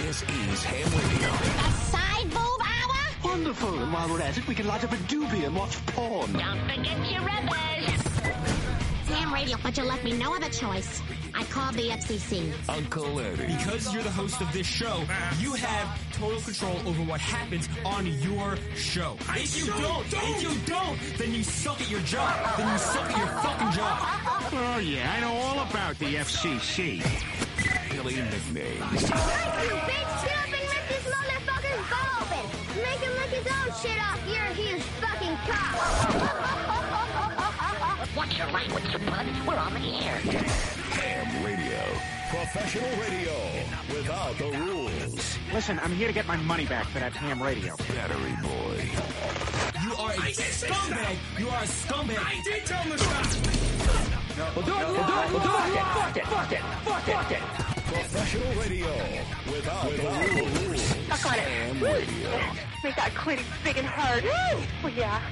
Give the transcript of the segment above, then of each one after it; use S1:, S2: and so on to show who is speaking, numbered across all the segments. S1: This is Ham Radio.
S2: A side boob hour?
S3: Wonderful. And while we're at it, we can light up a doobie and watch porn.
S2: Don't forget your rubbers. Damn radio, but you left me no other choice. I called the FCC.
S1: Uncle Eddie.
S4: Because you're the host of this show, you have total control over what happens on your show. If you don't, if you don't, then you suck at your job. Then you suck at your fucking job.
S5: Oh, yeah, I know all about the FCC.
S1: Billy McNames.
S2: Bitch, get up and let this motherfucker's ball open. Make him lick his own shit off. You're a huge fucking cop. Watch your language, you bud. We're on the air.
S1: Ham Radio.
S6: Professional radio without the rules.
S3: Listen, I'm here to get my money back for that ham radio.
S1: Battery Boy.
S4: You are a scumbag. You are a scumbag. I did tell him to stop.
S6: Professional radio without, the rules.
S7: Suck on it. Woo. Make that clit big and hard. Woo. Well, yeah.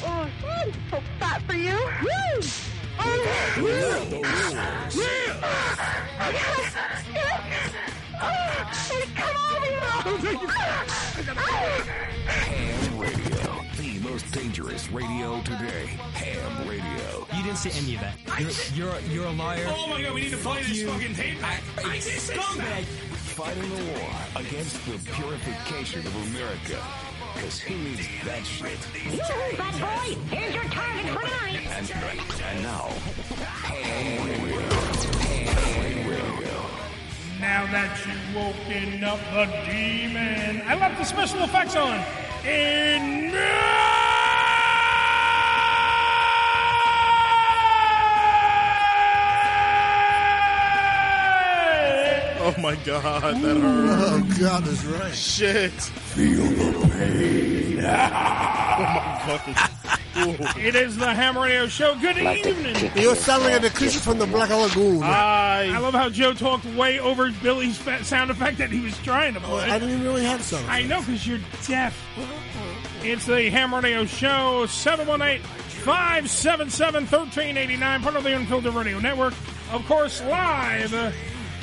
S7: Oh, mm, so fat for you. Woo. Oh, yeah.
S6: Without the rules.
S7: Yes. Oh, and come on, me.
S1: Ham Radio. The most dangerous radio today. Ham Radio.
S4: You didn't say any of that. You're you're, you're a liar.
S8: Oh my god, we need to play this fucking tape back. I did say
S4: Scumbag.
S1: Fighting the war against the purification of America. Because who needs that shit?
S2: Bad boy, here's your target for tonight.
S1: And, and now, Ham Radio. Ham Radio.
S8: Now that you've woken up the demon, I left the special effects on. And
S9: Oh my god, that hurt.
S6: Oh, God, that's right.
S9: Shit. Feel the pain. oh my god.
S8: it is the Ham Radio Show. Good evening.
S6: You sound like a creature from the Black Lagoon.
S8: I
S9: I,
S8: love how Joe talked way over Billy's fa- sound effect that he was trying to play.
S6: Oh, I didn't really have some.
S8: I know because you're deaf. It's the Ham Radio Show, 718 577 1389, part of the Unfiltered Radio Network. Of course, live uh,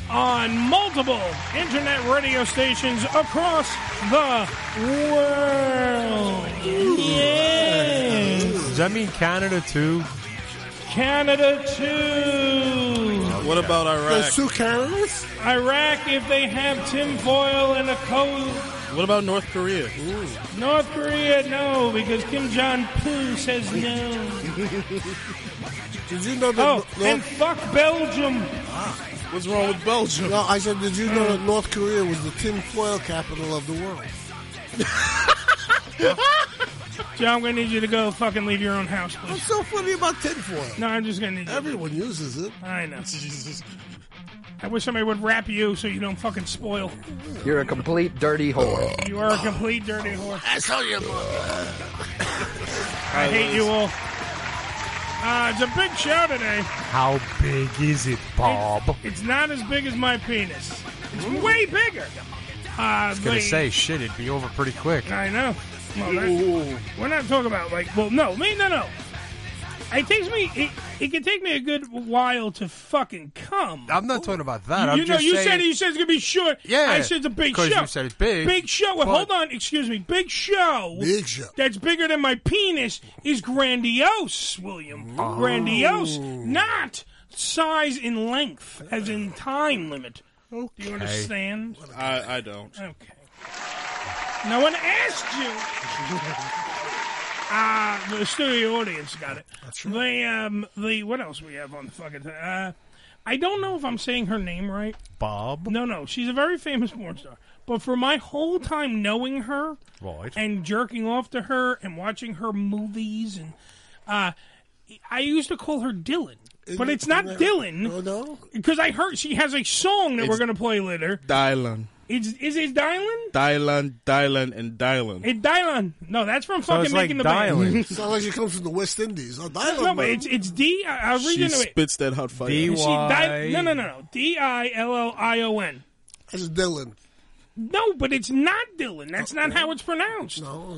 S8: on multiple internet radio stations across the world. Yes.
S10: Does that mean Canada too?
S8: Canada, too.
S9: what about
S6: There's
S9: Iraq?
S6: two cameras?
S8: Iraq, if they have tinfoil and a coat.
S9: What about North Korea?
S8: North Korea, no, because Kim Jong Un says no.
S6: Did you know that...
S8: Oh,
S6: Nor-
S8: and fuck Belgium.
S9: Ah. What's wrong with Belgium?
S6: no, I said, did you know that North Korea was the tin foil capital of the world?
S8: Joe, I'm gonna need you to go fucking leave your own house,
S6: What's
S8: please.
S6: so funny about tinfoil?
S8: No, I'm just gonna need you.
S6: Everyone uses it.
S8: I know. I wish somebody would wrap you so you don't fucking spoil.
S11: You're a complete dirty whore.
S8: You are a complete dirty whore. I saw you. I
S11: I
S8: hate you all. Uh, it's a big show today.
S10: How big is it, Bob?
S8: It's not as big as my penis. It's way bigger. Uh, I
S10: I was gonna say, shit, it'd be over pretty quick.
S8: I know. Well, that- we're not talking about like. Well, no, me, no, no. It takes me. It, it can take me a good while to fucking come.
S10: I'm not talking about that.
S8: You,
S10: I'm
S8: you know,
S10: just
S8: you
S10: saying,
S8: said you said it's gonna be short.
S10: Yeah,
S8: I said it's a big show.
S10: 'cause you said it's big,
S8: Big show. Well,
S10: but-
S8: hold on. Excuse me. Big show. Big show. That's bigger than my penis is grandiose, William. Grandiose, not size in length, as in time limit. Do you understand?
S9: I, I don't.
S8: Okay. No one asked you. Ah, the studio audience got it. The um, the what else we have on the fucking? T- uh, I don't know if I'm saying her name right.
S10: Bob.
S8: No, no, she's a very famous porn star. But for my whole time knowing her
S10: Right.
S8: and jerking off to her and watching her movies and uh, I used to call her Dylan. But it's not Dylan. Oh no. Because I heard she has a song that we're going to play later.
S9: Dylan.
S8: It's, is it Dylan?
S9: Dylan, Dylan, and Dylan.
S8: It's Dylan. No, that's from fucking making the band.
S6: Sounds like she comes from the West Indies. Oh, Dylan,
S8: No, but
S6: man.
S8: it's it's D. I- I'll read
S9: She
S8: into it.
S9: spits that hot fire.
S8: Is she Di- no, no, no, no. D i l l i o n. That's Dylan. No, but it's not Dylan. That's not how it's pronounced. No,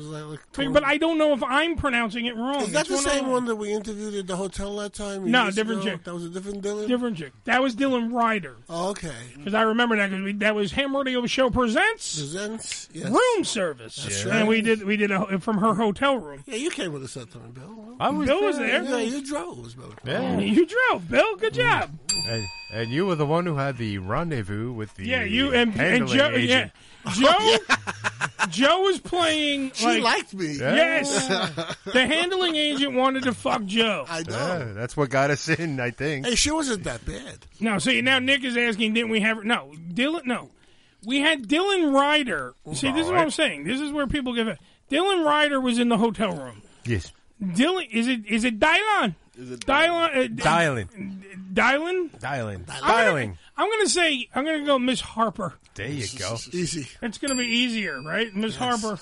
S8: but, but I don't know if I'm pronouncing it wrong.
S6: Is
S8: It's
S6: that the
S8: one of
S6: same
S8: those-
S6: one that we interviewed at the hotel that time?
S8: No,
S6: years
S8: different
S6: ago?
S8: chick.
S6: That was a different Dylan?
S8: Different chick. That was Dylan Ryder. Oh, okay. Because I remember that because that was Ham Radio Show presents presents room service,
S6: That's
S8: and
S6: right.
S8: we did we did a, from her hotel room.
S6: Yeah, you came with us that time, Bill.
S10: I was
S8: Bill was there.
S6: Yeah, you drove. us, Bill.
S10: Yeah.
S8: You drove, Bill. Good job.
S10: Mm-hmm. And, and you were the one who had the rendezvous with the
S8: Yeah, you and, and
S10: handling
S8: Joe.
S10: agent.
S8: Yeah, Joe. Joe was playing.
S6: She
S8: like-
S6: liked me.
S8: Yes,
S10: Yeah.
S8: the handling agent wanted to fuck Joe. I
S10: Yeah, Ah, that's what got us in, I think.
S8: Hey, she wasn't that bad. No, see now Nick is asking, didn't we have? No, Dylan. No, we had Dylan Ryder. See, this is what I'm
S10: Right.
S8: saying. This is where people give it. Dylan Ryder was in the hotel room.
S10: Yes.
S8: Dylan is it? Is it Dylan? Is it Dylan? uh,
S10: Dylan.
S8: Dylan.
S10: Dylan.
S8: Dylan.
S10: Dylan.
S8: I'm gonna say I'm gonna go Miss Harper.
S10: There you go.
S6: Easy.
S8: It's going to be easier, right, Miss Harper?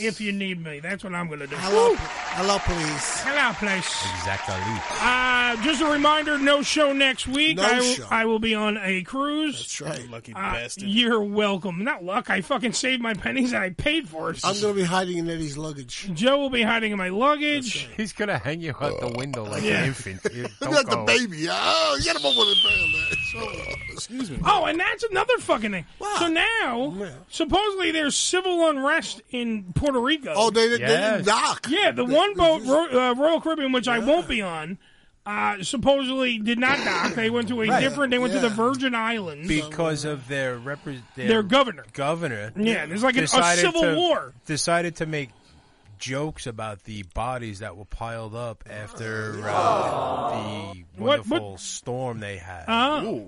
S8: If you need me, that's what I'm going to do.
S6: Hello,
S8: Woo!
S6: hello, police.
S8: Hello, police.
S10: Exactly.
S8: Uh, just a reminder: no show next week.
S6: No
S8: I, will-
S6: show.
S8: I will be on a cruise. That's
S6: right.
S9: Lucky
S8: bastard. You're welcome. Not luck. I fucking saved my pennies and I paid for it.
S6: I'm going to be hiding in Eddie's luggage.
S8: Joe will be hiding in my luggage.
S10: He's going to hang you out the window like
S8: Yeah.
S10: an infant. You don't
S6: Not the
S10: go.
S6: baby. Oh, get him over the barrel. there. So, excuse me.
S8: Oh, and that's another fucking thing. So
S6: Oh,
S8: now, supposedly there's civil unrest in Puerto Rico.
S6: Oh, they- they didn't Yes. dock.
S8: Yeah, the one boat, Ro- uh, Royal Caribbean, which I won't be on, uh, supposedly did not dock. They went to a
S10: Right.
S8: different. They went to
S10: Yeah.
S8: the Virgin Islands.
S10: because of their, repre-
S8: Their governor.
S10: Governor.
S8: Yeah, there's like an- a
S10: decided
S8: civil
S10: to-
S8: war.
S10: Decided to make jokes about the bodies that were piled up after uh, the
S8: What- what-
S10: wonderful storm they had.
S8: Oh.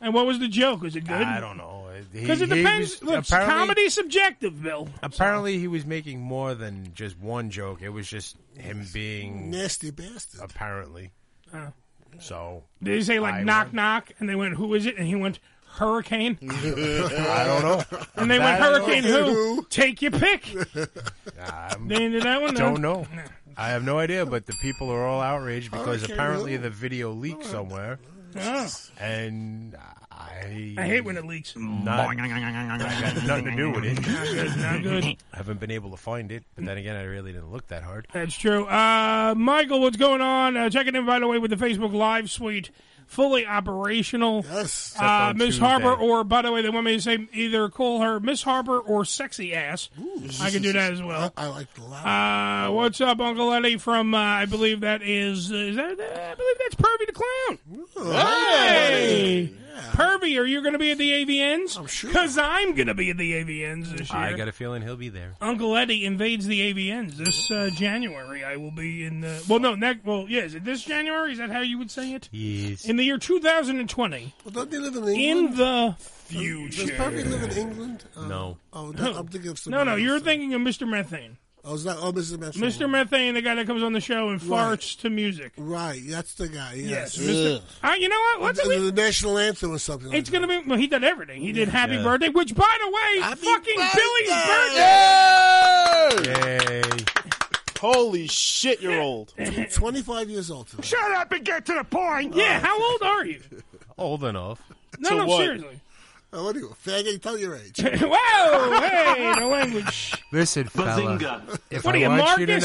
S8: And what was the joke? Was it good?
S10: I don't know. He-
S8: Because it
S10: he
S8: depends.
S10: was-
S8: Look,
S10: apparently-
S8: comedy's subjective, Bill.
S10: Apparently, he was making more than just one joke. It was just him being
S6: Nasty bastard.
S10: Apparently,
S8: Uh,
S10: so
S8: did he say like
S10: I
S8: knock
S10: went-
S8: knock? And they went, who is it? And he went, hurricane.
S10: I don't know.
S8: And they went,
S10: That I don't
S8: hurricane
S10: know.
S8: who? Take your pick.
S10: I'm-
S8: They ended that one. no?
S10: Don't know. I have no idea, but the people are all outraged because
S8: Hurricane
S10: apparently
S8: Lou.
S10: the video leaked somewhere,
S8: Oh.
S10: and I
S8: I hate when it leaks.
S10: Not, I got nothing to do with it.
S8: Not good, not good.
S10: Haven't been able to find it, but then again, I really didn't look that hard.
S8: That's true. Uh, Michael, what's going on? Uh, checking in, by the way, with the Facebook Live suite. Fully operational. Yes.
S10: Except
S8: Uh,
S10: on
S8: Miss
S10: Tuesday.
S8: Harper, or by the way, they want me to say either call her Miss Harper or Sexy Ass. I can do that as well.
S6: I, I like the laugh.
S8: Uh, what's up, Uncle Eddie? From uh, I believe that is, uh, is that, I believe that's Pervy the Clown. hey, Pervy, are you going to be at the AVNs? I'm sure. Because I'm going to be at the AVNs this year.
S10: I got a feeling he'll be there.
S8: Uncle Eddie invades the AVNs this uh, January. I will be in. Uh, well, no, next. Well, yeah, is it this January? Is that how you would say it?
S10: Yes.
S8: In the year 2020.
S6: Well, don't they live in England?
S8: In the
S6: Does
S8: future.
S6: Pervy live in England?
S10: No.
S6: Oh, no, I'm thinking
S8: No,
S6: of somebody
S8: no,
S6: else.
S8: you're thinking of Mr. Methane.
S6: Oh, it's not. Oh, Mr. Methane.
S8: Mr. Methane, the guy that comes on the show and farts to music.
S6: Right, that's the guy. Yes.
S8: Mr. Uh, you know what? What's
S6: the, the national anthem or something?
S8: It's gonna be. Well, he did everything. He did "Happy
S6: Yeah.
S8: Birthday," which, by the way, fucking Billy's birthday.
S9: Yay! Holy shit, you're old.
S6: 25 years old.
S9: Shut up and get to the point.
S8: Yeah, how old are you?
S10: Old enough.
S8: No, no, seriously.
S6: Oh, what are you, a faggot? Tell your age.
S8: Whoa, hey, the language.
S10: Listen, fella.
S6: Bazinga.
S10: If
S6: What
S10: I
S6: are you,
S10: want you to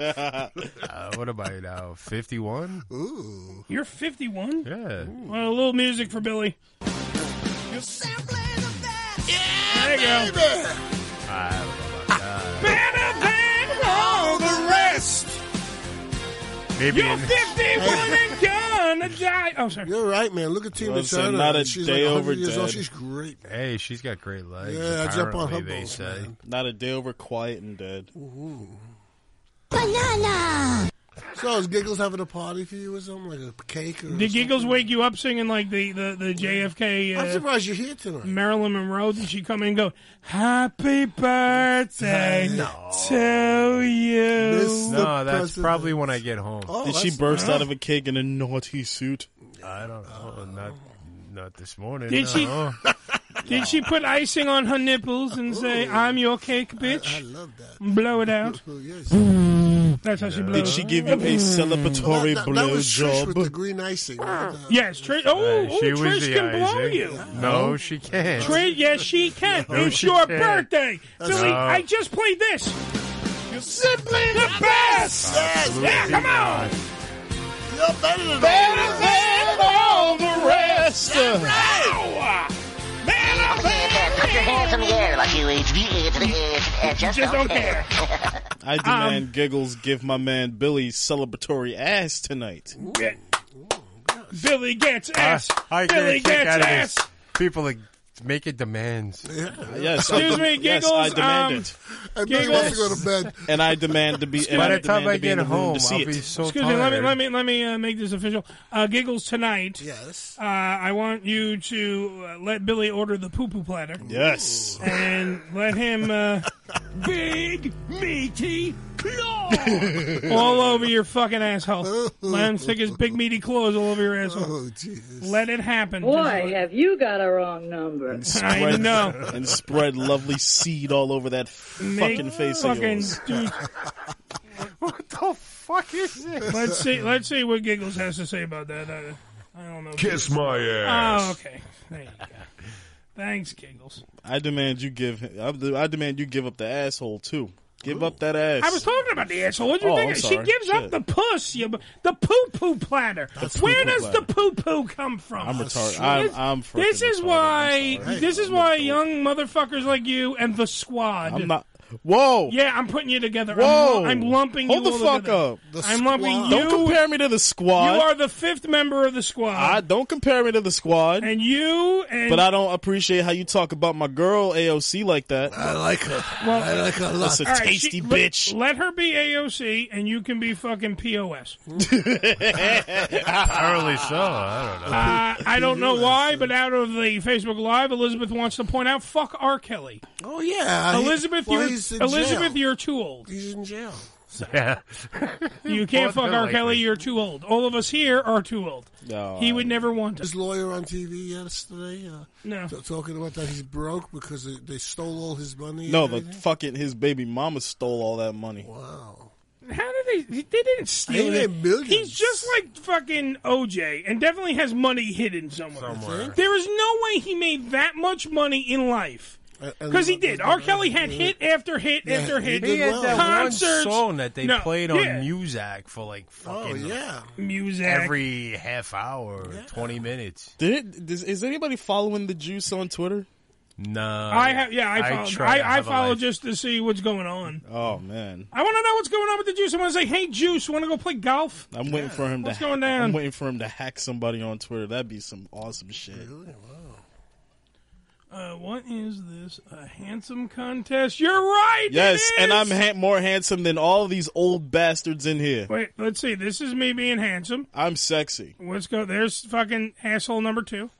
S6: Marcus?
S10: know,
S6: No,
S10: uh, what am I now? Fifty-one.
S6: Ooh.
S8: You're 51.
S10: Yeah.
S8: Hmm. Well, a little music for Billy.
S4: There
S8: you
S4: go.
S10: I don't know about that.
S6: Uh,
S8: Better than
S6: Oh,
S8: all the rest.
S10: Maybe
S8: You're
S10: in-
S8: 51 and gonna die. Oh, sorry.
S6: You're right, man. Look at Tina
S10: Listen,
S6: Turner.
S10: not a
S6: She's
S10: day
S6: like 100
S10: over
S6: years old.
S10: dead.
S6: She's great.
S10: Hey, she's got great legs.
S6: Yeah, I jump on her
S10: apparently, they
S6: balls,
S10: say.
S9: Not a day over quiet and dead.
S6: Banana. So is Giggles having a party for you or something like a cake? Or
S8: Did Giggles wake you up singing like the the, the JFK? Uh,
S6: I'm surprised you're here tonight.
S8: Marilyn Monroe. Did she come in and go, "Happy birthday to you"?
S10: No, that's probably when I get home.
S9: Did she burst out of a cake in a naughty suit?
S10: I don't know. not, not this morning.
S8: Did she?
S10: no.
S8: Did she put icing on her nipples and say, "I'm your cake, bitch"? I,
S6: love
S8: that. Blow it out. That's how she blows.
S9: Did she give you a celebratory
S6: that, that
S9: blow
S6: was Trish with the uh,
S9: job?
S6: green icing.
S8: Yes, Trish. Oh,
S10: she
S8: oh
S10: was
S8: Trish
S10: the
S8: can blow
S10: icing.
S8: you.
S10: No, she can't.
S8: Trish, yes, she can.
S10: No,
S8: it's
S10: she
S8: your
S10: can't.
S8: birthday,
S10: That's-
S8: Billy.
S10: No.
S8: I just played this.
S4: You're simply the
S8: best.
S4: Yes.
S8: Yeah, come on.
S4: You're better than better than all the rest.
S12: Put your hands in the air like you age, you age, and age, and just,
S4: Just
S12: don't
S4: don't
S12: care.
S9: I
S10: Um,
S9: demand Giggles give my man Billy celebratory ass tonight.
S8: Billy gets
S10: Ah,
S8: ass.
S10: I, I get a
S8: Billy
S10: kick
S8: gets
S10: out of
S8: ass.
S10: this. People are making demands.
S9: Yes, I
S8: Excuse
S9: dem-
S8: me, Giggles.
S9: Yes, I demand
S8: um,
S9: it.
S6: I Billy wants to go to bed.
S9: And I demand to be. And
S10: By
S9: I
S10: the time
S9: demand
S10: I
S9: to be in
S10: get
S9: the room
S10: home,
S9: to see
S10: I'll
S9: it.
S10: be so
S8: Excuse me. Let me let me let me uh, make this official. Uh, Giggles tonight.
S6: Yes.
S8: Uh, I want you to uh, let Billy order the poo poo platter.
S9: Yes.
S8: And let him uh, big meaty claw all over your fucking asshole. let him stick his big meaty claws all over your asshole.
S13: Oh,
S8: Let it happen.
S2: Boy, have you got a wrong number.
S8: I know.
S9: And spread lovely seed all over that fucking face of
S8: fucking
S9: yours.
S8: dude.
S10: what the fuck is this?
S8: Let's see. Let's see what Giggles has to say about that. I, I don't know.
S13: Kiss my ass.
S8: Oh, okay. There you go. Thanks, Giggles.
S9: I demand you give. I, I demand you give up the asshole too. Give up that ass.
S8: I was talking about the asshole. What do you
S9: Oh,
S8: think?
S9: I'm
S8: She
S9: sorry.
S8: gives up
S9: Shit.
S8: the puss, you, the poo poo platter. Where
S9: poo-poo
S8: does the poo poo come from?
S9: I'm retarded. I'm,
S8: This-
S9: I'm freaking
S8: This is
S9: retarded.
S8: why.
S9: I'm sorry.
S8: This is why young motherfuckers like you and the squad.
S9: I'm not. Whoa.
S8: Yeah, I'm putting you together.
S9: Whoa.
S8: I'm, I'm lumping
S9: Hold
S8: you
S9: the
S8: all
S9: fuck
S8: together.
S9: up.
S8: I'm lumping you.
S9: Don't compare me to the squad.
S8: You are the fifth member of the squad.
S9: I don't compare me to the squad.
S8: And you and
S9: But I don't appreciate how you talk about my girl AOC like that. I
S6: like her.
S8: Well,
S9: That's a
S8: All right,
S9: tasty
S8: she- let-
S9: bitch.
S8: Let, her be AOC, and you can be fucking POS.
S10: Apparently so. I don't know.
S8: Uh, I don't know why, but out of the Facebook Live, Elizabeth wants to point out, fuck R. Kelly.
S6: Oh yeah, he-
S8: Elizabeth,
S6: well,
S8: you're
S6: he's in
S8: Elizabeth,
S6: jail.
S8: you're too old.
S6: He's in jail.
S10: Yeah.
S8: You can't
S6: More
S8: fuck
S6: than
S8: R. Kelly.
S6: likely.
S8: You're too old. All of us here are too old.
S9: No,
S8: he would never want
S6: His
S8: us.
S6: lawyer on TV yesterday. Uh,
S8: No.
S6: t- talking about that he's broke because they, they stole all his money.
S9: No,
S6: and
S9: the
S6: everything.
S9: fucking his baby mama stole all that money.
S6: Wow.
S8: How did they? They didn't steal
S6: They
S8: it.
S6: made millions.
S8: He's just like fucking OJ, and definitely has money hidden somewhere.
S6: Somewhere.
S8: There is no way he made that much money in life.
S6: and-
S8: Because he did. R. Kelly had hit after hit
S6: Uh, Yeah,
S8: after
S6: he
S8: hit.
S6: did He had well. that one
S8: Concerts.
S10: song that they
S8: No,
S10: played on
S8: yeah.
S10: Muzak for like fucking
S6: Oh, yeah.
S8: Music.
S10: every half hour, twenty minutes.
S9: Did it, does, is anybody following the juice on Twitter?
S10: No,
S8: I have. Yeah, I follow. I,
S10: try to
S8: I,
S10: have a
S8: follow
S10: life.
S8: just to see what's going on.
S9: Oh man,
S8: I want to know what's going on with the Juice. I want to say, hey, Juice, want to go play golf?
S9: I'm waiting for him
S8: What's
S9: to.
S8: going down?
S9: I'm waiting for him to hack somebody on Twitter. That'd be some awesome shit.
S8: Uh, what is this? A handsome contest? You're right. it
S14: Yes, and I'm
S8: is!
S14: ha- more handsome than all these old bastards in here.
S8: Wait, let's see. This is me being handsome.
S14: I'm sexy.
S8: Let's go. There's fucking asshole number two.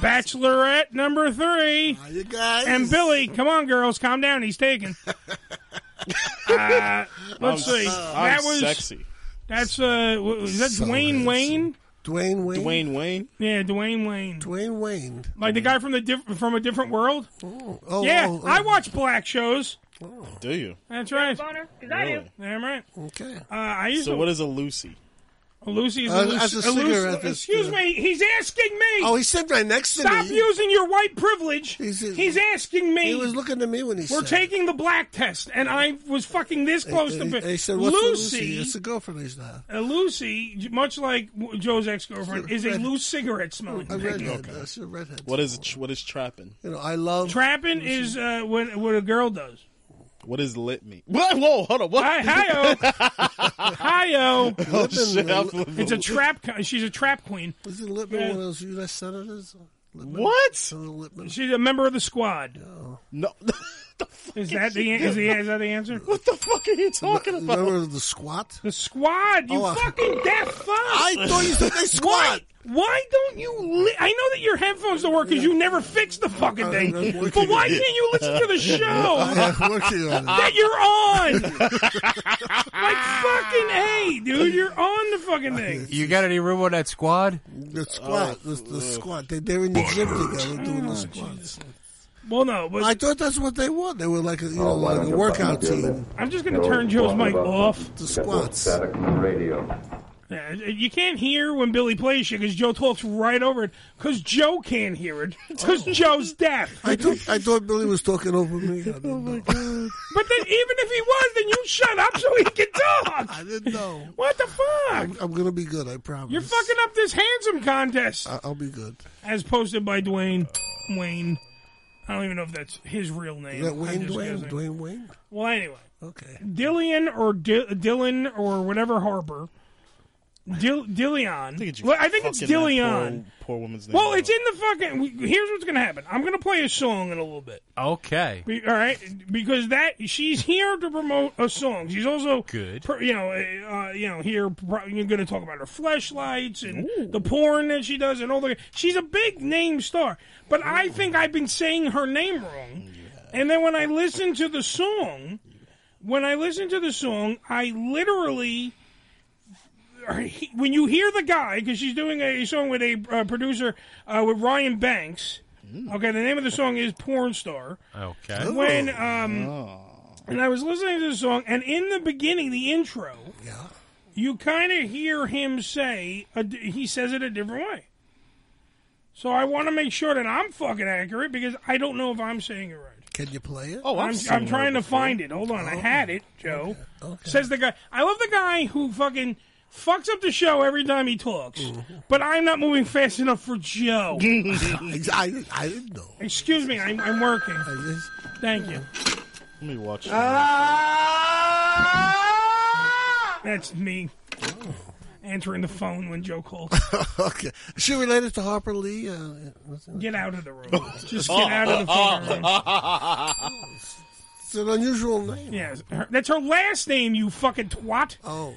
S8: Bachelorette number three.
S6: you guys.
S8: And Billy, come on, girls, calm down. He's taken. Uh, let's
S14: I'm-
S8: see.
S14: I'm
S8: that was
S14: sexy.
S8: That's uh, wh- was that
S14: So
S8: Dwayne
S14: handsome.
S8: Wayne?
S6: Dwayne Wayne.
S14: Dwayne Wayne.
S8: Yeah, Dwayne Wayne.
S6: Dwayne Wayne.
S8: Like the guy from the diff- from a different world.
S6: oh,
S8: yeah,
S6: oh, oh.
S8: I watch black shows.
S14: Do you?
S8: That's right.
S14: I do. Really?
S8: Damn right.
S6: Okay.
S8: Uh, I used
S14: So
S8: to,
S14: what is a Lucy?
S8: Lucy is
S14: Uh,
S8: a Lucy-
S14: that's a
S8: a Lucy-
S14: cigarette that's-
S8: Excuse me, he's asking me.
S6: Oh, he's sitting right next to
S8: Stop
S6: me.
S8: using your white privilege. He's, asking me.
S6: He was looking at me when he
S8: We're
S6: said.
S8: taking the black test, and I was fucking this close
S6: They-
S8: to.
S6: they- they said, "What's a Lucy?" It's a girlfriend I used to have.
S8: A Lucy, much like w- Joe's ex-girlfriend, is a
S6: Redhead.
S8: loose cigarette smelling.
S6: A
S8: thing.
S6: redhead. That's a redhead.
S14: What is what is trapping?
S6: You know, I love
S8: Trapping is uh, what what a girl does.
S14: What is lit me? What? Whoa, hold on. What?
S8: Hi, hi-yo. Hi-yo.
S14: Oh, shit, I'm flipping.
S8: it's a trap. co- She's a trap queen.
S6: Is it Lippman
S8: Yeah.
S6: one of those U.S. senators? Lippman?
S14: What?
S6: Senator Lippman.
S8: She's a member of the squad.
S6: Oh.
S14: No.
S8: Is that the, is the is that the answer?
S14: What the fuck are you talking about?
S6: Remember the squat?
S8: The squad, you
S6: Oh, I-
S8: fucking deaf fuck!
S6: I thought you said they
S8: Why,
S6: squat.
S8: why don't you? Li- I know that your headphones don't work because you never fix the fucking thing. But why can't you listen to the show
S6: I am working on it.
S8: that you're on? like fucking a, dude, you're on the fucking thing.
S10: You got any room on that squad?
S6: The squat. the,
S9: Oh,
S6: the squat. They, they were in the gym together doing the squats.
S8: Well, no, but
S6: I thought that's what they were. They were like a, you know, like a workout team. Oh
S8: I'm just gonna turn Joe's mic off.
S6: The squats.
S15: radio.
S8: Yeah, You can't hear when Billy plays shit because Joe talks right over it because Joe can't hear it because Joe's deaf.
S6: Oh. I thought, I thought Billy was talking over me. I
S8: Oh
S6: didn't know.
S8: But then, even if he was, then you shut up so he can talk.
S6: I didn't know.
S8: What the fuck?
S6: I'm, I'm gonna be good. I promise.
S8: You're fucking up this handsome contest,
S6: I, I'll be good.
S8: as posted by Dwayne Wayne. I don't even know if that's his real name.
S6: Is that
S8: I'm
S6: Wayne
S8: just
S6: Dwayne?
S8: guessing.
S6: Dwayne Wayne?
S8: Well, anyway,
S6: Okay.
S8: Dillian or D- Dylan or whatever Harbor. Dil- Dillion. Well, I think it's
S14: Fucking that poor-
S8: Dillion.
S14: Poor, woman's name.
S8: Well, it's in the fucking. Here's what's gonna happen. I'm gonna play a song in a little bit.
S10: Okay.
S8: Be, all right, because that she's here to promote a song. She's also
S10: Good.
S8: pro- you know, uh, uh, you know, here pro- you're going to talk about her flashlights and the porn that she does and all the. She's a big name star, but I think I've been saying her name wrong. And then when I listened to the song, when I listened to the song, I literally. When you hear the guy, because she's doing a song with a uh, producer uh, with Ryan Banks.
S10: Mm.
S8: Okay, the name of the song is Porn Star
S10: Okay.
S8: when um
S14: Ah,
S8: and I was listening to the song and in the beginning the intro
S6: yeah
S8: you kind of hear him say a d he says it a different way so I want to make sure that I'm fucking accurate because I don't know if I'm saying it right
S6: Can you play Oh, it?
S8: Oh,
S6: Oh.
S8: I'm, I'm trying to find it hold on I had it Joe says the guy I love the guy who fucking fucks up the show every time he talks
S6: Mm-hmm.
S8: but I'm not moving fast enough for Joe
S6: I, I didn't know.
S8: excuse me I'm, I'm working thank you
S14: Let me watch.
S8: Uh, That's me answering the phone when Joe calls.
S6: okay. Is she related to Harper Lee? Uh, what's her-
S8: Get out of the room. Just
S14: Oh,
S8: get out of the phone room.
S6: it's an unusual name.
S8: Yes, her- that's her last name. You fucking twat.
S6: Oh,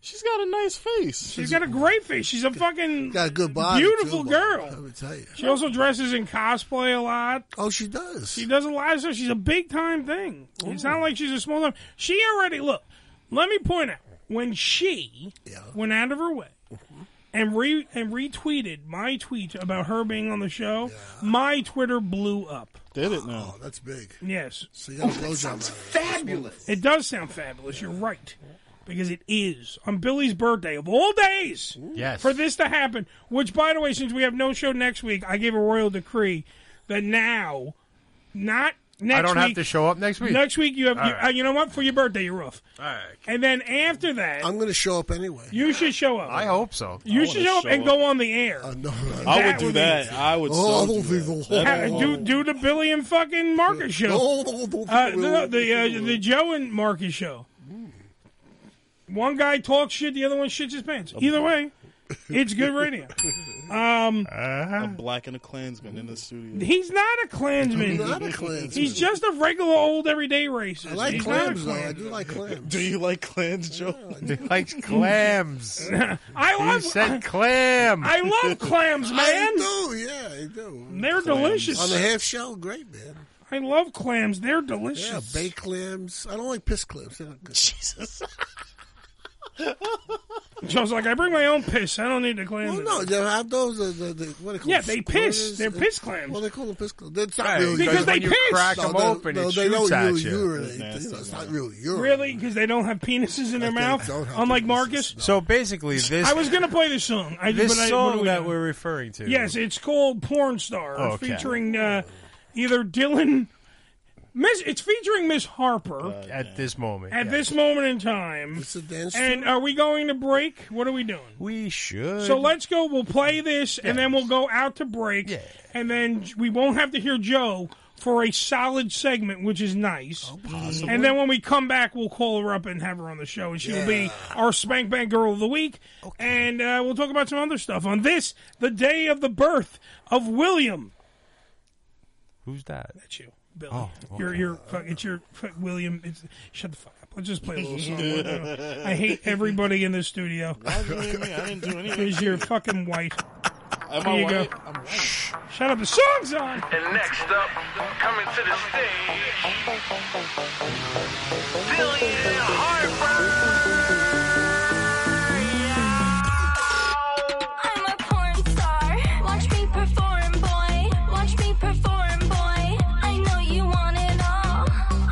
S14: She's got a nice face.
S8: she's got a great face. She's a fucking
S6: Got a good body.
S8: beautiful
S6: too,
S8: girl.
S6: Let me tell you.
S8: She also dresses in cosplay a lot.
S6: Oh, she does.
S8: She does a lot of stuff. She's a big time thing. It's not like she's a small time. She already look. Let me point out when she went out of her way and re and retweeted my tweet about her being on the show. My Twitter blew up.
S14: Did it now?
S6: Oh, That's big.
S8: Yes,
S6: So you got a blowjob.
S8: fabulous. It does sound fabulous. You're right. Because it is on Billy's birthday of all days.
S10: Yes.
S8: For this to happen, which, by the way, since we have no show next week, I gave a royal decree that now, not next
S10: I don't
S8: week.
S10: have to show up next week.
S8: Next week, you have.
S10: All
S8: You,
S10: right.
S8: uh, you know what? For your birthday, you're off.
S10: All right.
S8: And then after that,
S6: I'm going to show up anyway.
S8: you should show up.
S10: I hope so.
S8: you should show up and go on the air.
S6: Uh, no, no.
S14: I would
S8: That
S14: do
S8: would be-
S14: that. I would.
S6: Oh,
S14: so do that.
S6: people.
S8: Ha- do do the Billy and fucking Marcus show. Uh, the the, uh, the Joe and
S14: Oh,
S8: Marcus show. One guy talks shit, the other one shits his pants. Either way, It's good radio. Um,
S14: A black and a Klansman in the studio.
S8: He's not a Klansman.
S14: Not a Klansman.
S8: He's just a regular old everyday racist.
S14: I like
S8: He's
S14: clams, though.
S8: not a
S14: I
S8: Klansman.
S6: do like clams.
S14: Do you like clams, Joe?
S15: He likes clams.
S8: I
S15: love said clam.
S8: I love clams, man.
S6: I do, yeah, I do.
S8: They're
S6: Clams.
S8: delicious.
S6: On the half shell, great, man.
S8: I love clams. They're delicious.
S6: Yeah, baked clams. I don't like piss clams. They're not good. Jesus.
S8: Joe's like, I bring my own piss. I don't need the clams.
S6: Well, no, they have those. uh, The, the, the, what they call
S8: Yeah,
S6: them, Uh,
S8: they piss.
S6: squirters?
S8: They're piss clams.
S6: Well, they call them piss clams. That's not
S8: Right,
S6: really
S8: because Because they when you piss. crack
S6: No,
S8: 'em
S6: they-
S8: open,
S6: no,
S8: it
S6: they don't
S8: shoots at
S6: really
S8: you.
S6: urinate. You know, It's not really urine.
S8: Really? Because they don't have penises in their mouth, unlike Marcus.
S10: So basically, this
S8: I was gonna play this song. I,
S10: this
S8: but I, what
S10: song
S8: do we
S10: that
S8: do?
S10: we're referring to.
S8: Yes, it's called Porn Star,
S10: Okay.
S8: featuring uh, either Dylan. Miss, it's featuring Miss Harper
S10: at this moment.
S8: at
S10: yeah.
S8: this moment in time. It's
S6: a dance
S8: and are we going to break? What are we doing?
S10: we should.
S8: So let's go. We'll play this, and then we'll go out to break, and then j- we won't have to hear Joe for a solid segment, which is nice.
S6: Oh,
S8: And then when we come back, we'll call her up and have her on the show, and she will be our Spank Bank Girl of the Week, and uh, we'll talk about some other stuff on this, the day of the birth of William.
S10: Who's that?
S8: That's you, Billy.
S10: Oh,
S8: You're,
S10: okay.
S8: you're, fuck, it's your, fuck, William. It's, shut the fuck up. Let's just play a little song. I hate everybody in this studio.
S14: Why do you hate me? I didn't do anything.
S8: Because you're fucking white.
S14: Am
S8: there
S14: I
S8: you
S14: white?
S8: go. Shut up. The song's on.
S5: And next up, coming to the stage, Billion
S16: I'm a porn star. Watch me perform, boy. Watch me perform, boy. I know you want it all.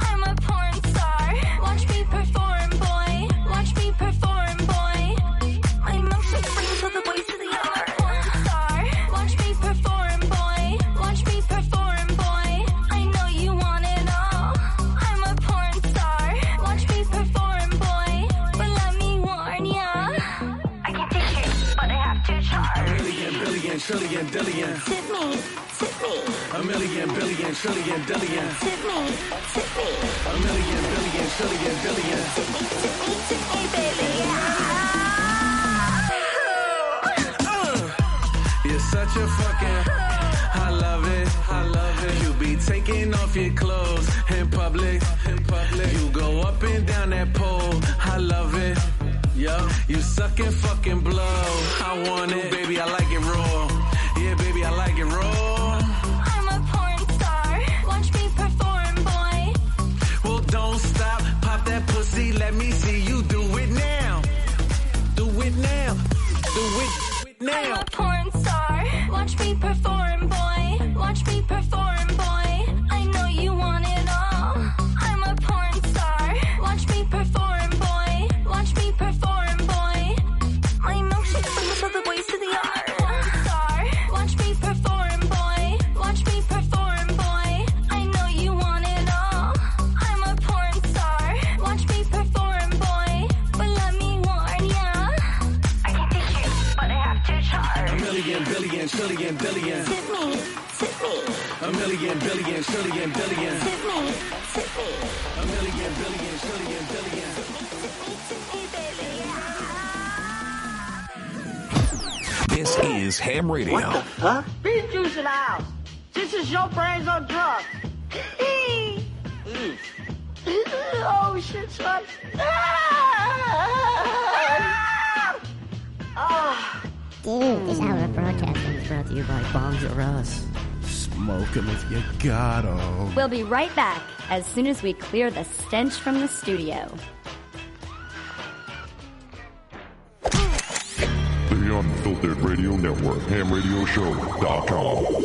S16: I'm a porn star. Watch me perform, boy. Watch me perform, boy. My milkshake brings all the boys to the yard. I'm a porn star. Watch me perform, boy. Watch me perform, boy. I know you want it all. I'm a porn star. Watch me perform, boy. But let me warn ya. I can't take it, but I have to charge.
S5: Billion, billion, trillion, billion.
S16: Tip me, tip me,
S5: A million, billion, trillion, billion.
S16: tip me, tip me.
S5: A million, billion, trillion, billion.
S12: Uh. You're such a fucking. I love it, I love it. You be taking off your clothes in public, in public. You go up and down that pole. I love it. Yo, you suck and fucking blow. I want it, baby. I like it raw. Yeah, baby, I like it raw.
S16: I'm a porn star. Watch me perform, boy.
S12: Well, don't stop. Pop that pussy. Let me see you do it now. Do it now. Do it
S16: I'm
S12: now.
S16: a porn star. Watch me perform, boy. Watch me perform, boy. I know you want it all. I'm a porn star. Watch me perform, boy. Watch me perform, boy. My milkshake brings all the boys to the yard. Porn star. Watch me perform, boy. Watch me perform, boy. I know you want it all. I'm a porn star. Watch me perform, boy. But let me warn ya. I can't take it, but I have to charge.
S5: A million, billion, trillion, billion.
S16: Tip me, tip me,
S5: A million, billion, trillion, billion.
S16: tip me, tip me.
S5: A million, billion, trillion, billion.
S1: This is Ham Radio.
S17: Beet juice in the house. This is your brains on drugs. oh, shit, son. Ah!
S18: Dude, this hour of broadcasting is brought to you by Bombs R Us.
S19: Smoke 'em if you got
S12: oh.
S19: 'em.
S18: We'll be right back as soon as we clear the stench from the studio.
S20: The Unfiltered Radio Network, hamradioshow.com.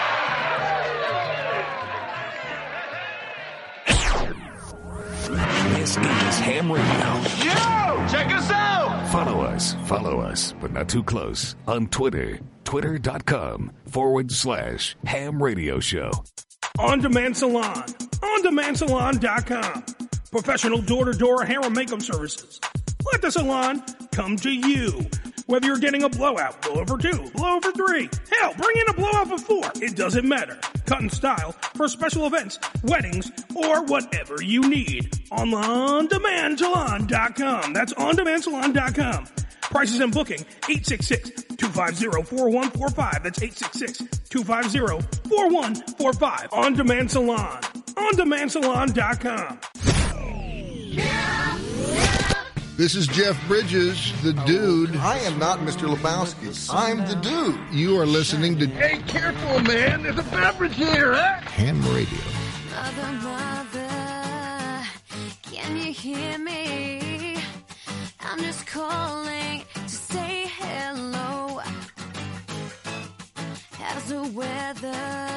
S1: This is Ham Radio.
S5: Yo! Check us out!
S1: Follow us, follow us, but not too close on Twitter. Twitter.com forward slash ham radio show.
S8: On Demand Salon. OnDemandSalon.com. Professional door to door hair and makeup services. Let the salon come to you. Whether you're getting a blowout, blowover two, blowover three, hell, bring in a blowout of four. It doesn't matter. Cut in style for special events, weddings, or whatever you need. On OnDemandSalon.com. That's OnDemandSalon.com. Prices and booking 866-250-4145. That's 866-250-4145. On Demand Salon. OnDemandSalon.com.
S21: This is Jeff Bridges, the dude. Oh, I am not Mr. Lebowski. I'm the dude. You are listening to
S5: Hey, careful, man. There's a beverage here, huh?
S21: Ham Radio.
S16: Mother, mother, can you hear me? I'm just calling to say hello. How's the weather?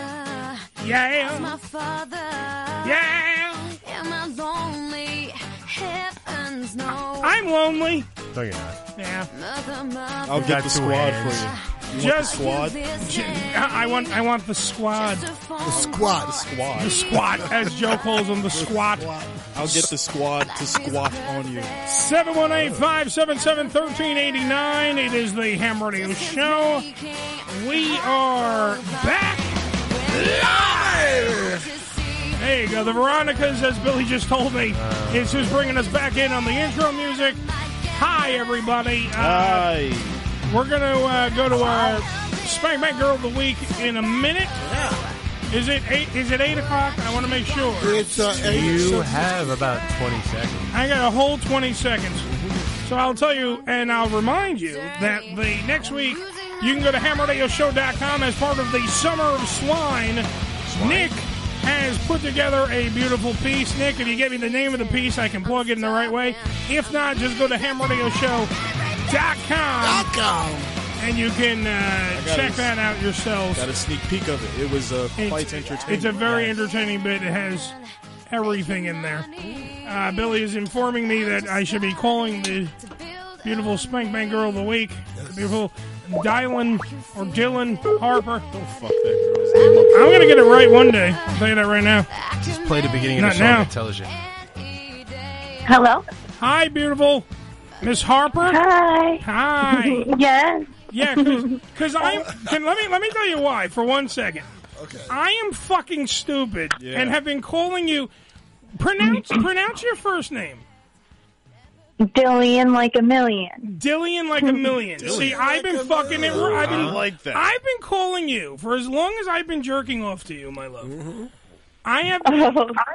S5: Yeah.
S16: How's my father?
S5: Yeah.
S16: Am I lonely? Heavens no.
S8: I'm lonely.
S10: No, you're not.
S8: Yeah.
S16: Mother, mother.
S10: I'll get the squad for you. You want
S8: Just
S10: the squad?
S8: J- I I want. I want the squad. The
S21: squad. The
S10: squad.
S8: The squad. As Joe calls them, the squad.
S9: I'll get the squad to squat on you.
S8: 718-577-1389. It is the Ham Radio Show. We are back live. There you go. uh, The Veronicas, as Billy just told me, is who's bringing us back in on the intro music. Hi, everybody. Hi. We're going to uh, go to our Spank Bank Girl of the Week in a minute. Is it eight? Is it eight o'clock? I want to make sure.
S6: It's uh,
S15: You have about 20 seconds.
S8: I got a whole 20 seconds. So I'll tell you and I'll remind you that the next week you can go to hamradioshow.com as part of the Summer of Swine. Nick has put together a beautiful piece. Nick, if you give me the name of the piece, I can plug it in the right way. If not, just go to hamradioshow.com and you can
S9: I
S8: uh,
S9: got
S8: check
S9: a-
S8: that out yourselves.
S9: Got a sneak peek of it. It was uh, quite entertaining.
S8: It's a very entertaining bit. It has everything in there. Uh, Billy is informing me that I should be calling the beautiful Spank Bang Girl of the Week, the beautiful Dylan or Dylan Harper. I'm going to get it right one day. I'll tell you that right now.
S10: Just play the beginning
S8: Not
S10: of the song
S8: now.
S10: that tells you.
S8: Hello. Hi, beautiful Miss Harper. Hi. Hi. yes. Yeah, because I can let me let me tell you why for one second. Okay. I am fucking stupid
S5: Yeah.
S8: and have been calling you. Pronounce pronounce your first name.
S22: Billion like a million.
S8: Dillion like a million. See, I've been fucking it. I've been
S22: I like that. Mm-hmm.
S8: I've been calling you for as long as I've been jerking off to you, my love. I have,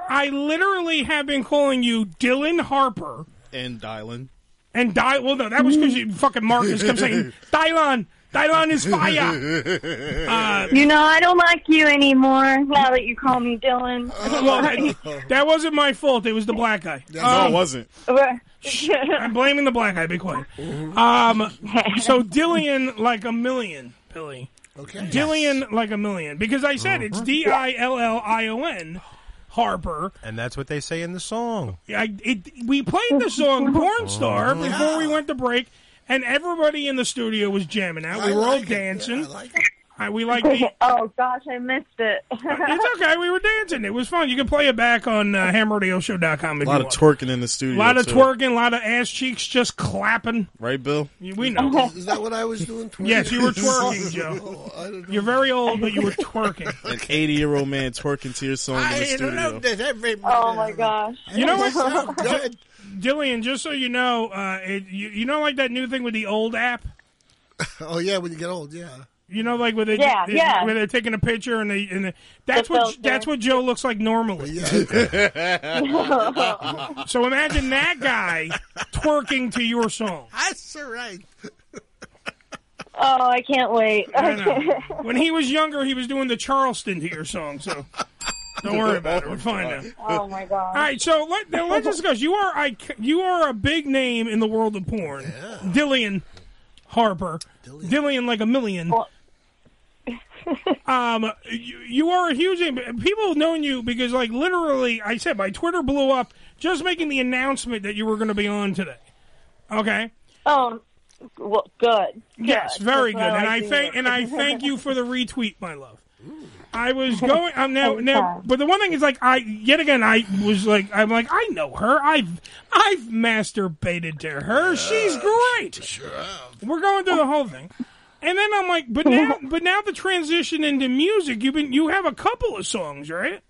S8: I literally have been calling you Dylan Harper
S9: And Dylan.
S8: and Dylan. Well, no, that was because
S9: Mm.
S8: you fucking Marcus kept saying Dylan. Dylan is fire. Uh,
S2: you know, I don't like you anymore now that you call me Dylan.
S8: well, that, that wasn't my fault. It was the black guy. Um,
S2: No, it
S9: wasn't.
S8: I'm blaming the black guy. Be quiet. Um, so Dillian like a million, Billy.
S6: Okay.
S8: Dillion like a million because I said
S9: Uh-huh.
S8: it's D I L L I O N Harper.
S10: And that's what they say in the song. Oh.
S8: I, it, we played the song Porn Star before we went to break, and everybody in the studio was jamming out. We were all dancing. I- we like the
S2: oh gosh, I missed it.
S8: it's okay. We were dancing. It was fun. You can play it back on uh, hamradioshow.com.
S9: A
S8: If
S9: lot
S8: you
S9: of
S8: want.
S9: twerking in the studio.
S8: a lot of
S9: too.
S8: twerking, a lot of ass cheeks just clapping.
S9: Right, Bill?
S8: You- We know.
S6: Is that what I was doing? Twerking?
S8: Yes, you were twerking,
S6: Oh.
S8: Joe. You're very old, but you were twerking.
S9: An 80 year old man twerking to your song in the studio.
S2: oh my gosh.
S8: You know what? Dillian, just so you know, uh, it, you, you know, like that new thing with the old app.
S6: Oh yeah, when you get old, yeah.
S8: You know, like where they,
S6: Yeah,
S8: they-
S6: yeah.
S8: where they're taking a picture and they and they, that's
S6: The
S8: what
S6: filter.
S8: that's what Joe looks like normally. so imagine that guy twerking to your song.
S6: That's all right.
S2: Oh, I can't wait.
S8: I know. When he was younger, he was doing the Charleston to your song. So don't worry about it. We're fine now.
S2: oh my
S8: All
S2: gosh.
S8: right, so let, now let's discuss. You are I, you are a big name in the world of porn, Dillian Harper, Dillian. like a million. um, you, you are a huge name. People have known you because, like, literally, I said my Twitter blew up just making the announcement that you were going to be on today. Okay.
S2: Oh, well, good.
S8: Yes,
S2: Good.
S8: very good,
S2: That's what
S8: and
S2: I
S8: I
S2: like
S8: thank
S2: to
S8: and I
S2: hear.
S8: thank you for the retweet, my love. I was going. I'm now
S2: Anytime.
S8: now, but the one thing is like I yet again I was like I'm like I know her. I've I've masturbated to her. She's great. We're going through the whole thing, and then I'm like, but now but now the transition into music. You've been you have a couple of songs, right?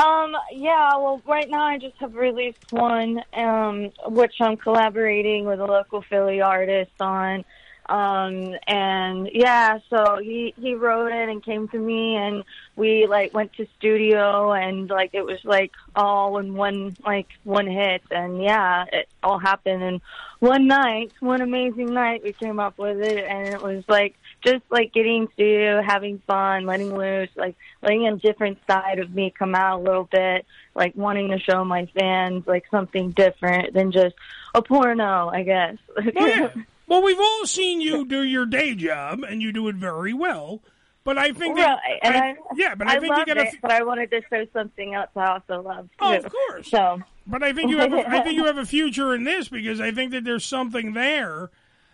S2: Um, yeah, well, right now I just have released one, um, which I'm collaborating with a local Philly artist on. Um, and yeah, so he, he wrote it and came to me and we like went to studio and like it was like all in one, like one hit. And yeah, it all happened in one night, one amazing night we came up with it and it was like just like getting to having fun, letting loose, like letting a different side of me come out a little bit, like wanting to show my fans like something different than just a porno, I guess.
S8: Well, Oh, yeah. well, we've all seen you do your day job, and you do it very well. But I think that,
S2: Right, and I-
S8: yeah, but I, think you
S2: loved
S8: get a
S2: it, but I wanted to show something else I also love.
S8: Oh,
S2: too.
S8: of course.
S2: So
S8: But I think you have. A, I think you have a future in this because I think that there's something there.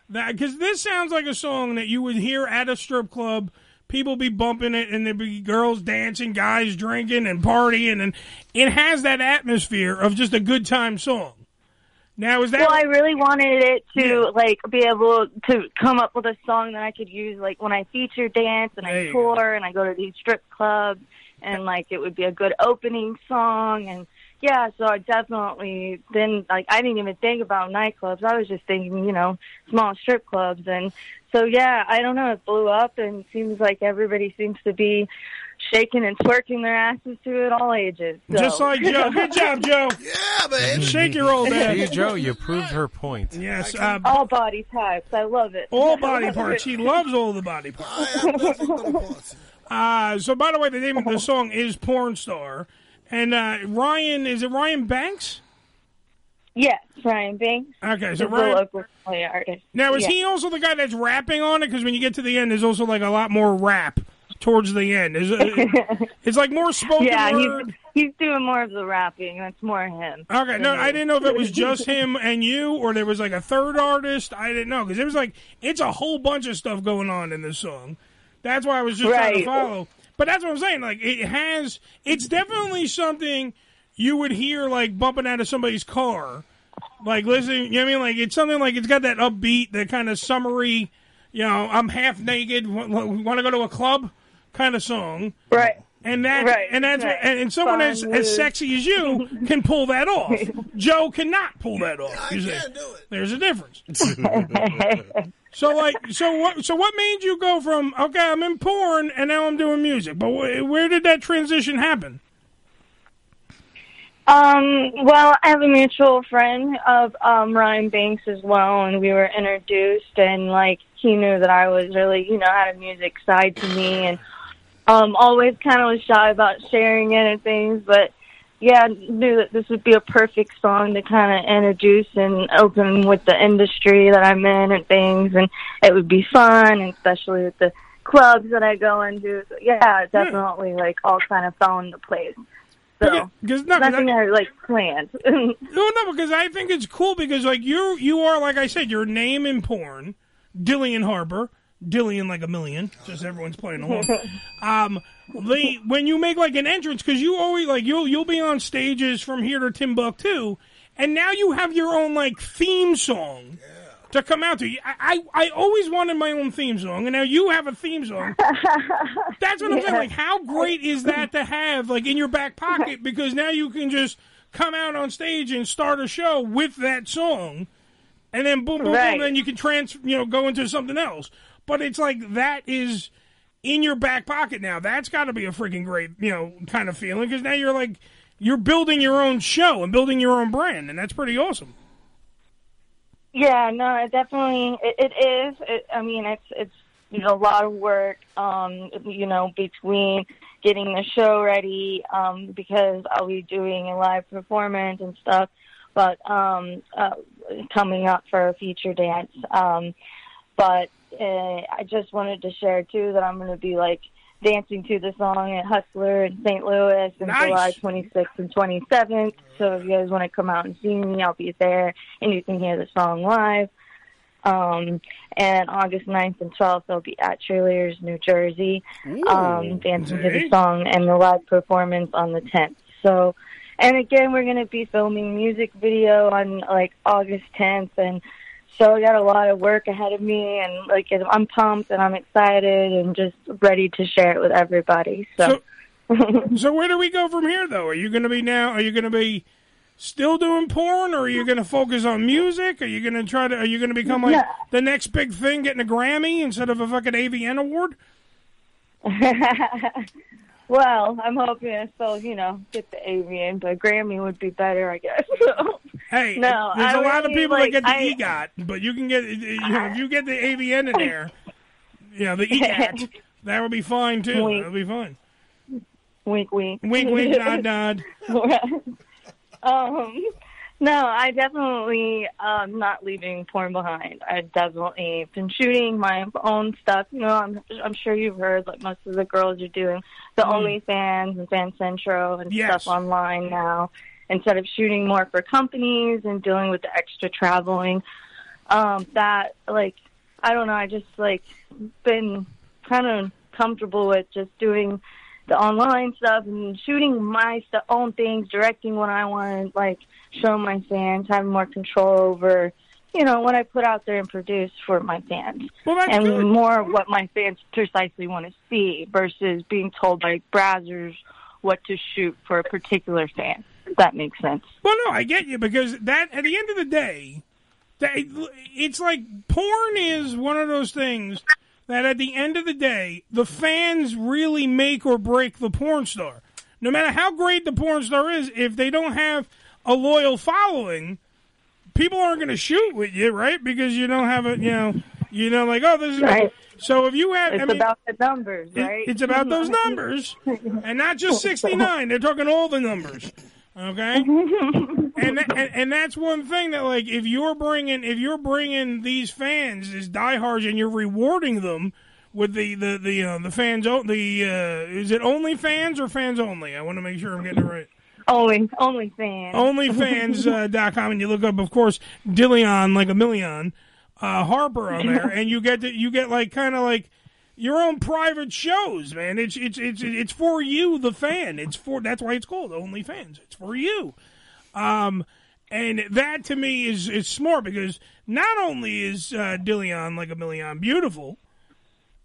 S8: That because this sounds like a song that you would hear at a strip club. People be bumping it, and there'd be girls dancing, guys drinking and partying, and it has that atmosphere of just a good time song. Now is that?
S2: well, I really wanted it to
S8: Yeah.
S2: like be able to come up with a song that I could use like when I feature dance and
S8: There
S2: I
S8: you
S2: tour and I go to these strip clubs and like it would be a good opening song and yeah, so I definitely then like I didn't even think about nightclubs. I was just thinking, you know, small strip clubs and so yeah, I don't know, it blew up and seems like everybody seems to be shaking and twerking their asses to it all ages. So.
S8: Just like Joe. Good job, Joe. Yeah, man. Shake your old ass.
S15: See, Joe, you proved her point.
S8: Yes, uh,
S2: all body types. I love it.
S8: all body parts. She loves all the body parts. Uh, so, by the way, the name of the song is Porn Star. And uh, Ryan, is it Ryan Banks?
S2: Yes, Ryan Banks.
S8: Okay,
S2: He's
S8: so
S2: a
S8: Ryan.
S2: local play artist.
S8: Now, is
S2: Yeah.
S8: he also the guy that's rapping on it? Because when you get to the end, there's also like a lot more rap towards the end. Is it- it's like more spoken
S2: Yeah,
S8: word.
S2: he's he's doing more of the rapping. That's more him.
S8: Okay, no, I didn't know if it was just him and you, or there was like a third artist. I didn't know because it was like it's a whole bunch of stuff going on in this song. That's why I was just trying to
S5: Right.
S8: follow. But that's what I'm saying. Like it has, it's definitely something you would hear like bumping out of somebody's car, like listening. You know what I mean? Like it's something like it's got that upbeat, that kind of summary. You know, I'm half naked. Want to go to a club? Kind of song,
S2: right?
S8: And that,
S2: Right,
S8: and that's,
S2: right.
S8: and, and someone
S2: Fun
S8: as,
S2: mood.
S8: as sexy as you can pull that off. Joe cannot pull that off. You see, there's a difference. So like, so what? So what made you go from okay, I'm in porn and now I'm doing music? But wh- where did that transition happen?
S2: Um, well, I have a mutual friend of um, Ryan Banks as well, and we were introduced, and like he knew that I was really, you know, had a music side to me, and um, always kind of was shy about sharing it and things, but yeah, knew that this would be a perfect song to kind of introduce and open with the industry that I'm in and things, and it would be fun, and especially with the clubs that I go into. So, yeah, definitely, like all kind of found the place. So
S8: Because no, 'cause
S2: nothing
S8: I-
S2: that, like planned.
S8: No, no, because I think it's cool because like you you are like I said, your name in porn, Dillian Harbor, Dillian like a million, just everyone's playing along. um, the when you make like an entrance because you always like you'll you'll be on stages from here to Timbuktu, and now you have your own like theme song. To come out to you, I, I I always wanted my own theme song, and now you have a theme song. That's what I'm saying.
S5: Yeah.
S8: Like, how great is that to have, like, in your back pocket? Because now you can just come out on stage and start a show with that song, and then boom, boom,
S5: Right.
S8: boom, then you can trans, you know, go into something else. But it's like that is in your back pocket now. That's got to be a freaking great, you know, kind of feeling because now you're like you're building your own show and building your own brand, and that's pretty awesome.
S2: Yeah, no, it definitely it, it is. It, I mean, it's it's you know a lot of work. Um, you know, between getting the show ready, um, because I'll be doing a live performance and stuff. But um, uh, coming up for a feature dance. Um, but uh, I just wanted to share too that I'm going to be like dancing to the song at Hustler in St. Louis in
S5: Nice.
S2: July 26th and 27th. So if you guys want to come out and see me, I'll be there, and you can hear the song live. Um, and August 9th and 12th, I'll be at Cheerleaders, New Jersey, um, dancing to the
S5: okay.
S2: song and the live performance on the 10th. So, and again, we're going to be filming music video on like August 10th, and so I got a lot of work ahead of me, and like I'm pumped and I'm excited and just ready to share it with everybody. So,
S8: so where do we go from here, though? Are you going to be now? Are you going to be still doing porn, or are you going to focus on music? Are you going to try to? Are you going to become like
S2: No.
S8: the next big thing, getting a Grammy instead of a fucking AVN award?
S2: well, I'm hoping I still, you know, get the avian, but Grammy would be better, I guess. So,
S8: hey,
S2: no,
S8: There's
S2: a
S8: a lot of people that get the E EGOT, but you can get you know if you get the AVN in there, you know the E EGOT, that would be fine too.
S2: Wink.
S8: That would be fine.
S2: Wink, wink.
S8: Wink, wink, nod, nod.
S2: um, no, I definitely um, not leaving porn behind. I definitely been shooting my own stuff. You know, I'm I'm sure you've heard like most of the girls are doing the
S5: Mm.
S2: OnlyFans and Fan Centro and
S5: Yes.
S2: stuff online now. Instead of shooting more for companies and dealing with the extra traveling, um, that like I don't know. I just like been kind of comfortable with just doing the online stuff and shooting my st- own things, directing what I want, to like show my fans, having more control over, you know, what I put out there and produce for my fans,
S8: well, that's
S2: and
S8: good.
S2: more what my fans precisely want to see versus being told by browsers what to shoot for a particular fan. If that makes sense.
S8: Well, no, I get you because that at the end of the day, that it's like porn is one of those things that at the end of the day, the fans really make or break the porn star. No matter how great the porn star is, if they don't have a loyal following, people aren't going to shoot with you, right? Because you don't have a, you know, you know, like oh, this is
S2: Right.
S8: so. If you have,
S2: It's
S8: I mean,
S2: about the numbers,
S8: it-
S2: right? Mm-hmm.
S8: it's about those numbers, and not just sixty nine. They're talking all the numbers, okay? and, that, and and that's one thing that like if you're bringing if you're bringing these fans these diehards and you're rewarding them with the the the uh, the fans o- the uh, is it only fans or fans only? I want to make sure I'm getting it right.
S2: Only, only fans.
S8: Onlyfans.com, uh, and you look up, of course, Dillion like a million uh, Harper on there, and you get to, you get like kind of like your own private shows, man. It's it's it's it's for you, the fan. It's for that's why it's called OnlyFans. It's for you, um, and that to me is is smart because not only is uh, Dillion like a million beautiful,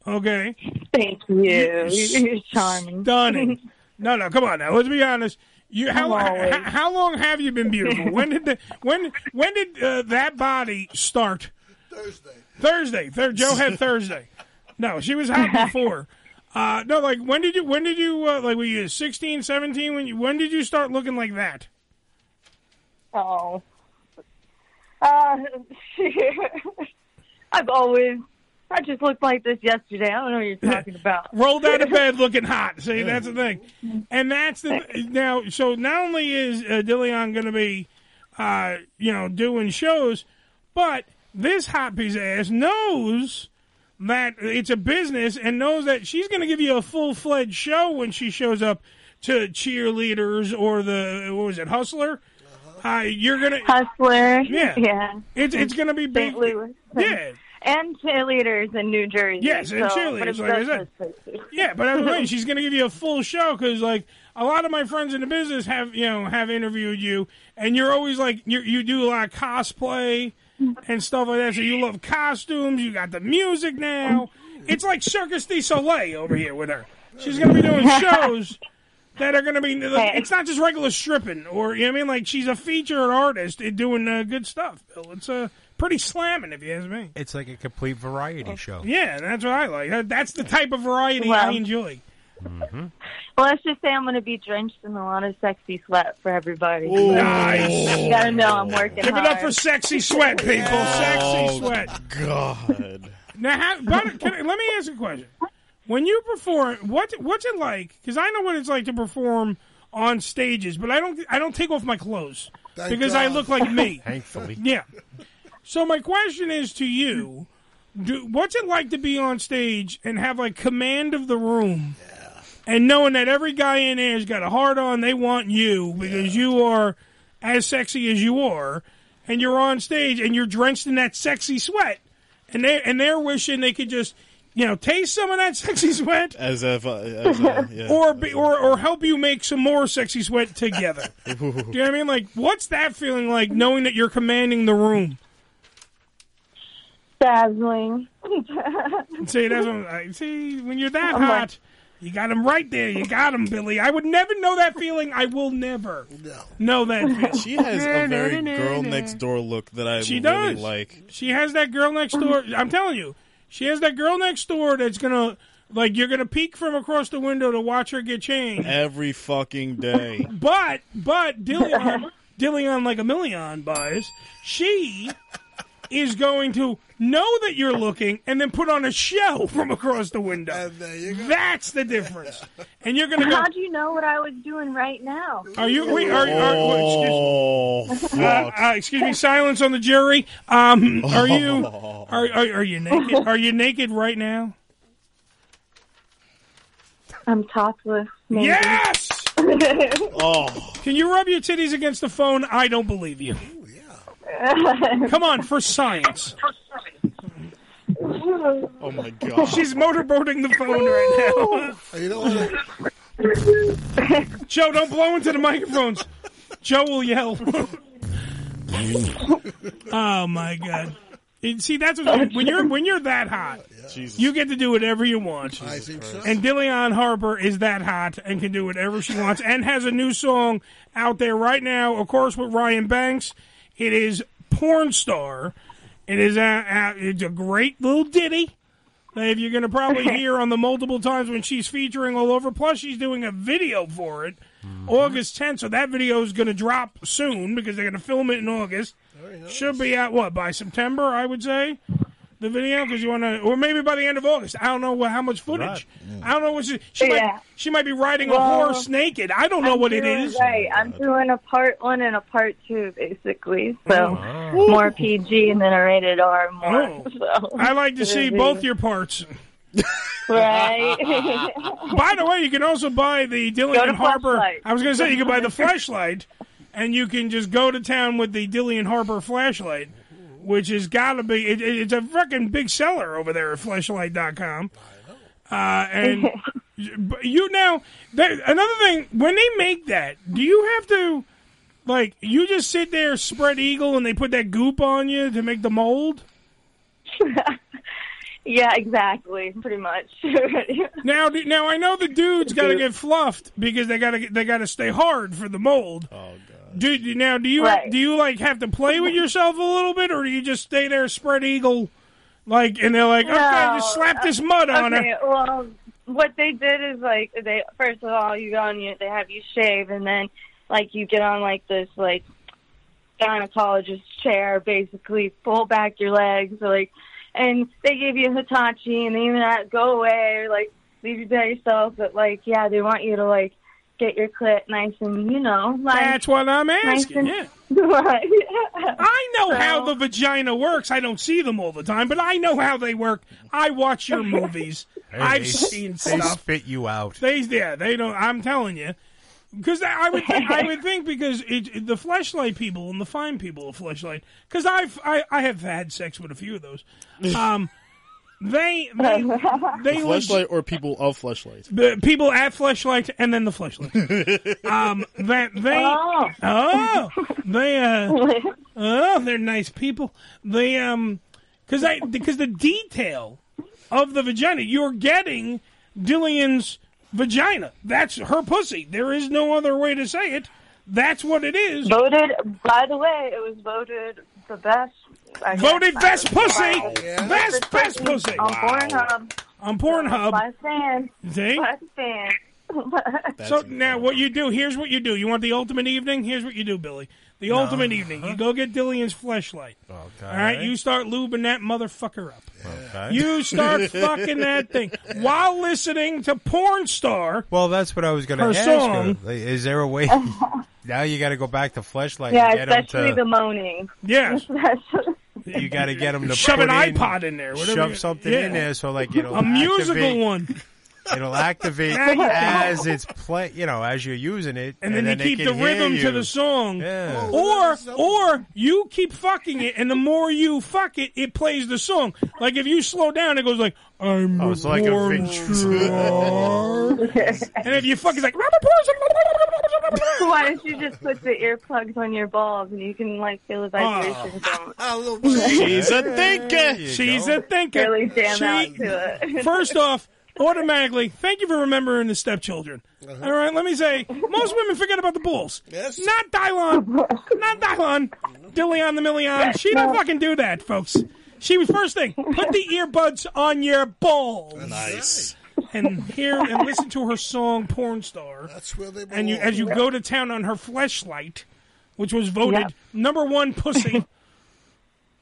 S8: Okay.
S2: Thank you.
S8: You're
S2: You're charming.
S8: Stunning. No, no, come on now. Let's be honest. You how
S2: I'm always.
S8: how, how long have you been beautiful? When did the when when did uh, that body start?
S6: Thursday.
S8: Thursday. Thir- Joe had Thursday. No, she was hot before. Uh, no, like when did you? When did you? Uh, like were you 16, 17? When you? When did you start looking like that?
S2: Oh. Uh, I've always. I just looked like this yesterday. I don't know what you're talking about.
S8: rolled out of bed looking hot. See, that's the thing, and that's the now. So not only is uh, Dillion going to be, uh, you know, doing shows, but this hot piece of ass knows that it's a business and knows that she's going to give you a full fledged show when she shows up to cheerleaders or the what was it, hustler. Uh, you're gonna
S2: Hustler.
S8: Yeah,
S2: Yeah.
S8: It's it's gonna be big.
S2: St. Louis.
S8: Yeah.
S2: And cheerleaders in New Jersey.
S8: Yes, and
S2: so-
S8: cheerleaders,
S2: but it's
S8: like I said.
S2: those places.
S8: Yeah, but I'm saying she's going to give you a full show because like a lot of my friends in the business have you know have interviewed you, and you're always like you you do a lot of cosplay and stuff like that. So you love costumes. You got the music now. It's like Circus du Soleil over here with her. She's going to be doing shows that are going to be. It's not just regular stripping, or you know what I mean. Like she's a featured artist and doing uh, good stuff. Bill, it's uh, pretty slamming if you ask me.
S10: It's like a complete variety show.
S8: Yeah, that's what I like. That- That's the type of variety I
S2: Wow.
S8: enjoy.
S10: Mm-hmm.
S2: Well, let's just say I'm going to be drenched in a lot of sexy sweat for everybody.
S8: Nice.
S2: You got to know I'm working
S8: Give it up
S2: hard.
S8: for sexy sweat, people. Sexy
S5: Oh,
S8: sweat.
S9: God.
S8: Now, how, but can I, let me ask you a question. When you perform, what what's it like? Because I know what it's like to perform on stages, but I don't I don't take off my clothes
S10: Thank
S8: because I
S10: God.
S8: look like me.
S10: Thankfully.
S8: yeah. So my question is to you: do, What's it like to be on stage and have like command of the room, and knowing that every guy in there has got a hard on, they want you because you are as sexy as you are, and you're on stage and you're drenched in that sexy sweat, and they and they're wishing they could just you know taste some of that sexy sweat.
S9: As if, uh, as, uh, yeah.
S8: Or, be, or or help you make some more sexy sweat together. Do you know what I mean? Like, what's that feeling like knowing that you're commanding the room?
S2: Dazzling.
S8: See, that's what I, see when you're that
S2: I'm like-
S8: hot, you got him right there. You got him, Billy. I would never know that feeling. I will never know that. Feeling.
S9: She has a very girl next door look that I
S8: She
S9: really
S8: does.
S9: like.
S8: She has that girl next door. I'm telling you, she has that girl next door that's gonna like you're gonna peek from across the window to watch her get changed.
S9: Every fucking day.
S8: But but Dillion Dillion like a million buys. She is going to know that you're looking and then put on a show from across the window. That's the difference. And you're going to go.
S2: How do you know what I was doing right now?
S8: Are you? Wait, are, are,
S9: oh,
S8: excuse, uh, uh, excuse me. Silence on the jury. Um, are you? Are, are are you naked? Are you naked right now?
S2: I'm topless. Maybe.
S8: Yes.
S9: Oh.
S8: Can you rub your titties against the phone? I don't believe you. Come on, for science.
S9: Oh my god.
S8: She's motorboating the phone right now.
S6: You know what?
S8: Joe, don't blow into the microphones. Joe will yell. oh my god! And see, that's what, when you're when you're that hot, you get to do whatever you want. I
S6: think so.
S8: And Dillion Harper is that hot and can do whatever she wants, and has a new song out there right now. Of course, with Ryan Banks, it is porn star. It is a, a it's a great little ditty that you're going to probably hear on the multiple times when she's featuring all over. Plus, she's doing a video for it August 10th, so that video is going to drop soon because they're going to film it in August. Should be out what by September, I would say. The video because you want to, or maybe by the end of August. I don't know wha- how much footage. I don't know what she, she
S2: Yeah.
S8: might. She might be riding a
S2: Well,
S8: horse naked. I don't know
S2: I'm
S8: what it
S2: doing
S8: is.
S2: Right. I'm doing a part one and a part two, basically.
S8: Oh.
S2: So more PG and then a rated R more. So.
S8: I like to see both your parts.
S2: Right.
S8: By the way, you can also buy the
S2: Go to
S8: Dillian Harper.
S2: Flashlight.
S8: I was going to say you can buy the flashlight, and you can just go to town with the Dillian Harper flashlight, which has got to be it, it- it's a freaking big seller over there at flashlight.com. Uh, and but you now that, another thing when they make that, do you have to like you just sit there spread eagle and they put that goop on you to make the mold?
S2: yeah, exactly. Pretty much.
S8: Now, do- now I know the dudes got to get fluffed because they got to they got to stay hard for the mold. Oh god! Do, do- now, do you do you like have to play with yourself a little bit, or do you just stay there spread eagle, like and they're like, okay, just slap this mud on
S2: okay,
S8: her.
S2: Well, what they did is like they first of all you go on you they have you shave and then like you get on like this like gynecologist chair basically pull back your legs like and they give you Hitachi and they even had go away or like leave you by yourself but like yeah they want you to like get your clit nice and you know like
S8: That's what I'm
S2: nice
S8: asking,
S2: and-
S8: yeah.
S2: Right.
S8: I know how the vagina works. I don't see them all the time, but I know how they work. I watch your movies. I've
S10: they-
S8: seen
S10: They
S8: stuff.
S10: spit you out.
S8: They yeah, they don't. I'm telling you, because I would think, I would think because it, it- the fleshlight people and the fine people of fleshlight because I've I, I have had sex with a few of those. Um, they they they
S9: The
S8: leg-
S9: fleshlight or people of fleshlight?
S8: the people at Fleshlight and then the Fleshlight. um, that they
S9: Oh.
S8: oh, they uh, oh they're nice people. They um because I because the detail of the vagina you're getting Dillian's vagina. That's her pussy. There is no other way to say it. That's what it is.
S2: voted by the way it was voted the best I guess.
S8: Voted best pussy.
S2: Yeah.
S8: Best best pussy.
S2: on Pornhub
S8: On Pornhub.
S2: my fan
S8: See?
S2: my fan
S8: so now what you do, here's what you do. You want the ultimate evening? Here's what you do, Billy. The ultimate evening. You go get Dillian's fleshlight.
S10: Okay.
S8: All right, you start lubing that motherfucker up.
S10: Okay.
S8: You start fucking that thing while listening to porn star.
S10: Well, that's what I was going to
S8: Her
S10: ask.
S8: song.
S10: her. Is there a way? now you got to go back to fleshlight.
S2: yeah,
S10: and get 'em
S2: especially
S10: to,
S2: the moaning.
S8: Yeah.
S10: You got to get them to
S8: Shove
S10: put
S8: an
S10: in,
S8: iPod in there, whatever you-
S10: Shove something
S8: yeah.
S10: in there so like it'll
S8: A musical
S10: activate-
S8: one.
S10: It'll activate
S8: Now you
S10: as
S8: think.
S10: it's play. You know, as you're using it,
S8: and then,
S10: they
S8: you keep
S10: can
S8: the
S10: hear
S8: rhythm
S10: you.
S8: to the song.
S10: Yeah.
S8: Or or you keep fucking it, and the more you fuck it, it plays the song. Like if you slow down, it goes like I'm
S10: Oh,
S8: a
S10: it's like a
S8: porn
S10: vin-
S8: star. and if you fuck, it's like
S2: Why don't you just put the earplugs on your balls and you can like feel the vibrations?
S8: Ah. She's
S9: a thinker.
S8: She's a thinker.
S2: Really jam
S8: She-
S2: out to it.
S8: First off, automatically, thank you for remembering the stepchildren. All right, let me say, most women forget about the bulls. Yes. Not Dylon. Not Dylon. Dillion the Million. She didn't fucking do that, folks. She was first thing. Put the earbuds on your balls.
S9: Nice.
S8: And hear and listen to her song "Porn Star." That's
S6: where they
S8: And you, as you go to town on her fleshlight, which was voted
S6: Yeah.
S8: number one pussy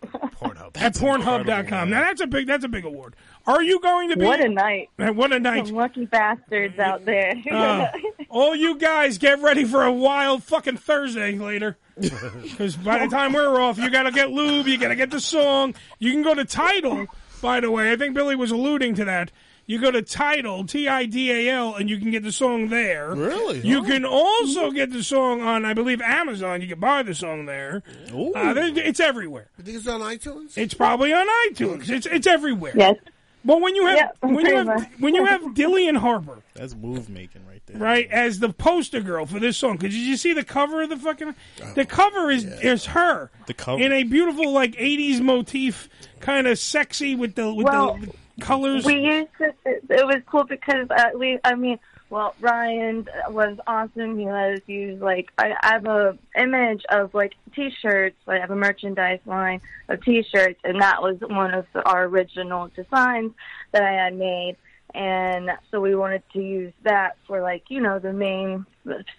S8: at Pornhub.com. Now that's a big that's a big award. Are you going to be
S2: What a night!
S8: Man, What a night!
S2: Some lucky bastards out there.
S8: Uh, all you guys get ready for a wild fucking Thursday later. Because by the time we're off, you gotta get lube, you gotta get the song. You can go to Tidal, by the way. I think Billy was alluding to that. You go to Tidal, T I D A L, and you can get the song there. Really? You can also get the song on, I believe, Amazon. You can buy the song there. Uh, there- it's everywhere.
S6: You think it's on iTunes?
S8: It's probably on iTunes. It's it's everywhere.
S6: Yes.
S8: But when you have
S6: Yeah,
S8: when you
S6: pretty
S8: have
S6: much.
S8: when you have Dillian Harper
S9: That's move making right there.
S8: right as the poster girl for this song, because did you see the cover of the fucking the cover is is her
S9: Oh, The cover.
S8: in a beautiful like '80s motif, kind of sexy with the with
S2: Well,
S8: the colors.
S2: We used to. It it was cool because uh, we. I mean, well, Ryan was awesome. He let us use like I, I have a image of like T-shirts. Like, I have a merchandise line of T-shirts, and that was one of the, our original designs that I had made. And so we wanted to use that for like you know the main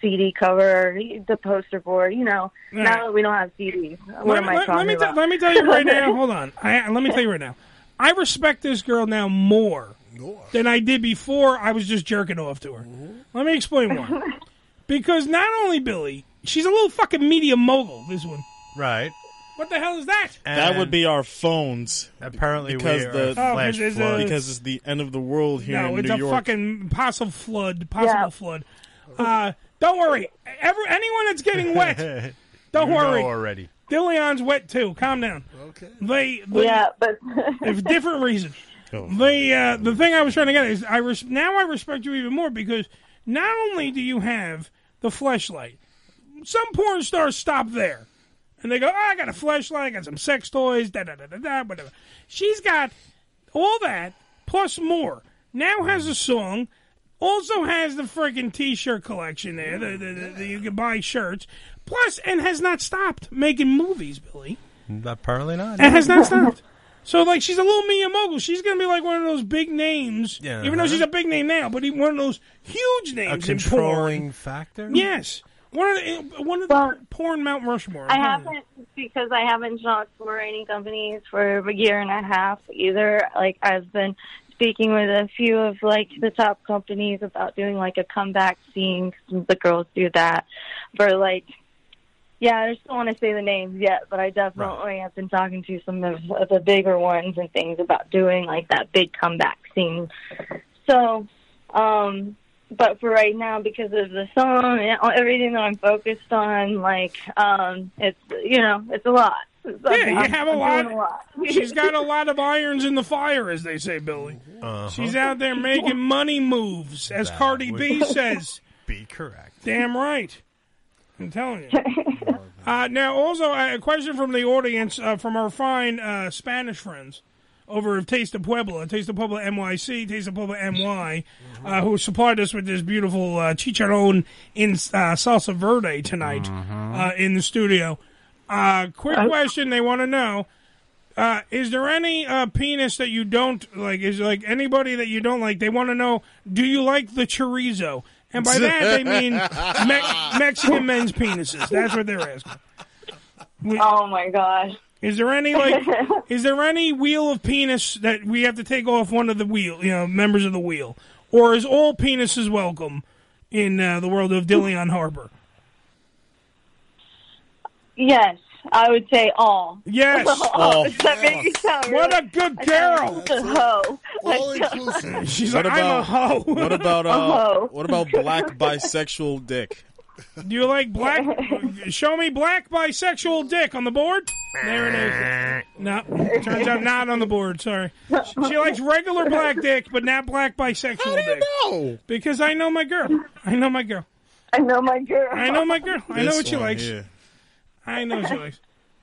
S2: CD cover, the poster board. You know,
S8: Right.
S2: now that we don't have CDs, what
S8: let,
S2: am
S8: me-
S2: I
S8: let-
S2: talking
S8: let me
S2: about?
S8: te- let me tell you right now. Hold on. I, let me tell you right now. I respect this girl now more than I did before. I was just jerking off to her. Let me explain why. because not only Billy, she's a little fucking media mogul. This one.
S10: right.
S8: What the hell is that?
S9: that would be our phones.
S10: Apparently,
S9: because
S10: we are
S9: the
S8: Oh, 'cause there's a-
S9: because it's the end of the world here
S8: no,
S9: in
S8: it's
S9: New
S8: a
S9: York.
S8: fucking possible flood. Possible flood. Uh, don't worry. Every, anyone that's getting wet, don't
S10: You know
S8: worry.
S10: already.
S8: Dillion's wet too. Calm down. Okay. They, they
S2: Yeah, but
S8: for different reasons.
S9: Oh.
S8: The uh, the thing I was trying to get is I res- now I respect you even more because not only do you have the fleshlight, some porn stars stop there, and they go, oh, "I got a fleshlight, I got some sex toys, da da da da da, whatever." She's got all that plus more. Now has a song Also has the freaking T-shirt collection there. The, the, the, the- you can buy shirts. Plus, and has not stopped making movies, Billy.
S10: Apparently not.
S8: And has not stopped. So, like, she's a little Mia mogul. She's going to be like one of those big names,
S10: Yeah. uh-huh.
S8: even though she's a big name now, but even one of those huge
S10: A
S8: names in porn.
S10: controlling factor.
S8: Yes, one of the, eh, one of the porn Mount Rushmore.
S2: I haven't because I haven't jumped for any companies for a year and a half either. Like I've been speaking with a few of like the top companies about doing like a comeback scene. 'cause The girls do that for like. Yeah, I just don't want to say the names yet, but I definitely have been talking to some of of the bigger ones and things about doing like that big comeback scene. So, um, but for right now, because of the song and everything that I'm focused on, like, um, it's, you know, it's a lot.
S8: Yeah, you have a
S2: I'm
S8: lot.
S2: doing
S8: She's got a lot of irons in the fire, as they say, Billy. She's out there making money moves, as Cardi B says.
S10: Be correct.
S8: Damn right. I'm telling you. Uh, now, also, uh, a question from the audience uh, from our fine uh, Spanish friends over of Taste of Puebla, Taste of Puebla NYC, Taste of Puebla NY, uh, who supplied us with this beautiful uh, chicharron in uh, salsa verde tonight uh, in the studio. Uh, quick question they want to know. Uh, is there any uh, penis that you don't like? Is there, like anybody that you don't like? They want to know: Do you like the chorizo? And by that they mean Me- Mexican men's penises. That's what they're asking.
S2: Oh my gosh!
S8: Is there any like? is there any wheel of penis that we have to take off one of the wheel? You know, members of the wheel, or is all penises welcome in uh, the world of Dillion Harbor?
S2: Yes, I would say all.
S8: Yes. Oh,
S2: all. Does Oh, that make you sound Oh,
S8: What a good girl!
S2: A hoe.
S6: All inclusive.
S8: She's
S9: What
S8: like, I'm a
S9: about-
S8: hoe.
S9: What about
S8: A
S9: uh,
S8: hoe.
S9: what about black bisexual dick?
S8: Do you like black? show me black bisexual dick on the board. There it is. No, turns out not on the board. Sorry. She likes regular black dick, but not black bisexual How do you dick. Know? Because I know my girl. I know my girl.
S2: I know my girl.
S8: I know my girl. I know
S9: This
S8: what she
S9: one
S8: likes.
S9: here.
S8: I know what she likes.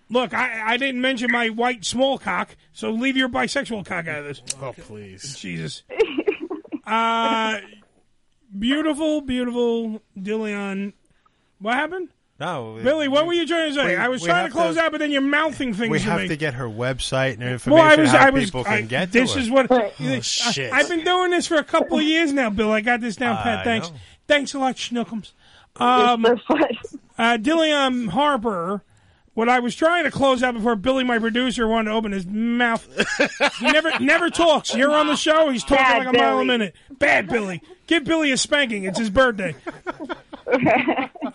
S8: Look, I, I didn't mention my white small cock, so leave your bisexual cock out of this.
S9: Oh please,
S8: Jesus. Uh, beautiful, beautiful Dillion. What happened?
S10: No,
S8: Billy, what were you trying to say?
S10: We-
S8: I was
S10: we
S8: trying
S10: have
S8: to close
S10: to-
S8: out, but then you're mouthing things
S10: we
S8: to
S10: have
S8: me.
S10: to get her website and information
S8: well, I was,
S10: how
S8: I was,
S10: people
S8: I-
S10: can get
S8: this
S10: to
S8: is
S10: her.
S8: what.
S10: oh, shit.
S8: I, have been doing this for a couple of years now, Bill. I got this down, Pat.
S10: I
S8: Thanks,
S10: know.
S8: thanks a lot, Schnookums. Um, uh, Dillion Harper. What I was trying to close out before Billy, my producer, wanted to open his mouth. he never never talks. You're on the show. He's talking
S5: Bad
S8: like a mile a
S5: Billy.
S8: minute. Bad Billy. Give Billy a spanking. It's his birthday.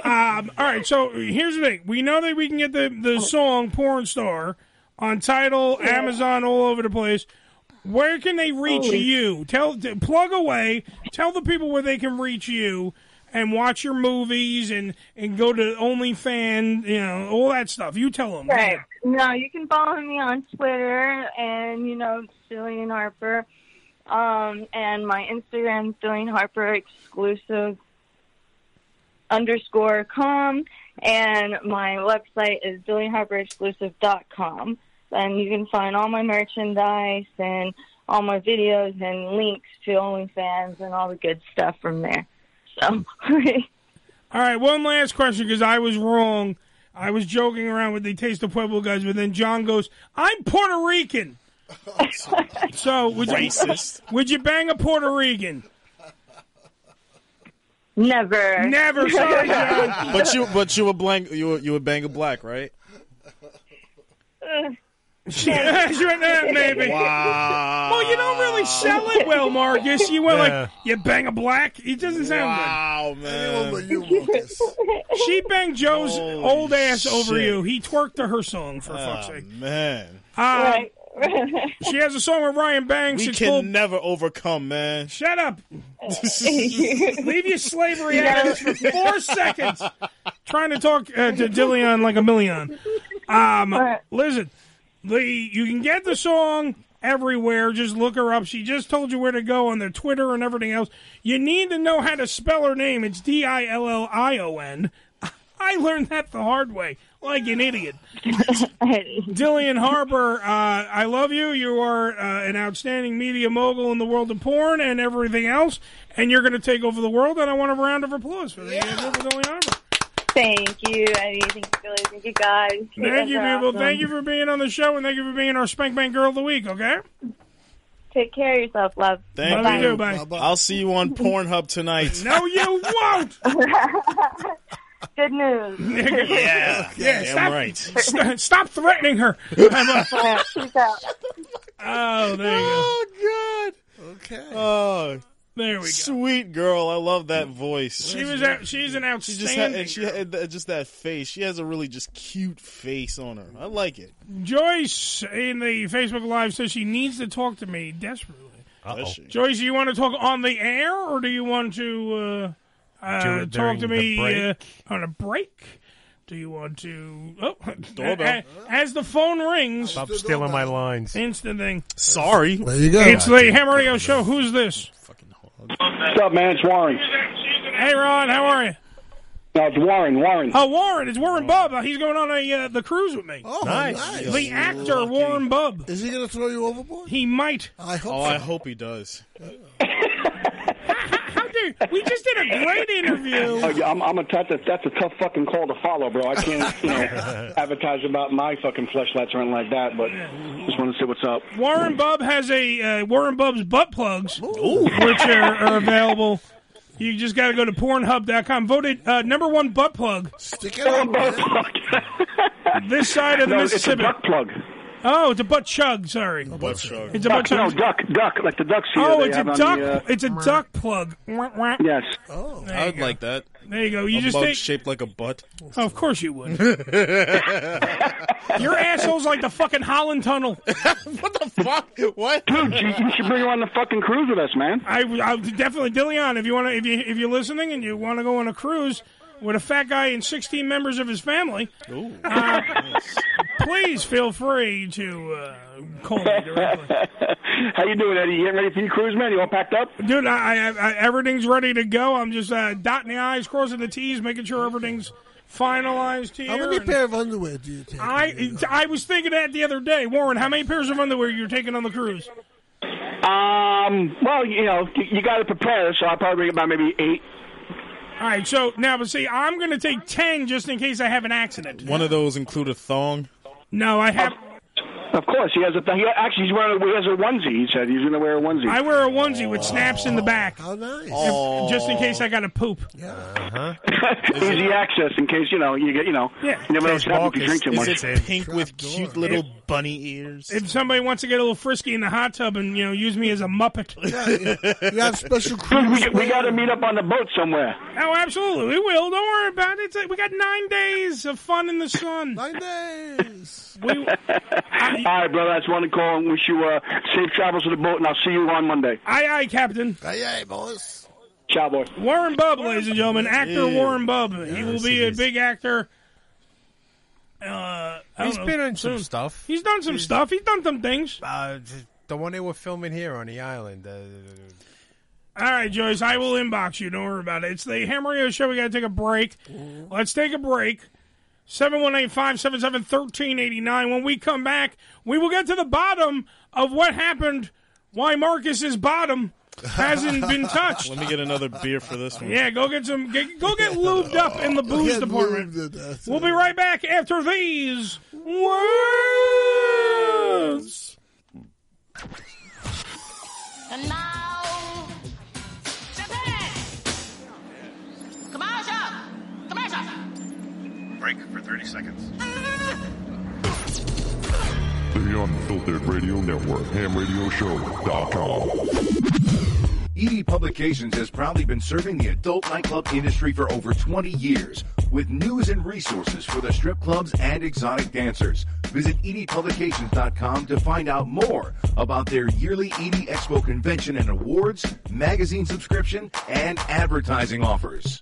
S8: um, all right. So here's the thing. We know that we can get the the song "Porn Star" on title, Amazon, all over the place. Where can they reach
S5: Holy-
S8: you? Tell t- plug away. Tell the people where they can reach you and watch your movies and and go to OnlyFans, you know, all that stuff. You tell them.
S2: Right. No, you can follow me on Twitter and you know Jillian Harper, um, and my Instagram Jillian Harper exclusive underscore com, and my website is JillianHarperExclusive.com, and you can find all my merchandise and all my videos and links to OnlyFans and all the good stuff from there. So.
S8: All right, one last question because I was wrong. I was joking around with the Taste of Pueblo guys, but then John goes, "I'm Puerto Rican." so would you
S5: Racist.
S8: would you bang a Puerto Rican?
S2: Never.
S8: Never. Sorry, John.
S9: But you but you were blank you were, you would bang a black, right?
S8: you went, "Eh, maybe.
S9: Wow.
S8: Well, you don't really sell it well, Marcus. You went
S9: Yeah.
S8: like you bang a black. It doesn't sound
S9: wow, good. man.
S8: She banged Joe's old ass over
S9: shit.
S8: you. He twerked to her song for fuck's
S9: Oh,
S8: sake.
S9: man.
S8: Uh, she has a song with Ryan Banks.
S9: We
S8: it's
S9: can
S8: called
S9: never overcome, man.
S8: Shut up. Leave your slavery out of this for four seconds. Trying to talk uh, to Dillion like a million. Um, listen, the you can get the song everywhere. Just look her up. She just told you where to go on their Twitter and everything else. You need to know how to spell her name. It's D I L L I O N. I learned that the hard way, like an idiot. Dillian Harper, uh, I love you. You are uh, an outstanding media mogul in the world of porn and everything else, and you're going to take over the world. And I want a round of applause for the for Dillian Harper.
S2: Thank you, Eddie. Thank you, Billy. Thank you, guys.
S8: Thank
S2: guys
S8: you,
S2: are
S8: people.
S2: awesome.
S8: Thank you for being on the show, and thank you for being our Spank Bank Girl of the Week. Okay.
S2: Take care of yourself, love.
S9: Thank
S2: Bye-bye.
S9: you. I'll see you on Pornhub tonight.
S8: No, you won't.
S2: Good news.
S8: Nigga, yeah, yeah.
S9: Damn
S8: Stop,
S9: right.
S8: st- stop threatening her.
S2: Peace out.
S8: Oh, there you
S9: Oh
S6: God. Okay.
S9: Oh,
S8: there we go.
S9: Sweet girl, I love that voice.
S8: She was out, she's an
S9: She just had,
S8: outstanding.
S9: and she had that- just that face. She has a really just cute face on her. I like it.
S8: Joyce in the Facebook Live says she needs to talk to me desperately.
S9: Does she?
S8: Joyce, do you want to talk on the air, or do you want to uh,
S9: Do
S8: uh,
S9: it
S8: talk
S9: during
S8: to
S9: the
S8: me uh,
S9: break?
S8: on a break? Do you want to? Oh,
S15: Doorbell.
S8: As the phone rings,
S15: Stop stealing my lines.
S8: Instant thing.
S9: Sorry.
S15: There you go.
S8: It's the Ham Radio Show. Who's this?
S11: What's up, man? It's Warren.
S8: Hey, Ron, how are you?
S11: No, it's Warren. Warren.
S8: Oh, Warren. It's Warren Bubb. Uh, He's going on a uh, the cruise with me. Oh,
S6: Nice. nice.
S8: The actor Warren Bubb.
S6: Is he going to throw you overboard?
S8: He might.
S6: I hope.
S9: Oh,
S6: so.
S9: I hope he does.
S8: How dare We just did a great interview.
S11: Oh, yeah, I'm, I'm a tough, that's, that's a tough fucking call to follow, bro. I can't, you know, advertise about my fucking fleshlights or anything like that, but just want to see what's up.
S8: Warren Bubb has a uh, Warren Bubb's butt plugs, which are, are available. You just got to go to Pornhub.com. Voted uh, number one butt plug.
S6: Stick it on butt
S8: this side of the
S11: no, it's a
S8: Mississippi.
S11: duck plug.
S8: Oh, it's a butt chug. Sorry, butt
S9: chug.
S8: It's a butt
S11: duck, no,
S8: chug.
S11: duck, duck, like the ducks here.
S8: oh,
S11: they
S8: it's a
S11: have on
S8: duck.
S11: The, uh,
S8: It's a duck plug. Wah, wah.
S11: Yes.
S6: Oh,
S8: There you
S9: I would
S8: go.
S9: like that.
S8: There you go. You
S9: a
S8: just
S9: mug
S8: take-
S9: shaped like a butt.
S8: Of course you would. Your asshole's like the fucking Holland Tunnel.
S9: what the fuck? What?
S11: Dude, you, you should bring her on the fucking cruise with us, man.
S8: I, I would definitely Dillion. If you want to, if you if you're listening and you want to go on a cruise with a fat guy and 16 members of his family, uh, please feel free to uh, call me directly.
S11: How you doing, Eddie? You getting ready for your cruise, man? You all packed up?
S8: Dude, I, I, I everything's ready to go. I'm just uh, dotting the i's, crossing the t's, making sure everything's finalized here.
S6: How many
S8: and-
S6: pair of underwear do you take?
S8: I I was thinking that the other day, Warren. How many pairs of underwear you're taking on the cruise? Oh.
S11: Um, well, you know, you, you got to prepare, so I'll probably bring about maybe eight.
S8: All right, so now, but see, I'm going to take ten just in case I have an accident.
S9: One of those include a thong.
S8: No, I have.
S11: Of course, he has a. He, actually, he's wearing. A, he has a onesie. He said he's going to wear a onesie.
S8: I wear a onesie with snaps in the back.
S6: How Oh, nice!
S8: Just in case I got to poop.
S11: Uh-huh. Easy access in case you know you get you know.
S8: Yeah.
S11: You never know what's
S8: Case
S11: happening
S8: walk
S11: if you
S8: is-
S11: drink too much.
S8: is it
S9: Pink with cute little bunny ears.
S8: If somebody wants to get a little frisky in the hot tub and you know use me as a muppet.
S6: you have special
S11: Dude, we, we got to meet up on the boat somewhere.
S8: Oh, absolutely, we will. Don't worry about it. It's- We got nine days of fun in the sun.
S6: Nine days.
S8: We,
S11: All right, brother. I just want to call and wish you uh, safe travels to the boat, and I'll see you on Monday.
S8: aye, aye, Captain.
S6: Aye, aye, boys.
S11: Ciao, boy.
S8: Warren Bubb, ladies and gentlemen, actor
S11: Yeah.
S8: Warren Bubb. he will
S11: Yes,
S8: be
S11: he
S8: a
S11: is.
S8: big actor. Uh, I
S10: He's
S8: don't know,
S10: been in some
S8: soon.
S10: stuff.
S8: He's done some stuff. He's done some things.
S10: Uh, the one they were filming here on the island. Uh,
S8: All right, Joyce, I will inbox you. Don't worry about it. It's the Ham Radio Show. We got to take a break. Let's take a break. 718 577 1389. When we come back, we will get to the bottom of what happened, why Marcus's bottom hasn't been touched.
S9: Let me get another beer for this one.
S8: Yeah, go get some. Get, go get lubed up in the booze department. We'll be right back after these words.
S5: And now, step in. Commercial. Commercial.
S20: Break for 30 seconds. The Unfiltered Radio Network, hamradioshow.com.
S23: ED E Publications has proudly been serving the adult nightclub industry for over 20 years with news and resources for the strip clubs and exotic dancers. Visit E edpublications.com to find out more about their yearly ED Expo convention and awards, magazine subscription, and advertising offers.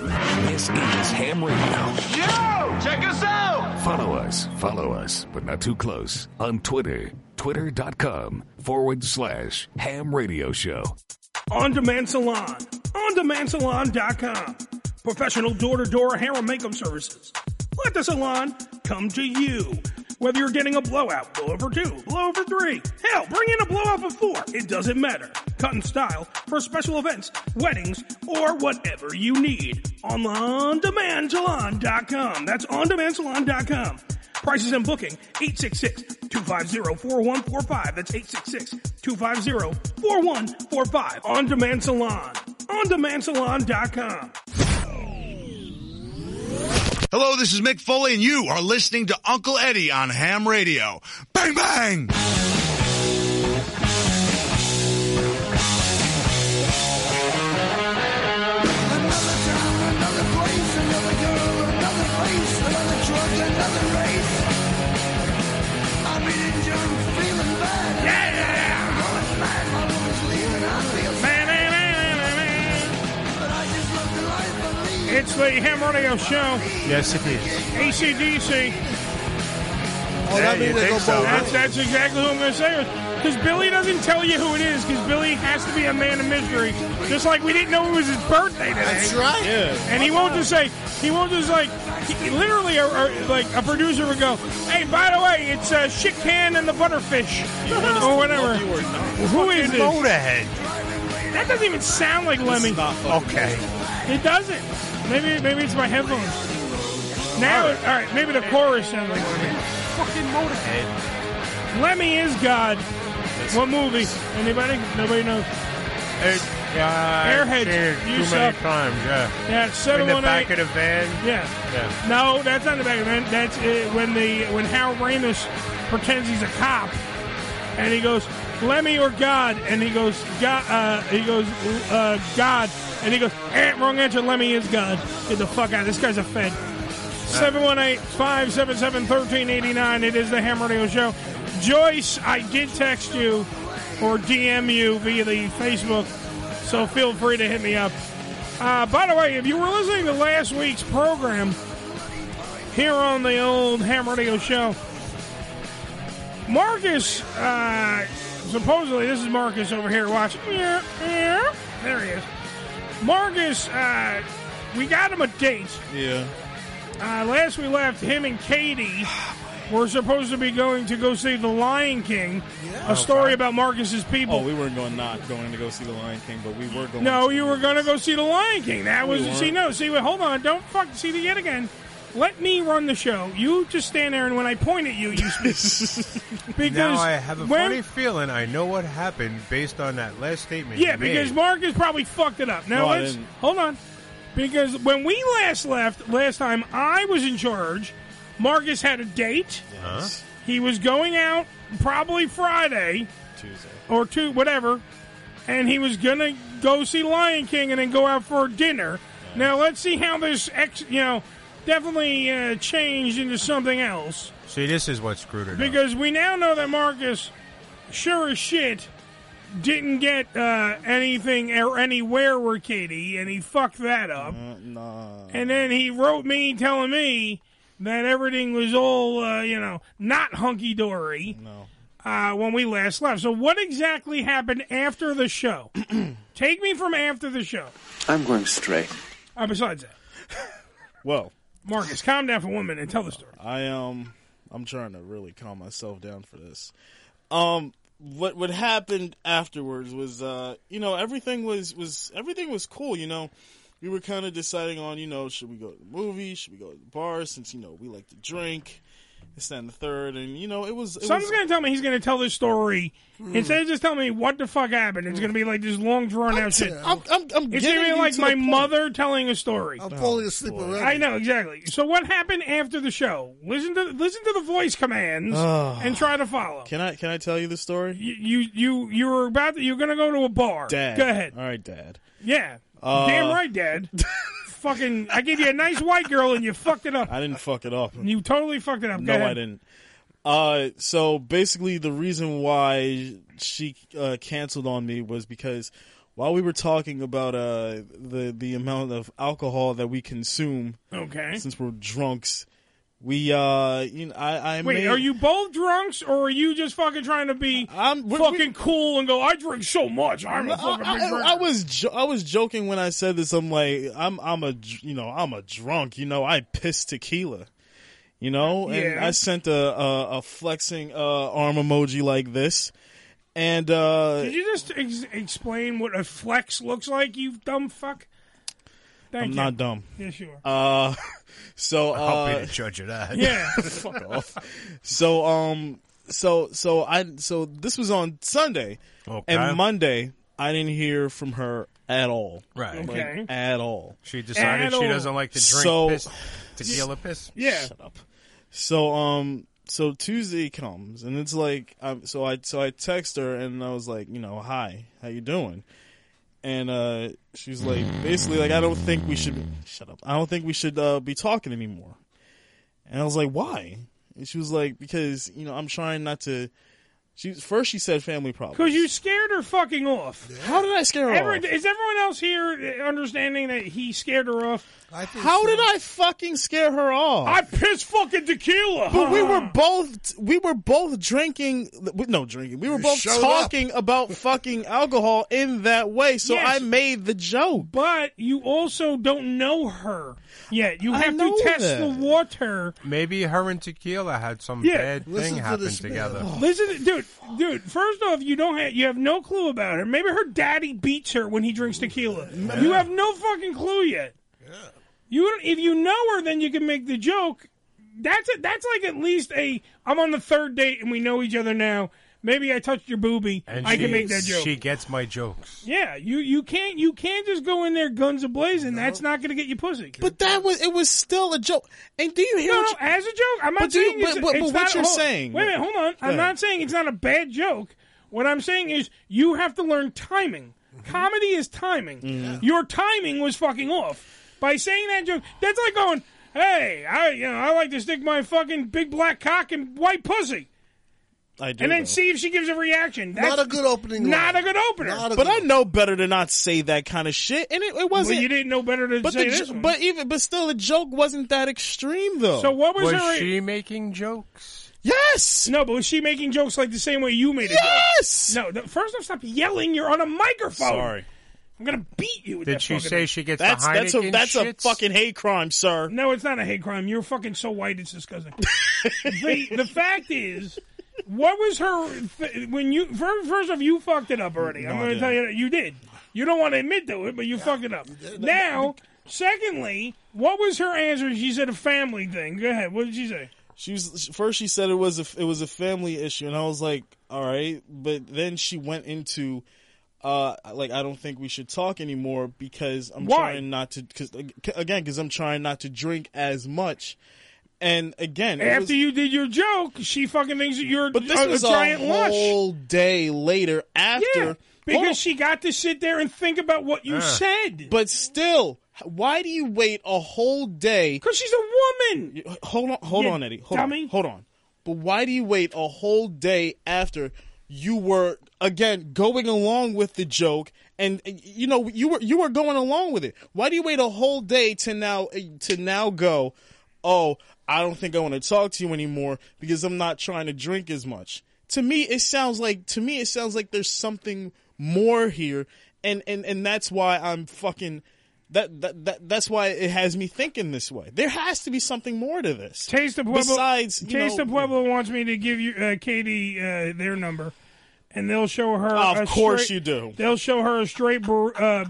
S1: This is Ham Radio.
S5: Yo, check us out.
S1: Follow us, follow us, but not too close on Twitter. Twitter.com forward slash ham radio show.
S8: On Demand Salon. OnDemandSalon.com. Professional door-to-door hair and makeup services. Let the salon come to you. Whether you're getting a blowout, blowover two, blowover three, hell, bring in a blowout of four. It doesn't matter. Cut and style for special events, weddings, or whatever you need. On OnDemandSalon.com. That's OnDemandSalon.com. Prices and booking, 866-250-4145. That's 866-250-4145. On Demand Salon. OnDemandSalon.com.
S4: Hello, this is Mick Foley, and you are listening to Uncle Eddie on Ham Radio. Bang, bang!
S8: It's the Ham Radio Show.
S10: Yes, it is.
S8: ACDC.
S10: Oh, that Yeah, means you they think go so, both huh?
S8: that's, that's exactly who I'm going to say. Because Billy doesn't tell you who it is, because Billy has to be a man of mystery. Just like we didn't know it was his birthday today.
S5: That's right. Yeah.
S8: And he won't just say, he won't just like, he- literally, or, or, like a producer would go, hey, by the way, it's uh, Shit Can and the Butterfish. or whatever. Who is
S5: Fucking
S8: it?
S5: Motorhead.
S8: That doesn't even sound like Lemmy.
S5: Okay.
S8: It doesn't. Maybe maybe it's my headphones. Now, all right, maybe the chorus sounds like Lemmy. Fucking Motorhead. Lemmy is God. What movie? Anybody? Nobody knows.
S10: Uh,
S8: Airheads.
S15: Too
S8: You
S15: many
S8: suck.
S15: times, yeah.
S8: Yeah,
S15: In the
S8: 718.
S15: back of the van.
S8: Yeah.
S15: Yeah.
S8: No, that's not the back of the van. That's uh, when the when Hal Ramis pretends he's a cop, and he goes Lemmy or God, and he goes God, uh, he goes uh, God, and he goes eh, wrong answer. Lemmy is God. Get the fuck out. This guy's a fed. 718-577-1389. It is the Ham Radio Show. Joyce, I did text you or DM you via the Facebook, so feel free to hit me up. Uh, by the way, if you were listening to last week's program here on the old Ham Radio Show, Marcus, uh, supposedly, this is Marcus over here. Watch. Yeah, yeah. There he is. Marcus, uh, we got him a date.
S9: Yeah.
S8: Uh, last we left, him and Katie were supposed to be going to go see The Lion King, a story about Marcus's people.
S9: Oh, we weren't going not going to go see the Lion King, but we were going.
S8: no,
S9: to.
S8: you were going to go see The Lion King. That
S9: We
S8: was see.
S9: weren't.
S8: No, see. Wait, hold on. Don't fuck see the yet again. Let me run the show. You just stand there, and when I point at you, you speak. because
S10: now I have a
S8: when-
S10: funny feeling I know what happened based on that last statement.
S8: Yeah,
S10: you made.
S8: because Mark has probably fucked it up.
S10: No,
S8: Now
S10: I
S8: let's
S10: didn't.
S8: hold on, because when we last left last time, I was in charge. Marcus had a date. Uh-huh.
S9: Yes.
S8: He was going out probably Friday
S9: Tuesday.
S8: or two, whatever, and he was gonna go see Lion King and then go out for dinner. Now let's see how this, ex, you know, definitely uh, changed into something else.
S10: See, this is what screwed it up.
S8: Because we now know that Marcus, sure as shit, didn't get uh, anything or anywhere with Katie, and he fucked that up.
S9: Uh,
S8: And then he wrote me telling me that everything was all, uh, you know, not hunky dory uh, when we last left. So, what exactly happened after the show? Take me from after the show.
S7: I'm going straight.
S8: Uh, besides that,
S9: Well,
S8: Marcus, calm down for one minute and tell the story.
S9: I um I'm trying to really calm myself down for this. Um what what happened afterwards was uh you know everything was was everything was cool, you know. We were kind of deciding on, you know, should we go to the movie? Should we go to the bar since you know we like to drink? This that, and the third and you know it was it
S8: Someone's
S9: was, Hmm.
S8: going to tell me he's going to tell this story instead of just telling me what the fuck happened. It's going to be like this long drawn out shit.
S9: I'm, I'm, I'm
S8: it's
S9: getting
S8: going to
S9: you
S8: be like
S9: to
S8: my
S9: the point.
S8: mother telling a story.
S9: I'm falling asleep Oh, boy. already.
S8: I know exactly. So what happened after the show? Listen to listen to the voice commands
S9: Ah.
S8: and try to follow.
S9: Can I can I tell you the story?
S8: You you you were about to, you're going to go to a bar.
S9: Dad.
S8: Go ahead.
S9: All right, Dad.
S8: Yeah.
S9: Uh,
S8: Damn right, Dad. Fucking, I gave you a nice white girl and you fucked it up.
S9: I didn't fuck it up.
S8: You totally fucked it up. Go
S9: No,
S8: ahead.
S9: I didn't. Uh, so basically, the reason why she uh, canceled on me was because while we were talking about uh, the the amount of alcohol that we consume,
S8: Okay.
S9: since we're drunks, we uh, you know, I, I
S8: Wait,
S9: made-
S8: are you both drunks or are you just fucking trying to be fucking cool and go? I drink so much. I'm
S9: No,
S8: a fucking
S9: I-
S8: big
S9: I-
S8: drinker."
S9: I was jo- I was joking when I said this. I'm like I'm I'm a dr- you know I'm a drunk. You know I piss tequila. You know, and
S8: Yeah.
S9: I sent a a, a flexing uh, arm emoji like this, and uh,
S8: Did you just ex- explain what a flex looks like? You dumb fuck. Thank
S9: I'm
S8: you.
S9: not dumb.
S8: Yes, you are.
S9: Uh, so uh,
S10: I'll be the judge of that.
S8: Yeah.
S9: fuck off. So um, so so I so this was on Sunday,
S10: Okay.
S9: and Monday I didn't hear from her at all.
S10: Right.
S9: Like,
S10: Okay.
S9: at all.
S10: She decided
S9: At
S10: she
S9: all.
S10: doesn't like to drink
S9: So-
S10: piss, tequila piss.
S8: Yeah.
S9: Shut up. So um so Tuesday comes and it's like um so I so I text her and I was like, you know, hi, how you doing? And uh she's like basically like I don't think we should shut up. I don't think we should uh be talking anymore. And I was like, why? And she was like, because, you know, I'm trying not to she first she said family problems.
S8: Because you scared her fucking off.
S9: How did I scare her
S8: Everyone-
S9: off?
S8: Is everyone else here eh, understanding that he scared her off? I
S9: think How so. did I fucking scare her off?
S8: I pissed fucking tequila.
S9: But we were both we were both drinking we- no drinking. We were
S8: You
S9: both
S8: showed
S9: talking about fucking alcohol in that way. So
S8: Yes.
S9: I made the joke.
S8: But you also don't know her yet. You
S9: I
S8: have
S9: know
S8: to test
S9: that.
S8: the water.
S10: Maybe her and tequila had some
S8: Yeah.
S10: bad
S8: Listen
S10: thing
S8: to
S10: happen
S8: this man.
S10: together.
S8: Oh.
S9: Oh,
S8: Listen, to- dude, dude. First off, you don't have you have no clue about her. Maybe her daddy beats her when he drinks tequila. You have no fucking clue yet. You don't, if you know her, then you can make the joke. That's it. That's like at least a. I'm on the third date and we know each other now. Maybe I touched your booby.
S10: And
S8: I
S10: she,
S8: can make that joke.
S10: She gets my jokes.
S8: Yeah, you you can't you can't just go in there guns a blazing. That's not going to get you pussy.
S9: But that was it was still a joke. And do you hear
S8: No,
S9: what
S8: no,
S9: you-
S8: as a joke, I'm not
S9: But do you-
S8: saying it's,
S9: but- but-
S8: it's
S9: but what
S8: not-
S9: you're
S8: hold-
S9: saying-
S8: Wait a minute, hold on.
S9: Go
S8: I'm
S9: ahead.
S8: not saying it's not a bad joke. What I'm saying is you have to learn timing.
S9: Mm-hmm.
S8: Comedy is timing. Your timing was fucking off by saying that joke. That's like going, "Hey, I you know I like to stick my fucking big black cock in white pussy."
S9: I do
S8: and then
S9: though.
S8: see if she gives a reaction. That's
S6: Not a good opening
S8: Not a
S6: line.
S8: good opener.
S9: but I know better to not say that kind of shit, and it, it wasn't.
S8: you didn't know better to
S9: but
S8: say
S9: the, jo-
S8: this one.
S9: But even, but still, the joke wasn't that extreme though.
S8: So what was, her?
S10: she making jokes?
S9: Yes.
S8: No, but was she making jokes like the same way you made a
S9: yes!
S8: joke? Yes. No. The, first off, stop yelling. You're on a microphone.
S9: Sorry.
S8: I'm gonna beat you. With
S10: Did
S8: that
S10: she
S8: fucking-
S10: say she gets
S9: That's
S10: the
S9: that's a
S10: Heineken
S9: that's
S10: shits?
S9: a fucking hate crime, sir.
S8: No, it's not a hate crime. You're fucking so white. It's disgusting. the, the fact is, what was her th- when you fir- first off you fucked it up already.
S9: No, I
S8: I'm going to
S9: didn't.
S8: tell you that you did. You don't want to admit to it, but you fucked it up. Now Secondly, what was her answer? She said a family thing. Go ahead. What did she say?
S9: She was first. She said it was a it was a family issue, and I was like, all right. But then she went into, uh, like I don't think we should talk anymore because I'm
S8: Why?
S9: trying not to. Cause again, because I'm trying not to drink as much. And again, it
S8: After
S9: was-
S8: you did your joke, she fucking thinks that you're
S9: but this
S8: a,
S9: was
S8: a giant
S9: a
S8: lush.
S9: whole day later after.
S8: Yeah, because she got to sit there and think about what you
S9: Uh.
S8: said.
S9: But still, why do you wait a whole day? Because
S8: she's a woman.
S9: Hold on, hold
S8: You
S9: on, Eddie. Hold
S8: dummy.
S9: on, hold on. But why do you wait a whole day after you were again going along with the joke? And and, you know you were you were going along with it. Why do you wait a whole day to now to now go? Oh, I don't think I want to talk to you anymore because I'm not trying to drink as much. To me, it sounds like to me it sounds like there's something more here, and and and that's why I'm fucking that, that that that's why it has me thinking this way. There has to be something more to this.
S8: Taste of Pueblo.
S9: Besides, you
S8: Taste
S9: know-
S8: of Pueblo wants me to give you uh, Katie uh, their number, and they'll show her.
S9: Of
S8: a
S9: course
S8: straight-
S9: you do.
S8: They'll show her a straight bur- uh,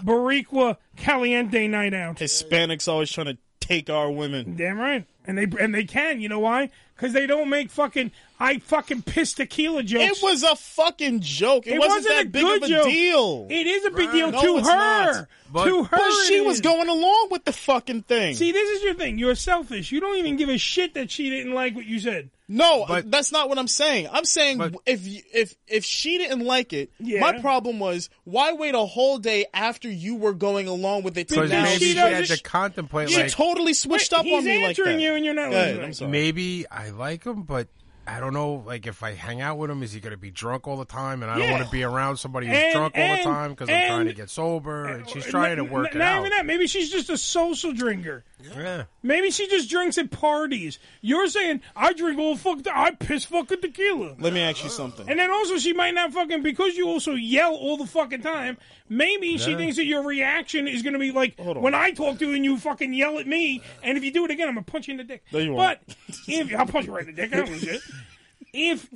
S8: Barriqua Caliente night out.
S9: Hispanics always trying to take our women.
S8: Damn right, and they and they can. You know why? Because they don't make fucking I fucking piss tequila jokes.
S9: It was a fucking joke. It wasn't that
S8: a
S9: big
S8: good
S9: of a
S8: joke.
S9: deal.
S8: It is a big deal
S9: No,
S8: to
S9: it's
S8: her.
S9: not. But-
S8: to her,
S9: But she
S8: it
S9: was
S8: is.
S9: going along with the fucking thing.
S8: See, this is your thing. You're selfish. You don't even give a shit that she didn't like what you said. uh,
S9: No, that's not what I'm saying. I'm saying if you, if if she didn't like it,
S8: Yeah.
S9: my problem was why wait a whole day after you were going along with it to
S10: Because
S9: now
S10: maybe she had to
S9: You
S10: contemplate. like,
S9: totally switched up on me like that. Go ahead, I'm sorry.
S10: Maybe I like him, but I don't know. Like if I hang out with him, is he going to be drunk all the time? And I
S8: Yeah.
S10: don't want to be around somebody who's
S8: And-
S10: drunk
S8: and-
S10: all the time because I'm trying to
S8: and-
S10: get sober. And she's trying to
S8: N-
S10: work
S8: n-
S10: it
S8: not
S10: out.
S8: even that. Maybe she's just a social drinker.
S10: Yeah.
S8: Maybe she just drinks at parties. You're saying I drink all fuck. I piss fucking tequila.
S9: Let me ask you something.
S8: And then also she might not fucking because you also yell all the fucking time. Maybe she
S9: Yeah.
S8: thinks that your reaction is going to be like when I talk to you and you fucking yell at me, and if you do it again, I'm gonna punch you in the dick.
S9: No, you
S8: but
S9: won't.
S8: if I'll punch you right in the dick, I don't give a shit. If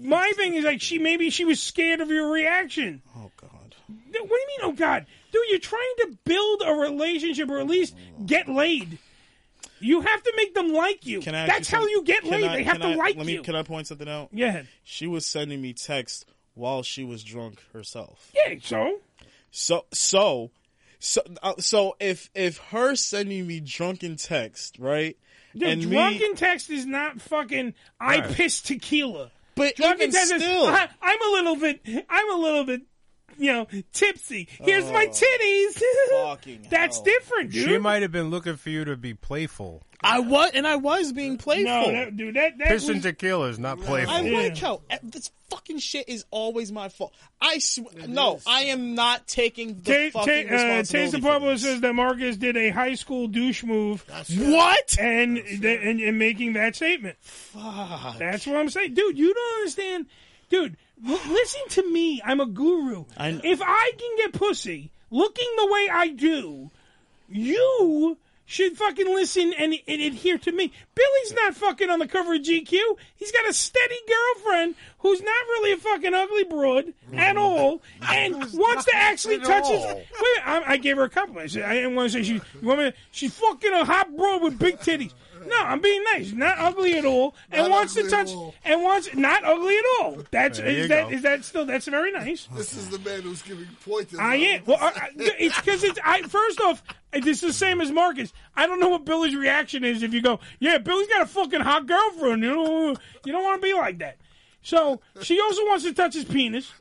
S8: my thing is like she maybe she was scared of your reaction. Oh God! What do you mean? Oh God, dude, you're trying to build a relationship or at least get laid. You have to make them like you.
S9: Can I ask
S8: That's
S9: you
S8: how
S9: something?
S8: you get
S9: Can
S8: laid.
S9: I-
S8: they have
S9: can
S8: to
S9: I-
S8: like
S9: let me,
S8: you.
S9: Can I point something out?
S8: Go ahead.
S9: She was sending me text while she was drunk herself.
S8: Yeah. So.
S9: So so so uh, so if if her sending me drunken text right
S8: Dude,
S9: and me
S8: drunken text is not fucking. I
S9: Right.
S8: piss tequila.
S9: But
S8: drunken
S9: even
S8: text
S9: still-
S8: is. I, I'm a little bit. I'm a little bit. You know, tipsy. Here's
S9: Oh,
S8: my titties. That's different, dude.
S10: She might have been looking for you to be playful.
S9: I was and I was being playful.
S8: No, that, dude, that that
S10: Pissing
S8: was,
S10: tequila is not playful.
S9: Oh, I like how eh, this fucking shit is always my fault. I sw- no, I am not taking the
S8: Ta- ta-
S9: fucking
S8: uh, Taste
S9: responsibility.
S8: of Pueblo says that Marcus did a high school douche move.
S9: What?
S8: And, th- and and making that statement.
S9: Fuck.
S8: That's what I'm saying, dude. You don't understand, dude. l- listen to me. I'm a guru. if I can get pussy looking the way I do, you should fucking listen and, and adhere to me. Billy's not fucking on the cover of GQ. He's got a steady girlfriend who's not really a fucking ugly broad at all, and wants to actually
S5: at
S8: touch his.
S5: all.
S8: Wait, a minute, I, I gave her a compliment. I, said, I didn't want to say she. You want me to- she's fucking a hot broad with big titties. No, I'm being nice. Not ugly at all, and
S6: Not
S8: wants to
S6: ugly at
S8: touch
S6: all.
S8: and wants not ugly at all. That's
S6: There you
S8: is that
S6: go.
S8: is that still that's very nice.
S6: This is the man who's giving pointers.
S8: I am. Well, I, I- it's because it's. I first off, it's the same as Marcus. I don't know what Billy's reaction is if you go, "Yeah, Billy's got a fucking hot girlfriend." You don't, you don't want to be like that. So she also wants to touch his penis.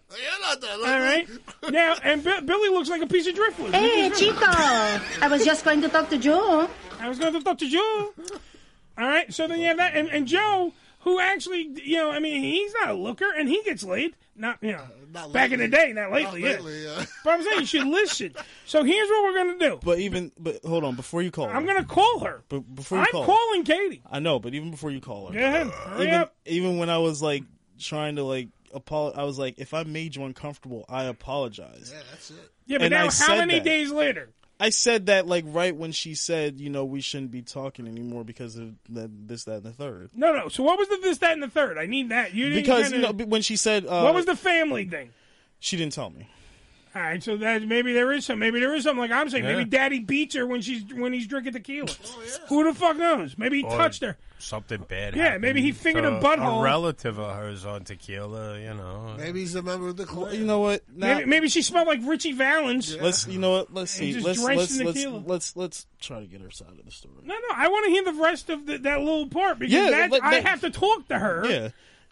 S8: All right. Now, and Bi- Billy looks like a piece of driftwood.
S17: Hey, Chico. I was just going to talk to Joe.
S8: I was going to talk to Joe. All right. So then you have that, and, and Joe, who actually, you know, I mean, he's not a looker, and he gets laid. Not, you know, back in the day, not lately. yeah. But I'm saying you should listen. So here's what we're gonna do.
S9: But even but hold on before you call.
S8: I'm
S9: her.
S8: gonna call her.
S9: But before you
S8: I'm
S9: call her.
S8: calling Katie.
S9: I know, but even before you call her,
S8: Go ahead. Hurry
S9: even,
S8: up.
S9: even when I was like trying to like apologize, I was like, if I made you uncomfortable, I apologize. Yeah,
S6: that's it.
S8: Yeah, but
S9: And I
S8: now how
S9: said
S8: many
S9: that.
S8: days later?
S9: I said that like right when she said, you know, we shouldn't be talking anymore because of that, this, that, and the third.
S8: No, no. So what was the this, that, and the third? I need that. You didn't
S9: Because
S8: kinda-
S9: you know, b- when she said, uh,
S8: what was the family thing?
S9: She didn't tell me.
S8: All right, so that maybe there is some, maybe there is something like I'm saying.
S10: Yeah.
S8: Maybe Daddy beats her when she's when he's drinking tequila. Who the fuck knows? Maybe he
S10: Or
S8: touched her.
S10: Something bad.
S8: Yeah,
S10: happened
S8: maybe he fingered
S10: to
S8: her butthole.
S10: A relative of hers on tequila, you know.
S6: Maybe he's a member of the club.
S9: You know what? Now-
S8: maybe, maybe she smelled like Richie Valens.
S9: Let's you know what? Let's
S8: And
S9: see.
S8: just
S9: Let's
S8: drenched
S9: let's
S8: in
S9: let's,
S8: tequila.
S9: let's let's try to get her side of the story.
S8: No, no, I want to hear the rest of the, that little part because
S9: Yeah,
S8: that,
S9: let-
S8: I
S9: let-
S8: have to talk to her.
S9: Yeah.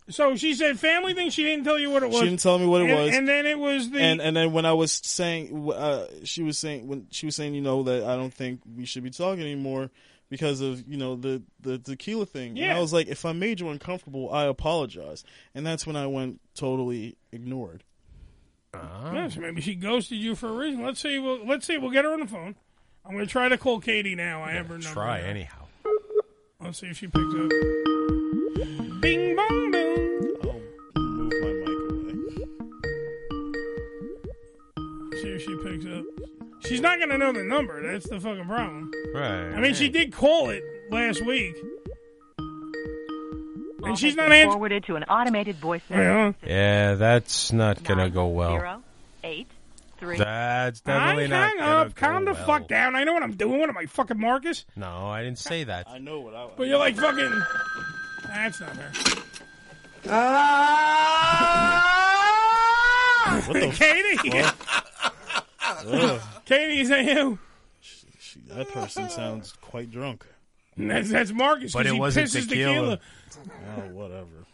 S8: So she said family thing. She didn't tell you what it was.
S9: She didn't tell me what it
S8: And-
S9: was.
S8: And then it was the
S9: and and then when I was saying, uh, she was saying when she was saying, you know, that I don't think we should be talking anymore because of you know the the tequila thing. And
S8: Yeah.
S9: I was like, if I made you uncomfortable, I apologize. And that's when I went totally ignored.
S8: Yeah, so maybe she ghosted you for a reason. Let's see. We'll, let's see. We'll get her on the phone. I'm going to try to call Katie now. I have her number.
S10: Try anyhow.
S8: Let's see if she picks up. Bing bong bing. See if she picks up. She's not going to know the number. That's the fucking problem.
S10: Right.
S8: I mean, she did call it last week. And she's not answering.
S7: forwarded to an automated voice
S8: message.
S10: Yeah, that's not gonna go well.
S7: Eight three.
S10: That's definitely
S8: Hang
S10: not.
S8: hang
S10: gonna
S8: up. Calm
S10: go
S8: the fuck down. I know what I'm doing. What am I, fucking Marcus?
S10: No, I didn't say that.
S9: I know what I.
S8: But you're like fucking. That's not her.
S9: What the
S8: Ah! Katie?
S9: Ugh.
S8: Katie, is that you?
S9: That person sounds quite drunk.
S8: That's, that's Marcus. 'cause he pisses tequila.
S9: Oh, whatever.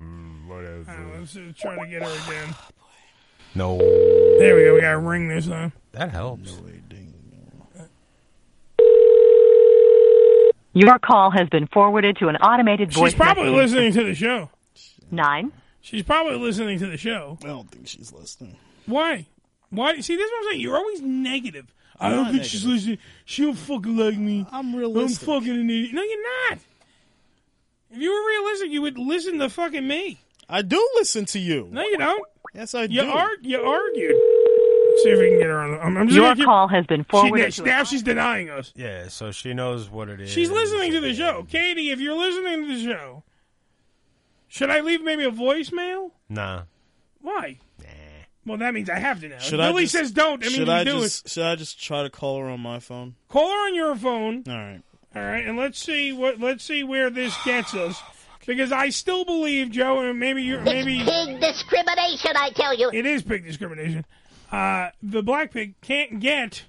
S8: All right, let's just try to get her again.
S10: No.
S8: There we go. We got a ring this time.
S10: That helps.
S7: Your call has been forwarded to an automated voice.
S8: She's probably
S7: message.
S8: listening to the show.
S7: Nine.
S8: She's probably listening to the show.
S9: I don't think she's listening.
S8: Why? Why? See, this is what I'm saying. You're always negative. I
S9: I'm
S8: don't
S9: not
S8: think she's listening. She don't fucking like me. I'm
S9: realistic.
S8: I'm fucking an idiot. No, you're not. If you were realistic, you would listen to fucking me.
S9: I do listen to you.
S8: No, you don't.
S9: Yes, I
S8: you
S9: do.
S8: Ar- you argued. Let's see if we can get her on. The- I'm, I'm just
S7: Your
S8: gonna keep-
S7: call has been
S8: She-
S7: forwarded to
S8: now she's denying us.
S10: Yeah, so she knows what it is.
S8: She's listening to the show. Katie, if you're listening to the show, should I leave maybe a voicemail?
S10: Nah.
S8: Why? Well, that means I have to now.
S9: Should
S8: if
S9: I
S8: Billy
S9: just-
S8: says don't, I mean
S9: should
S8: you
S9: I
S8: do
S9: just should I just try to call her on my phone?
S8: it. Call her on your phone.
S9: All right.
S8: All right, and let's see what let's see where this gets us. Because I still believe, Joe, and maybe you're maybe
S14: Big discrimination, I tell you.
S8: it is pig discrimination. Uh, the black pig can't get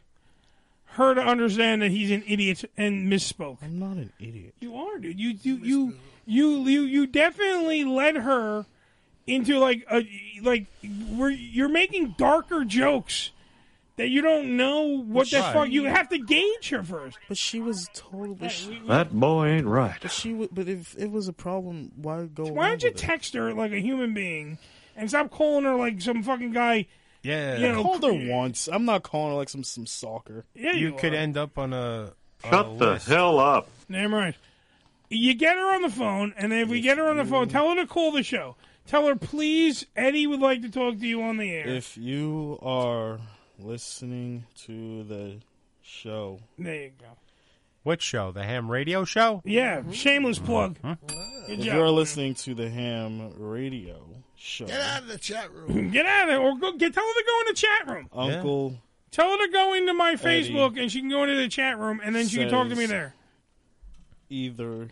S8: her to understand that he's an idiot and misspoke.
S9: I'm not an idiot.
S8: You are, dude. You you you you you, you definitely led her into like a like where you're making darker jokes that you don't know what the
S9: Right.
S8: fuck. You have to gauge her first.
S9: But she was totally.
S24: That boy ain't right.
S9: But she. w- But if it was a problem, why go?
S8: Why don't you text her like a human being and stop calling her like some fucking guy?
S10: Yeah.
S8: You know,
S9: I called her once. I'm not calling her like some some soccer.
S8: Yeah, you,
S10: could
S8: are.
S10: end up on a. on
S9: Shut
S10: a
S9: the
S10: list.
S24: hell up.
S8: Damn right. You get her on the phone, and if we get her on the phone, tell her to call the show. Tell her, please, Eddie would like to talk to you on the air.
S9: If you are listening to the show,
S8: there you go.
S9: What show? The ham radio show?
S8: Yeah, shameless plug. Good
S9: If
S8: job,
S9: you're
S8: man.
S9: listening to the ham radio show,
S6: Get out of the chat room.
S8: Get out of there, or go, get, tell her to go in the chat room.
S9: Uncle
S8: Tell her to go into my
S9: Eddie
S8: Facebook, and she can go into the chat room, and then she can talk to me
S9: says-
S8: there.
S9: either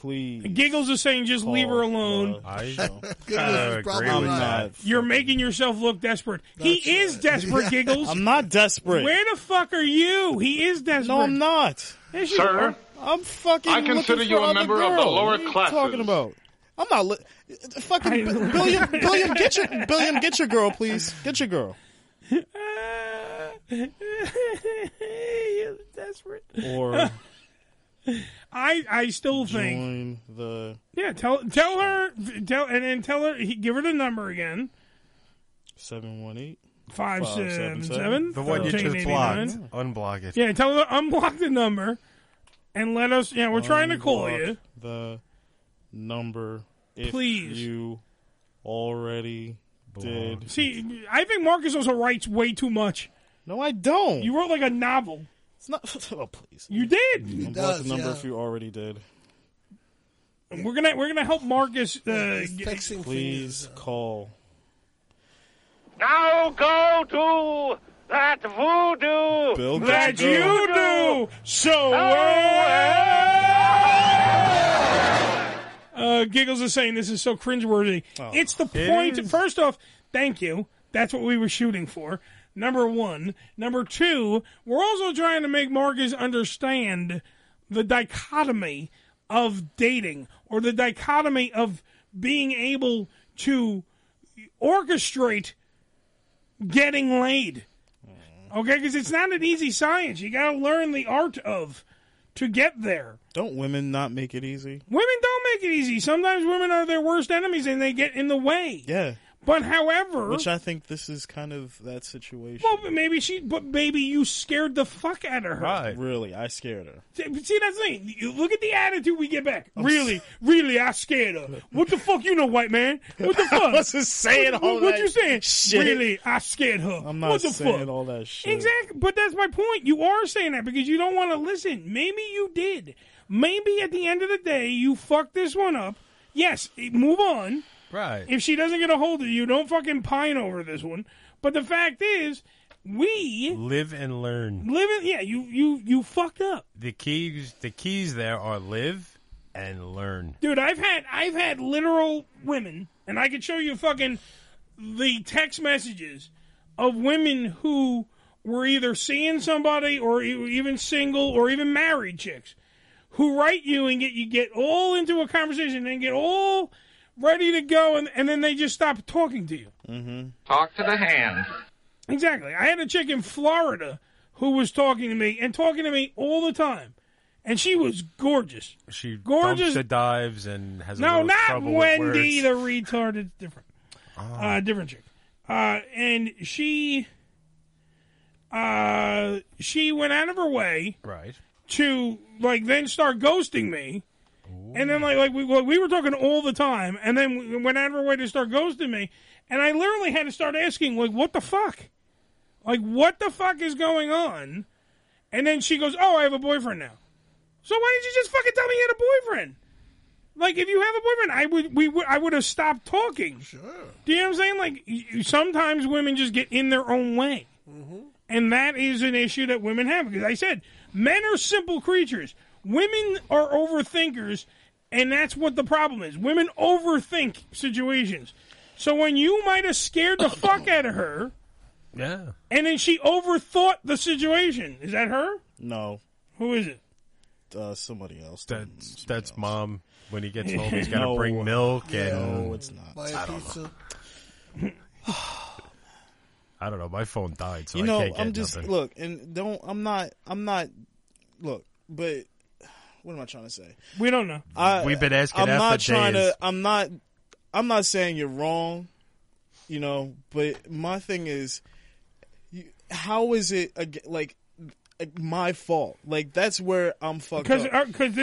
S9: please.
S8: Giggles is saying, just leave her
S9: Call
S8: alone.
S9: the I show.
S10: kinda agree
S9: I'm
S10: with
S9: not.
S10: that.
S8: You're making yourself look desperate. he is desperate, Giggles.
S9: I'm not desperate.
S8: Where the fuck are you? He is desperate.
S9: No, I'm not.
S8: Yes, you
S9: Sir,
S8: are.
S9: I'm fucking.
S8: I consider
S9: looking
S8: you
S9: for
S8: a
S9: other
S8: member
S9: girls.
S8: of the lower
S9: what are you
S8: classes.
S9: Talking about. I'm not. Li- fucking B- Billiam, Billiam, get your Billiam, get your girl, please. Get your girl.
S8: You're desperate.
S9: Or
S8: I I still think
S9: join the
S8: yeah. Tell tell her tell and then tell her he, give her the number again.
S9: seven one eight
S8: Five, seven, seven,
S10: The one you just
S8: 1389.
S10: blocked. Unblock it.
S8: Yeah, tell her to unblock the number and let us. Yeah, we're trying to call
S9: Unblock
S8: you.
S9: The number, if
S8: Please.
S9: You already did.
S8: See, I think Marcus also writes way too much.
S9: No, I don't.
S8: You wrote like a novel.
S9: It's not. Oh, please.
S8: You did.
S9: Unblock
S8: does,
S9: the number
S8: yeah.
S9: if you already did.
S8: We're uh, gonna we're gonna help Marcus. Uh, get-
S9: Please call
S5: Now go to that voodoo
S9: Bill
S5: that
S9: got
S5: you
S9: you
S5: do
S8: so Uh, Giggles is saying this is so cringeworthy. it's the
S5: Oh. it
S8: point.
S5: is.
S8: First off, thank you. That's what we were shooting for. Number one. Number two, we're also trying to make Marcus understand the dichotomy of dating or the dichotomy of being able to orchestrate getting laid. Okay, because it's not an easy science. You got to learn the art of to get there.
S9: Don't women not make it easy?
S8: Women don't make it easy. Sometimes women are their worst enemies and they get in the way.
S9: Yeah.
S8: But however,
S9: Which I think this is kind of that situation.
S8: well, but maybe she, but baby, you scared the fuck out of her.
S9: Really, I scared her.
S8: See, but see, that's the thing. You- Look at the attitude we get back. Really, really, I scared her. What the fuck, you know, white man? What the
S9: I
S8: fuck?
S9: wasn't saying
S8: what,
S9: all
S8: what, what
S9: that
S8: you saying?
S9: shit.
S8: Really, I scared her.
S9: I'm not
S8: what the
S9: saying
S8: fuck?
S9: all that shit.
S8: Exactly, but that's my point. You are saying that because you don't want to listen. Maybe you did. Maybe at the end of the day, you fucked this one up. Yes, eh, move on.
S10: Right.
S8: If she doesn't get a hold of you, don't fucking pine over this one. But the fact is, we
S10: Live and learn.
S8: live in. Yeah, you you you fucked up.
S10: The keys, the keys there are live and learn.
S8: Dude, I've had I've had literal women, and I could show you fucking the text messages of women who were either seeing somebody or e- even single or even married chicks who write you and get you get all into a conversation and get all ready to go, and, and then they just stop talking to you.
S5: Mm-hmm.
S8: Talk to the hand. Exactly. I had a chick in Florida who was talking to me and talking to me all the time, and she was gorgeous.
S10: She
S8: Gorgeous-
S10: dumps the dives and has a
S8: No,
S10: little
S8: not
S10: trouble With
S8: Wendy the
S10: words. Ah.
S8: retard. It's different. Uh, different chick. Uh, and she, uh, she went out of her way
S10: Right.
S8: to like then start ghosting me, and then like like we like, we were talking all the time, and then we went out of her way to start ghosting me, and I literally had to start asking like, what the fuck, like what the fuck is going on, and then she goes, oh, I have a boyfriend now. So why didn't you just fucking tell me you had a boyfriend? Like if you have a boyfriend, I would we would I would have stopped talking. Sure. Do you know what I'm saying? Like y- y- sometimes women just get in their own way. And that is an issue that women have because I said men are simple creatures. Women are overthinkers, and that's what the problem is. Women overthink situations. So when you might have scared the fuck out of her,
S10: Yeah.
S8: and then she overthought the situation. Is that her?
S9: No.
S8: Who is it?
S9: Uh, somebody else.
S10: That's that's mom. When he gets home, he's
S9: Yeah.
S10: got to
S9: No.
S10: bring milk.
S9: Yeah,
S10: and
S9: no, it's not.
S6: Buy a pizza.
S10: I don't know. My phone died, so
S9: you know,
S10: I can't get
S9: I'm just
S10: nothing.
S9: look and don't. I'm not. I'm not. Look, but what am I trying to say?
S8: We don't know.
S9: I,
S10: We've been asking
S9: I'm
S10: F
S9: not
S10: for
S9: trying
S10: days.
S9: to. Uh, I'm not. I'm not saying you're wrong. You know, but my thing is, you, how is it ag- like, like my fault? Like that's where I'm fucked
S8: Because
S9: up.
S8: because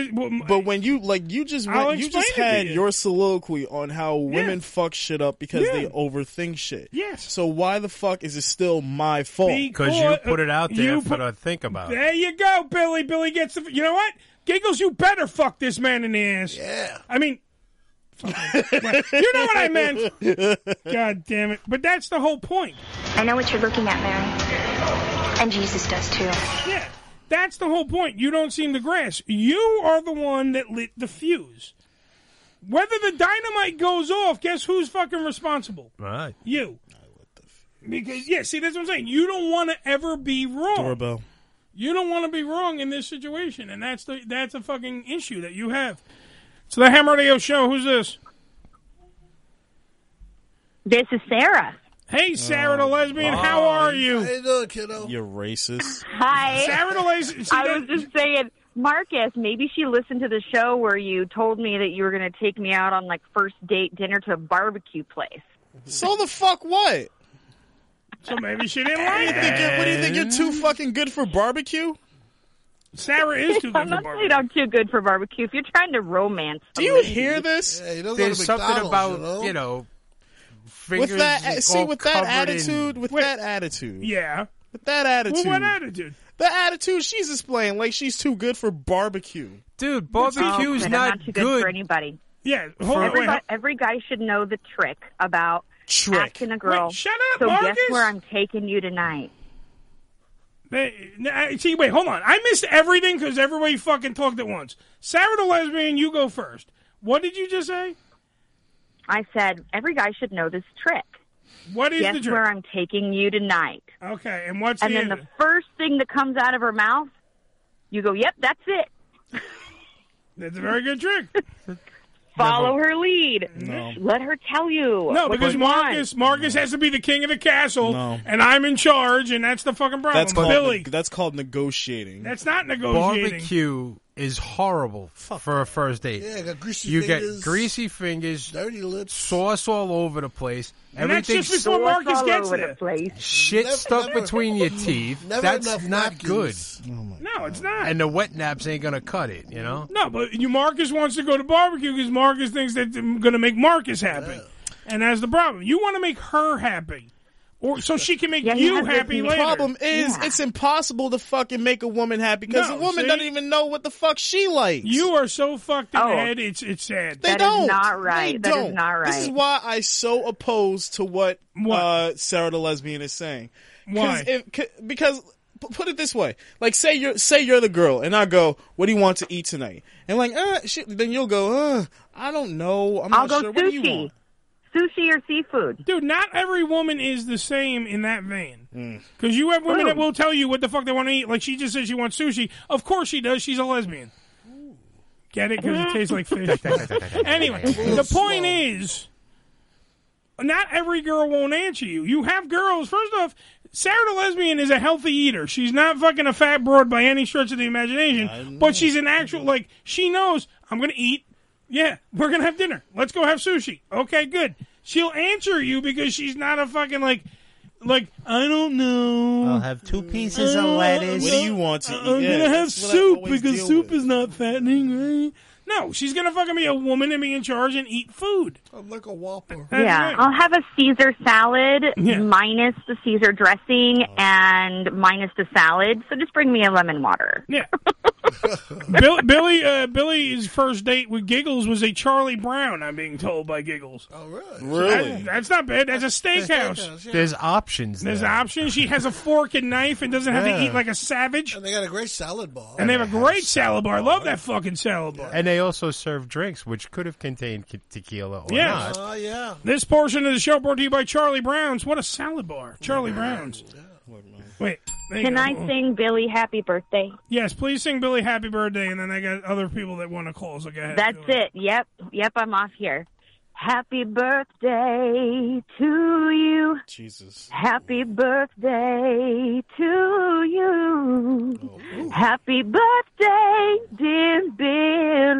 S9: but when you like you just
S8: I'll
S9: went, you
S8: explain
S9: just
S8: it to
S9: had
S8: you.
S9: your soliloquy on how women fuck shit up because
S8: Yeah.
S9: they overthink shit.
S8: Yes.
S9: So why the fuck is it still my fault?
S10: because you put it out there
S9: you
S10: for to think
S9: Oh.
S10: about. it.
S8: There you go, Billy. Billy gets the. You know what? Giggles, you better fuck this man in the ass. Yeah. I mean, fucking- you know what I meant. God damn it. But that's the whole point.
S24: I know what you're looking at, Mary. And Jesus does too.
S8: Yeah. That's the whole point. You don't seem to grasp. You are the one that lit the fuse. Whether the dynamite goes off, guess who's fucking responsible?
S10: Right.
S8: You. Because yeah, see that's what I'm saying. You don't want to ever be wrong.
S9: Doorbell.
S8: You don't want to be wrong in this situation, and that's the that's a fucking issue that you have. So the Ham Radio Show. Who's this?
S12: This is Sarah.
S8: Hey, Sarah the lesbian. How are you?
S6: How you doing, kiddo?
S9: You're racist.
S12: Hi.
S8: Sarah Delay.
S12: I was just saying, Marcus, maybe she listened to the show where you told me that you were going to take me out on like first date dinner to a barbecue place.
S9: So the fuck what?
S8: So maybe she didn't
S9: What do
S8: like
S9: you think? You're, what do you think? You're
S12: it.
S9: too fucking good for barbecue?
S8: Sarah is too
S12: I'm not saying I'm too good for barbecue. If you're trying to romance,
S9: Do you hear this?
S12: There's something
S10: about you know, fingers
S9: with that eh, see
S10: all
S9: with that
S10: covered in-
S9: attitude, with that attitude,
S8: yeah,
S9: with that attitude,
S10: what
S8: attitude?
S9: The attitude she's displaying, like she's too good for barbecue,
S10: dude.
S12: Oh, good. I'm not too good, for anybody.
S8: Yeah,
S9: hold on, wait,
S12: every,
S9: hold-
S12: every guy should know the trick about acting a girl.
S8: Wait, shut up,
S12: So
S8: Marcus.
S12: guess where I'm taking you tonight?
S8: They- n- I- see, wait, hold on. I missed everything because everybody fucking talked at once. Sarah the lesbian, you go first. What did you just say?
S12: I said every guy should know this trick.
S8: What is
S12: guess
S8: the trick?
S12: where I'm taking you tonight?
S8: Okay, and what's
S12: and
S8: the
S12: then the first thing that comes out of her mouth, you go, "Yep, that's it."
S8: That's a very good trick.
S12: Follow her lead. Let her tell you.
S8: No,
S12: what
S8: because
S12: you want.
S8: Marcus Marcus has to be the king of the castle, and I'm in charge, and that's the fucking problem.
S9: That's called
S8: Billy.
S9: neg- that's called negotiating.
S8: That's not negotiating.
S10: Barbecue is horrible for a first date.
S6: Yeah, I got greasy
S10: you
S6: fingers,
S10: get greasy fingers,
S6: dirty lips,
S10: sauce all over the place.
S6: And that's
S10: Everything
S6: just before Sauce Marcus all gets over the there.
S12: place.
S10: Shit
S6: Never-
S10: stuck
S6: never-
S10: between your teeth.
S6: never
S10: that's
S6: enough Oh
S10: not
S6: napkins.
S10: good.
S8: No, it's not.
S10: And the wet naps ain't gonna cut it. You know.
S8: No, but you Marcus wants to go to barbecue because Marcus thinks that I'm going to make Marcus happy, and that's the problem. You want to make her happy, or so she can make you happy
S9: The
S8: later.
S9: problem is it's impossible to fucking make a woman happy because
S8: No,
S9: a woman
S8: see?
S9: doesn't even know what the fuck she likes.
S8: You are so fucked in
S9: Oh.
S8: the head. It's it's sad.
S9: They don't. They don't. This is why I so opposed to what, Uh, Sarah the lesbian is saying. 'Cause
S8: Why?
S9: if- 'cause- because p- put it this way, like say you're say you're the girl, and I go, "What do you want to eat tonight?" And like, uh, shit, then you'll go, uh, "I don't know. I'm
S8: I'll
S9: not
S8: go
S9: sure. What do you
S8: sushi.
S9: want?"
S12: Sushi or seafood,
S8: dude. Not every woman is the same in that vein. Because you have women that will tell you what the fuck they want to eat. Like she just said she wants sushi. Of course she does. She's a lesbian. Get it?
S12: Mm-hmm.
S8: Because it tastes like fish. anyway, the point is, not every girl won't answer you. You have girls. First off, Sarah the lesbian is a healthy eater. She's not fucking a fat broad by any stretch of the imagination. But she's an actual like she knows I'm gonna eat. Yeah, we're gonna have dinner. Let's go have sushi. Okay, good. She'll answer you because she's not a fucking like. Like I don't know.
S16: I'll have two pieces of lettuce.
S9: uh, What do you want to
S8: I'm
S9: eat? Yeah,
S8: gonna have
S9: that's what I
S8: soup
S9: always
S8: because
S9: deal
S8: soup is not fattening, right? No, she's gonna fucking be a woman and be in charge and eat food.
S6: I'm like a whopper.
S12: yeah, I'll have a Caesar salad minus the Caesar
S8: Oh.
S12: dressing and minus the salad. So just bring me a lemon water.
S8: Yeah. Bill, Billy, uh, Billy's first date with Giggles was a Charlie Brown. I'm being told by Giggles. Oh, really?
S10: Really?
S8: that's not bad. That's a steakhouse.
S10: There's options. There.
S8: There's options. She has a fork and knife and doesn't have to
S10: Yeah.
S8: eat like a savage. And they got a great salad bar. And they have a great salad bar. I love that fucking salad bar.
S10: And they also serve drinks, which could have contained ke- tequila or
S8: Yes.
S6: Ah,
S10: not.
S8: yeah. This portion of the show brought to you by Charlie Brown's. What a salad bar. Charlie Brown's. Wait. there you
S12: Can
S8: go.
S12: I sing Billy Happy Birthday?
S8: Yes, please sing Billy Happy Birthday, and then I got other people that want to call, so go ahead.
S12: That's it. Yep. Yep, I'm off here. Happy birthday to you.
S9: Jesus.
S12: Happy birthday to you.
S8: Oh,
S12: Happy birthday, dear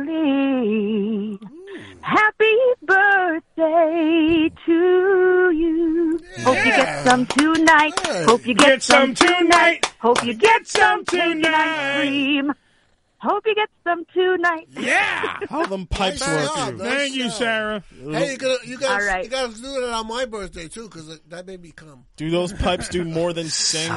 S12: Billy. Happy birthday to you. Hope you get some tonight. Hope you get,
S8: Get some tonight.
S12: Hope you get some tonight. Cream. Hope you get some tonight.
S8: Yeah.
S9: How them pipes work?
S8: Thank you,
S10: Mm.
S8: Sarah.
S6: Hey, you, gotta, you, guys,
S12: All right.
S6: you guys do that on my birthday, too, because that made me come.
S9: Do those pipes do more than sing?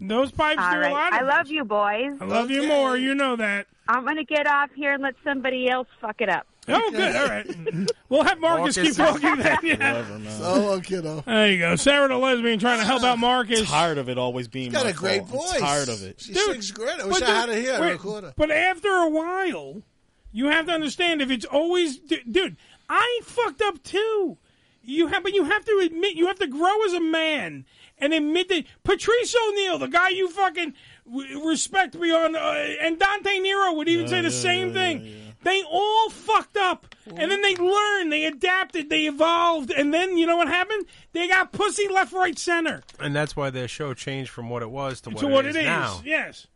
S8: Those pipes
S12: All
S8: do
S12: right.
S8: a lot. Of
S12: I love you, boys.
S8: I love you more. You know that.
S12: I'm going to get off here and let somebody else fuck it up.
S8: Oh, good. All right. We'll have Marcus, keep
S6: Marcus
S8: talking then. Yeah.
S6: So
S10: Oh,
S6: long, kiddo.
S8: There you go. Sarah the lesbian trying to help out Marcus.
S9: Ah. tired of it always being.
S6: got
S9: my
S6: a great
S9: fault. I'm
S6: voice.
S9: tired of it.
S6: She sings great. I wish I had her here. I
S8: wait,
S6: record her.
S8: But after a while, you have to understand if it's always, d- dude. I fucked up too. You have, but you have to admit, you have to grow as a man and admit that Patrice O'Neill, the guy you fucking w- respect beyond, uh, and Dante Nero would even say the same thing. They all fucked up, and then they learned, they adapted, they evolved, and then you know what happened? They got pussy left, right, center
S10: And that's why their show changed from what it was to what,
S8: to what it is.
S10: now.
S8: Yes.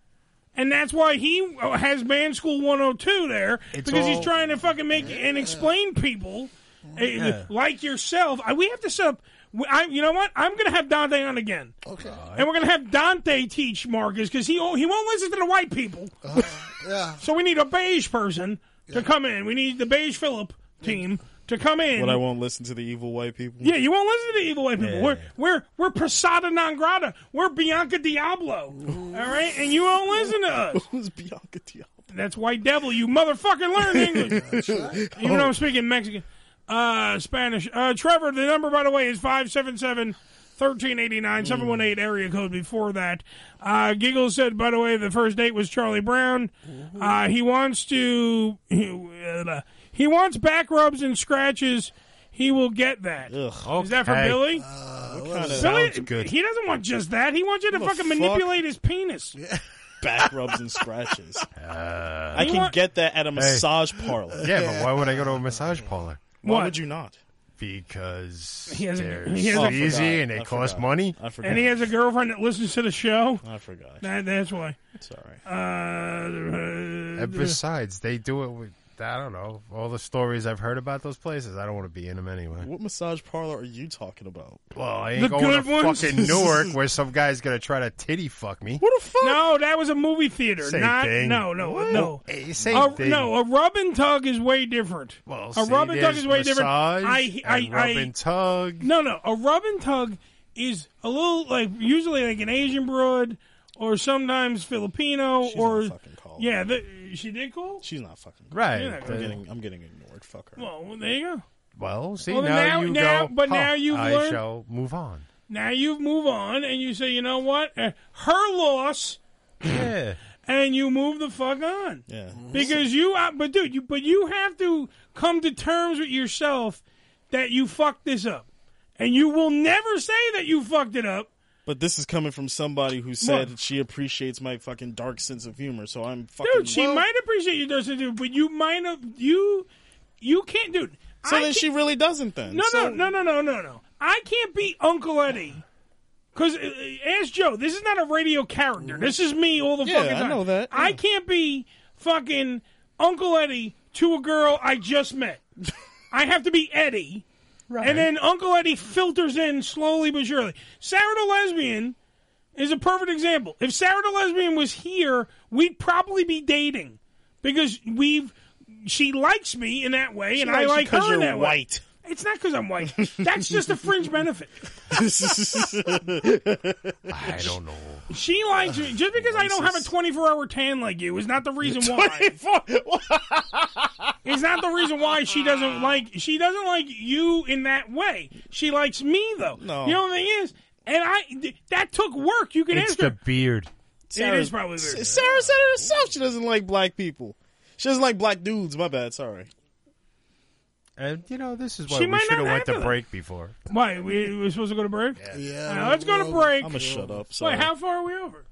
S8: And that's why he uh, has Band School 102 there
S10: It's
S8: because he's
S10: all-
S8: trying to fucking make and explain people uh,
S10: Yeah.
S8: like yourself. I, we have to set up. we- I, you know what? I'm going to have Dante on again,
S6: Okay.
S8: and we're going to have Dante teach Marcus because he he won't listen to the white people.
S10: Uh,
S6: yeah.
S8: So we need a beige person to come in. We need the beige Philip team to come in.
S9: But I won't listen to the evil white people.
S8: Yeah, you won't listen to the evil white people. We're we're we're Posada non grata. We're Bianca Diablo. All right, and you won't listen to us.
S9: Who's Bianca Diablo?
S8: That's white devil. You motherfucker learn English. Even though I'm speaking Mexican. uh, Spanish. Uh, Trevor, the number, by the way, is 577 1389, 718 area code before that. Uh, Giggles said, by the way, the first date was Charlie Brown. Uh, he wants to. He wants back rubs and scratches. He will get that. Is that for
S10: Okay.
S8: Billy?
S15: Uh,
S9: kinda-
S8: Billy,
S9: Sounds good.
S8: He doesn't want just that. He wants you to
S9: The
S8: fucking
S9: fuck?
S8: manipulate his penis.
S9: back rubs and scratches. I
S15: Uh,
S8: You
S9: can
S8: want-
S9: get that at a massage parlor.
S15: Yeah, but why would I go to a massage parlor?
S9: Why would you not?
S15: Because
S8: He has a-
S15: they're
S8: he has a-
S15: easy and they
S8: I
S15: cost
S8: forgot.
S15: money.
S9: I
S8: And he has a girlfriend that listens to the show.
S9: I forgot.
S8: That, that's why.
S9: Sorry.
S8: Uh,
S15: And besides, they do it with. I don't know all the stories I've heard about those places. I don't want to be in them anyway.
S9: What massage parlor are you talking about?
S15: Well, I ain't going to fucking Newark where some guy's gonna try to titty fuck me.
S9: What
S8: the fuck? No, that was a movie theater.
S15: Same
S8: not,
S15: thing.
S8: No, no,
S15: What?
S8: no.
S15: Eh, same
S8: a,
S15: thing.
S8: No, a rub and tug is way different.
S15: Well,
S8: a
S15: see,
S8: rub and tug
S15: there's
S8: is way different.
S15: massage
S8: I, I,
S15: and
S8: I,
S15: rub and tug.
S8: No, no, a rub and tug is a little like usually like an Asian broad or sometimes Filipino or yeah, the, she did call.
S9: She's not fucking
S15: Right.
S8: You're not
S9: I'm
S8: gonna-
S9: getting, I'm getting ignored. Fuck her.
S8: Well, there you go.
S15: Well, see
S8: Well,
S15: now,
S8: now-
S15: you
S8: now-
S15: go.
S8: but
S15: huh,
S8: now you've
S15: I
S8: learned-
S15: shall move on.
S8: Now you move on and you say, you know what, Uh, her loss.
S15: Yeah.
S8: and you move the fuck on.
S9: Yeah.
S8: Because you, uh, but dude, you, but you have to come to terms with yourself that you fucked this up, and you will never say that you fucked it up.
S9: But this is coming from somebody who said
S8: What?
S9: she appreciates my fucking dark sense of humor, so I'm fucking.
S8: Dude, she might appreciate you doesn't do, but you might have you, you can't, dude.
S9: So
S8: I
S9: then she
S8: can't-
S9: really doesn't then.
S8: No,
S9: so,
S8: no, no, no, no, no, no. I can't be Uncle Eddie. Because, ask Joe, this is not a radio character. This is me all the
S9: Yeah,
S8: fucking
S9: I
S8: time.
S9: know that,
S8: I can't be fucking Uncle Eddie to a girl I just met. I have to be Eddie. Right. And then Uncle Eddie filters in slowly but surely. Sarah the Lesbian is a perfect example. If Sarah the Lesbian was here, we'd probably be dating. Because we've. She likes me in that way,
S9: She
S8: and
S9: likes
S8: I
S9: you
S8: like
S9: 'cause
S8: her in
S9: you're
S8: that way.
S9: white.
S8: It's not because I'm white. That's just a fringe benefit.
S15: I don't know.
S8: She likes me just because I don't have a 24 hour tan like you is not the reason why.
S9: 24
S8: It's not the reason why she doesn't like she doesn't like you in that way. She likes me though.
S10: No.
S8: You know the thing is, and I th- that took work. You can
S10: it's
S8: answer.
S10: the beard.
S8: it is probably weird.
S9: S- Sarah said it herself. She doesn't like black people. She doesn't like black dudes. My bad. Sorry.
S15: And you know this is why
S8: She
S15: we
S8: might
S15: should have
S8: not
S15: went
S8: have
S15: to
S8: it.
S15: break before.
S8: Why we we supposed to go to break? Yeah,
S15: Yeah.
S8: let's go to break.
S9: I'm gonna shut up. Sorry.
S8: Wait, how far are we over?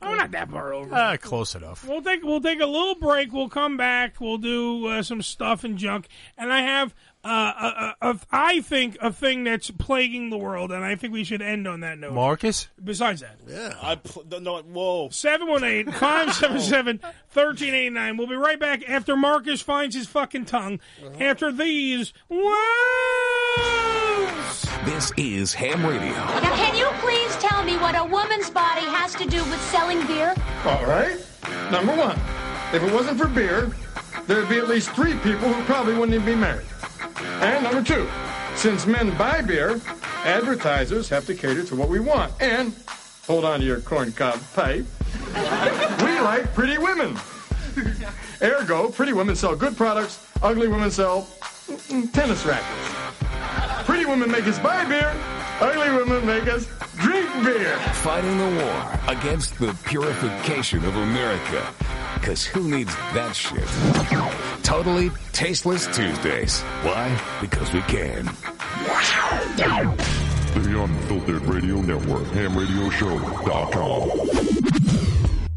S8: Oh, we're not that far over.
S15: Ah, close enough.
S8: We'll take we'll take a little break. We'll come back. We'll do uh, some stuff and junk. And I have uh, a, a, a, I think a thing that's plaguing the world, and I think we should end on that note.
S15: Marcus,
S8: Besides that,
S9: Yeah. I pl- no. Whoa.
S8: 718 577 1389. We'll be right back after Marcus finds his fucking tongue. After these. Words.
S1: This is Ham Radio.
S18: Now, can you please tell me what a woman's body has to do with selling beer?
S19: All right. Number one, if it wasn't for beer, there'd be at least three people who probably wouldn't even be married. And number two, since men buy beer, advertisers have to cater to what we want. And hold on to your corncob pipe. we like pretty women. Ergo, pretty women sell good products. Ugly women sell mm, tennis rackets. Pretty women make us buy beer. Ugly women make us drink beer.
S1: Fighting the war against the purification of America. Because who needs that shit? Totally Tasteless Tuesdays. Why? Because we can.
S20: The Unfiltered Radio Network, hamradioshow.com.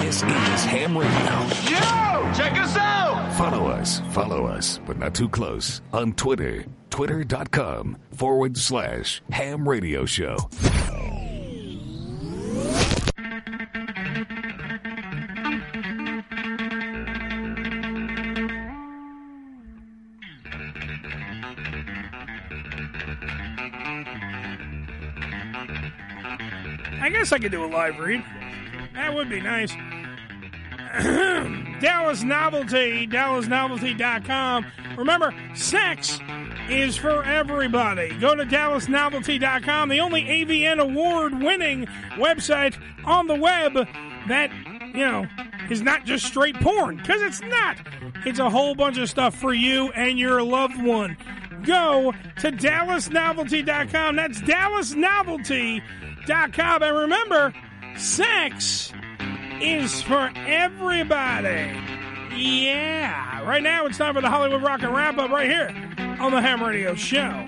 S1: This is Ham Radio.
S5: Yo! Check us out!
S1: Follow us, follow us, but not too close on Twitter. Twitter.com forward slash ham radio show.
S8: I guess I could do a live read. That would be nice. Dallas Novelty, DallasNovelty.com. Remember, sex is for everybody. Go to DallasNovelty.com, the only AVN award winning website on the web that, you know, is not just straight porn, because it's not. It's a whole bunch of stuff for you and your loved one. Go to DallasNovelty.com. That's DallasNovelty.com. And remember, sex is for everybody. Yeah. Right now, it's time for the Hollywood Rock and Wrap Up right here on the Ham Radio Show.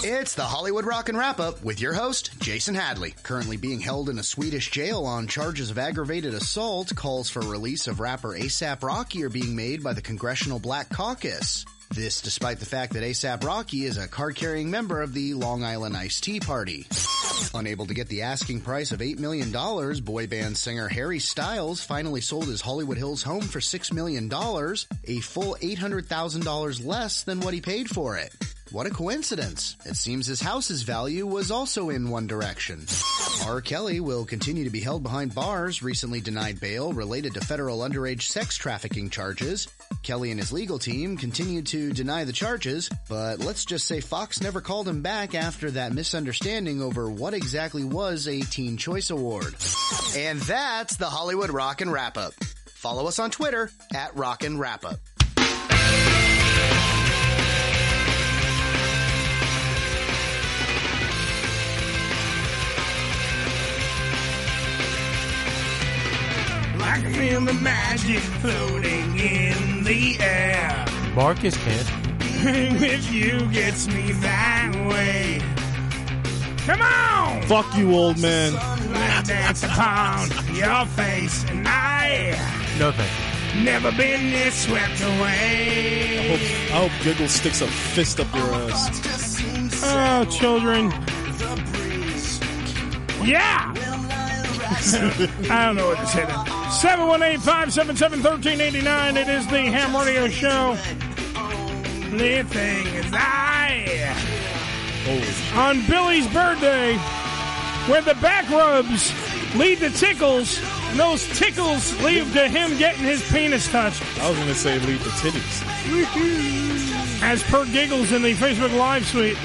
S11: It's the Hollywood Rock and Wrap Up with your host, Jason Hadley. Currently being held in a Swedish jail on charges of aggravated assault, calls for release of rapper ASAP Rocky are being made by the Congressional Black Caucus. This despite the fact that ASAP Rocky is a card carrying member of the Long Island Iced Tea Party. Unable to get the asking price of $8 million, boy band singer Harry Styles finally sold his Hollywood Hills home for $6 million, a full $800,000 less than what he paid for it. What a coincidence. It seems his house's value was also in one direction. R. Kelly will continue to be held behind bars, recently denied bail related to federal underage sex trafficking charges. Kelly and his legal team continue to deny the charges, but let's just say Fox never called him back after that misunderstanding over what exactly was a Teen Choice Award. And that's the Hollywood Rock and Wrap Up. Follow us on Twitter at Rock and Wrap Up.
S5: I can feel the magic floating in the air.
S15: Marcus can't.
S5: Being with you gets me that way. Come on!
S9: Fuck you, old man.
S5: Sunlight dance upon your face, and I
S15: No thank
S5: never been this swept away.
S9: I hope, I hope Giggles sticks a fist up your ass.
S8: Oh, children. Yeah! I don't know what to say then. 718 577 1389. It is the Ham Radio Show. The thing is, I. On Billy's birthday, where the back rubs lead to tickles, and those tickles lead to him getting his penis touched.
S9: I was going to say lead to titties.
S8: As per Giggles in the Facebook Live suite.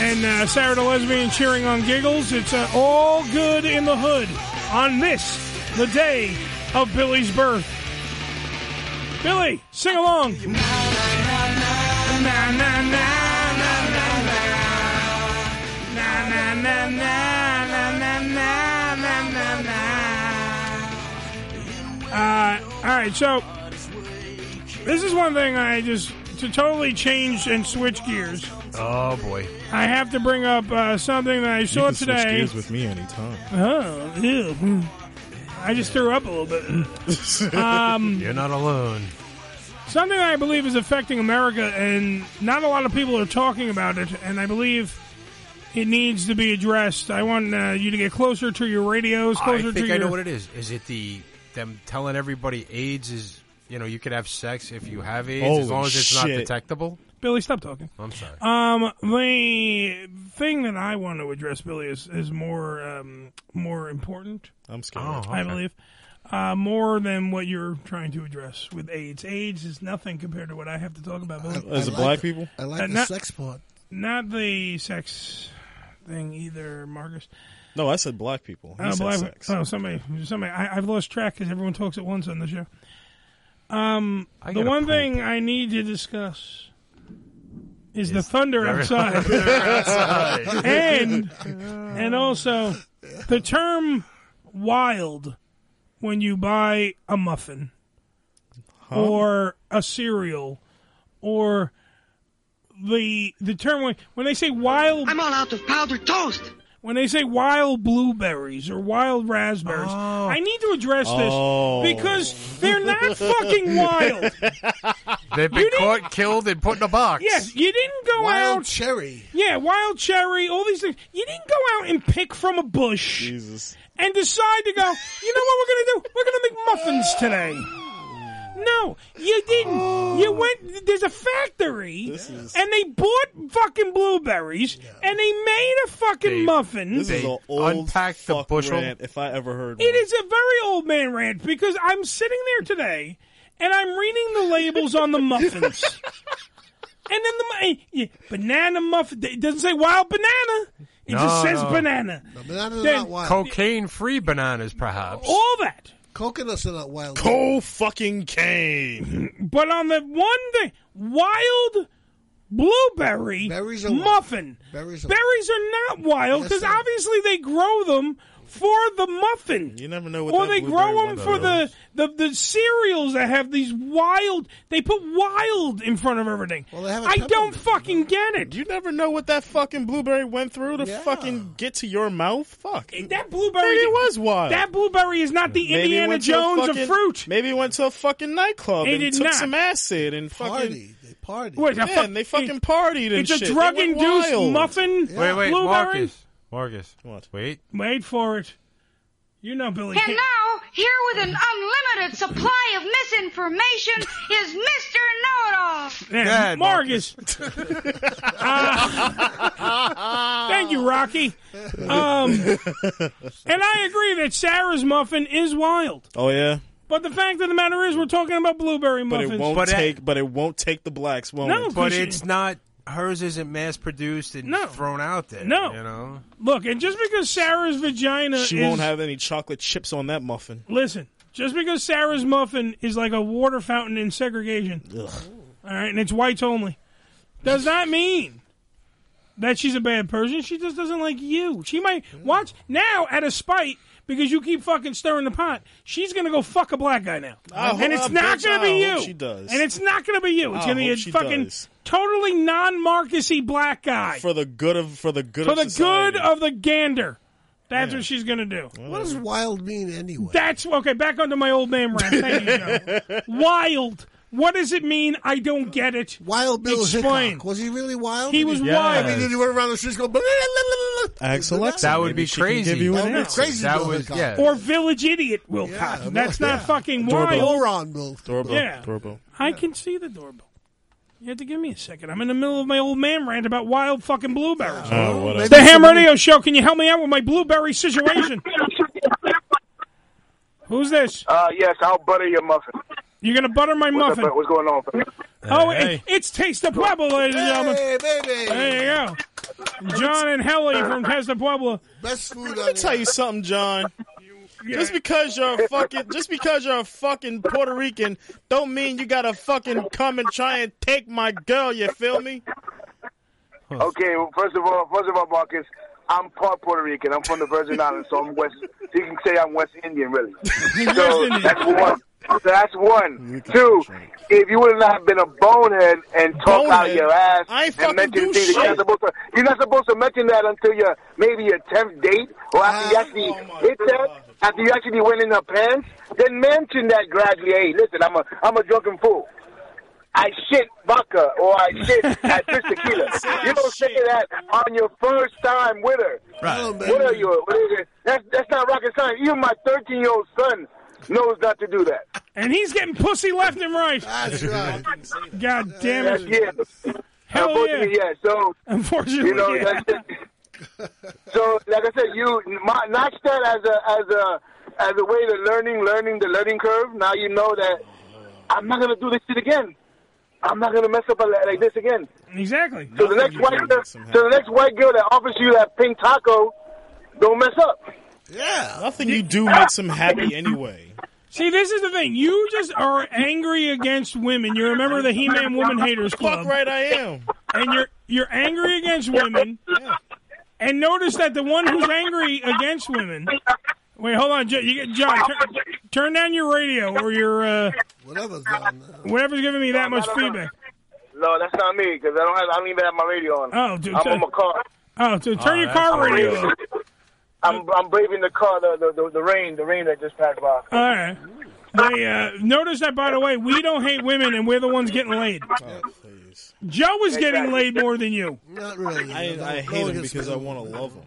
S8: And uh, Sarah the Lesbian cheering on Giggles. It's uh, all good in the hood on this, the day of Billy's birth. Billy, sing along. Uh, all right, so this is one thing I just to totally change and switch gears.
S10: Oh boy.
S8: I have to bring up uh, something that I
S9: you
S8: saw
S9: can switch
S8: today.
S9: gears with me anytime.
S8: Oh, ew. I just threw up a little bit. um,
S10: You're not alone.
S8: something that I believe is affecting America, and not a lot of people are talking about it, and I believe it needs to be addressed. I want uh, you to get closer to your radios,
S10: I
S8: closer
S10: think
S8: to
S10: I
S8: your.
S10: know what it is. Is it the them telling everybody AIDS is you know you could have sex if you have AIDS as
S8: Holy
S10: long as it's not
S8: shit.
S10: detectable?
S8: Billy, stop talking.
S10: I'm sorry.
S8: Um, the thing that I want to address, Billy, is is more um, more important.
S9: I'm scared.
S10: Oh,
S8: I believe uh, more than what you're trying to address with AIDS. AIDS is nothing compared to what I have to talk about. Billy.
S9: As a black people?
S6: I like
S8: Uh,
S6: the
S8: not-
S6: sex part.
S8: Not the sex thing either, Marcus.
S9: No, I said black people. He
S8: Oh,
S9: said
S8: black-
S9: sex.
S8: oh, somebody, somebody. I, I've lost track because everyone talks at once on the show. Um,
S9: I
S8: the
S9: gotta
S8: one
S9: poop.
S8: thing I need to discuss is, the thunder
S5: very-
S8: outside,
S5: outside.
S8: and and also the term "wild" when you buy a muffin
S5: Huh?
S8: or a cereal or the the term when, when they say wild I'm all out of powdered toast. When they say wild blueberries or wild raspberries, I need to address
S10: Oh.
S8: this because they're not fucking wild.
S10: They've been caught, killed, and put in a box.
S8: Yes, you didn't go
S10: Wild
S8: out cherry. Yeah, wild cherry, all these things. You didn't go out and pick from a bush.
S9: Jesus.
S8: And decide to go, you know what we're going to do? We're going to make muffins today. No, you didn't. You went. There's a factory, and they bought fucking blueberries, and they made a fucking muffin.
S9: This is an old unpack the bushel. Rant if I ever heard.
S8: It is a very old man rant because I'm sitting there today and I'm reading the labels on the muffins. and then the mu- eh, yeah, banana muffin, it doesn't say wild banana. It
S10: No,
S8: just says
S10: no.
S8: banana.
S6: Bananas
S8: Then-
S6: are not wild.
S10: Cocaine-free bananas, perhaps.
S8: All that.
S6: Coconuts are not wild.
S9: Co fucking cane.
S8: But on the one thing, wild blueberry muffin.
S6: Berries are-
S8: Berries are not wild
S6: Yes,
S8: because
S6: sir.
S8: obviously they grow them for the muffin. You
S9: never know what. that
S8: Or they
S9: blueberry
S8: grow
S9: one
S8: them for the,
S9: does.
S8: the the cereals that have these wild. They put wild in front of everything. Well, they have I don't fucking get it.
S9: You never know what that fucking blueberry went through to fucking get to your mouth. Fuck.
S8: That blueberry.
S9: Maybe it was wild.
S8: That blueberry is not the
S9: Maybe it
S8: Indiana
S9: went to a
S8: Jones
S9: fucking-
S8: of fruit.
S9: Maybe it went to a fucking nightclub
S8: It
S9: and
S8: did
S9: took
S8: not.
S9: some acid and fucking
S8: Party.
S9: They
S6: partied.
S8: Wait,
S9: yeah,
S8: a fuck-
S9: and they fucking partied and
S8: it's
S9: shit.
S8: a
S9: They went
S8: drug-induced
S9: wild.
S8: muffin
S10: Wait, wait,
S8: blueberry.
S10: Marcus. Marcus. What? Wait.
S8: Wait for it. You know Billy.
S2: And
S8: Kay-
S2: now, here with an unlimited supply of misinformation is Mr. Know-it-all.
S8: Yeah, Marcus. Uh, thank you, Rocky. Um, and I agree that Sarah's muffin is wild,
S9: Oh yeah,
S8: but the fact of the matter is, we're talking about blueberry
S9: but
S8: muffins.
S9: it won't take. but it won't take the blacks. Won't
S8: No,
S9: it?
S8: But
S10: But it's not. Hers isn't mass produced and thrown out there.
S8: No.
S10: You know?
S8: Look, and just because Sarah's vagina
S9: She
S8: is,
S9: won't have any chocolate chips on that muffin.
S8: Listen, just because Sarah's muffin is like a water fountain in segregation, all right, and it's whites only, does not mean that she's a bad person. She just doesn't like you. She might watch now out of spite because you keep fucking stirring the pot. She's gonna go fuck a black guy now,
S9: I hope-
S8: and it's
S9: I
S8: not
S9: bitch, I
S8: gonna be
S9: hope
S8: you.
S9: she does.
S8: and it's not gonna be you. It's
S9: I
S8: gonna be
S9: hope
S8: a
S9: she
S8: fucking
S9: does.
S8: totally non-Marcusy black guy
S9: For the good of for the good
S8: for
S9: of
S8: the
S9: society.
S8: good of the gander. That's what she's gonna do.
S6: What does wild mean anyway?
S8: That's okay. Back onto my old man rant. Thank you, Joe. wild. What does it mean? I don't get it.
S6: Wild Bill
S8: Explain.
S6: Hickok. Was he really wild?
S8: He was Yes. wild.
S6: I mean, did he run around the streets going? "Blah, blah, blah, blah, blah"?
S9: Ask Alexa.
S10: That would
S9: Maybe
S10: be
S9: she can
S10: crazy.
S9: give you an
S6: That would be
S9: answer.
S6: Oh, crazy, That Bill was- Hickok. yeah.
S8: Or village idiot Wilcox. That's not fucking wild.
S6: Moron Bill.
S9: Doorbell.
S8: Yeah.
S9: Doorbell.
S8: I can see the doorbell. You have to give me a second. I'm in the middle of my old man rant about wild fucking blueberries.
S9: Oh, whatever.
S8: It's the Ham Radio Show. Can you help me out with my blueberry situation? Who's this?
S4: Uh, yes, I'll butter your muffin.
S8: You're gonna butter my
S4: What's
S8: muffin.
S4: up, what's going on? fam?
S8: Oh, it, it's Taste the Pueblo, ladies and gentlemen. There you go. John and Helly from Taste the Pueblo.
S6: Best food.
S9: Let me tell you something, John. Just because you're a fucking, just because you're a fucking Puerto Rican, don't mean you gotta fucking come and try and take my girl. You feel me?
S4: Okay, well, first of all, first of all, Marcus, I'm part Puerto Rican. I'm from the Virgin Islands, so I'm West. So you can say I'm West Indian, really. So that's for one. That's one. Two, if you would not have been a bonehead and talk out
S5: Bonehead?
S4: your ass
S5: I fucking
S4: and mention
S5: do
S4: things that you're
S5: shit.
S4: not supposed to, you're not supposed to mention that until your maybe your tenth date or after
S5: Ah,
S4: you
S5: oh
S4: actually hit that, after you actually went in her pants, then mention that gradually. Hey, listen, I'm a I'm a drunken fool. I shit vodka or I shit I fish tequila. You don't say that on your first time with her.
S5: Right. Oh,
S4: What are you? What is it? That's that's not rocket science. Even my 13 year old son knows not to do that.
S8: And he's getting pussy left and right. That's right. God damn it.
S4: Yeah.
S8: Hell
S4: Unfortunately, yeah. So
S8: Unfortunately,
S4: you know.
S8: yeah.
S4: That's it. so, like I said, you ma- notch that as a as a as a way to learning, learning the learning curve. Now you know that I'm not gonna do this shit again. I'm not gonna mess up like like this again.
S8: Exactly.
S4: So the next white girl, so the next white girl that offers you that pink taco, don't mess up.
S9: Nothing you do makes them happy anyway.
S8: See, this is the thing. You just are angry against women. You're a member of the He-Man Woman Haters Club.
S9: Fuck right, I am.
S8: And you're you're angry against women. And notice that the one who's angry against women. Wait, hold on, Jo- you get John. Turn, turn down your radio or your uh,
S6: whatever's
S8: whatever's giving me that much feedback.
S4: No, that's not me because I don't have. I don't even have my radio on.
S8: Oh, dude,
S4: I'm
S8: uh,
S4: on my car.
S8: Oh, so turn your car radio. on.
S4: I'm I'm braving the car, the the, the, the rain, the rain that just passed by.
S8: All right. They uh, notice that, by the way, we don't hate women, and we're the ones getting laid. Joe is getting laid more than you.
S6: Not really.
S9: I, I hate them because I want to love them.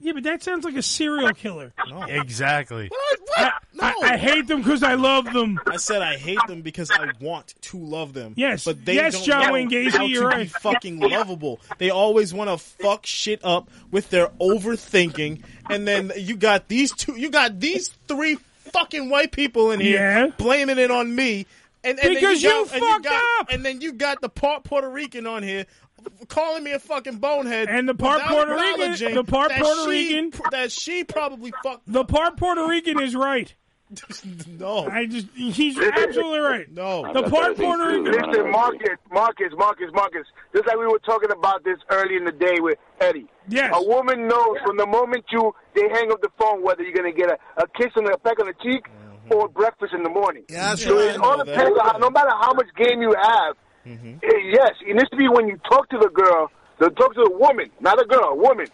S8: Yeah, but that sounds like a serial killer.
S15: Exactly.
S8: I, I hate them because I love them.
S9: I said I hate them because I want to love them.
S8: Yes.
S9: but they
S8: Yes,
S9: don't
S8: John
S9: know
S8: Wayne Gacy,
S9: how
S8: you're
S9: to be
S8: right.
S9: fucking lovable. They always want to fuck shit up with their overthinking, and then you got these two, you got these three fucking white people in here
S8: Yeah.
S9: blaming it on me, and, and then
S5: Because you
S9: got, and
S5: fucked
S9: got, up, and then you got the part Puerto Rican on here. Calling me a fucking bonehead,
S8: And the part
S9: without
S8: Puerto Rican-
S9: acknowledging
S8: the part
S9: that
S8: Puerto
S9: she-
S8: Rican-
S9: that she probably fucked
S8: The part Puerto Rican is right.
S9: No,
S8: I just he's absolutely right.
S9: No,
S8: the part Puerto Rican.
S4: Listen, Marcus, Marcus, Marcus, Marcus. Just like we were talking about this early in the day with Eddie.
S8: Yes.
S4: A woman knows from the moment you they hang up the phone whether you're gonna get a, a kiss and a peck on the cheek or breakfast in the morning. Yeah,
S5: that's
S4: so
S5: right.
S4: it all depends on how, no matter how much game you have.
S14: Mm-hmm.
S8: Mm-hmm.
S4: eh, Yes, it needs to be when you talk to the girl, the talk to the woman, not a girl, a woman.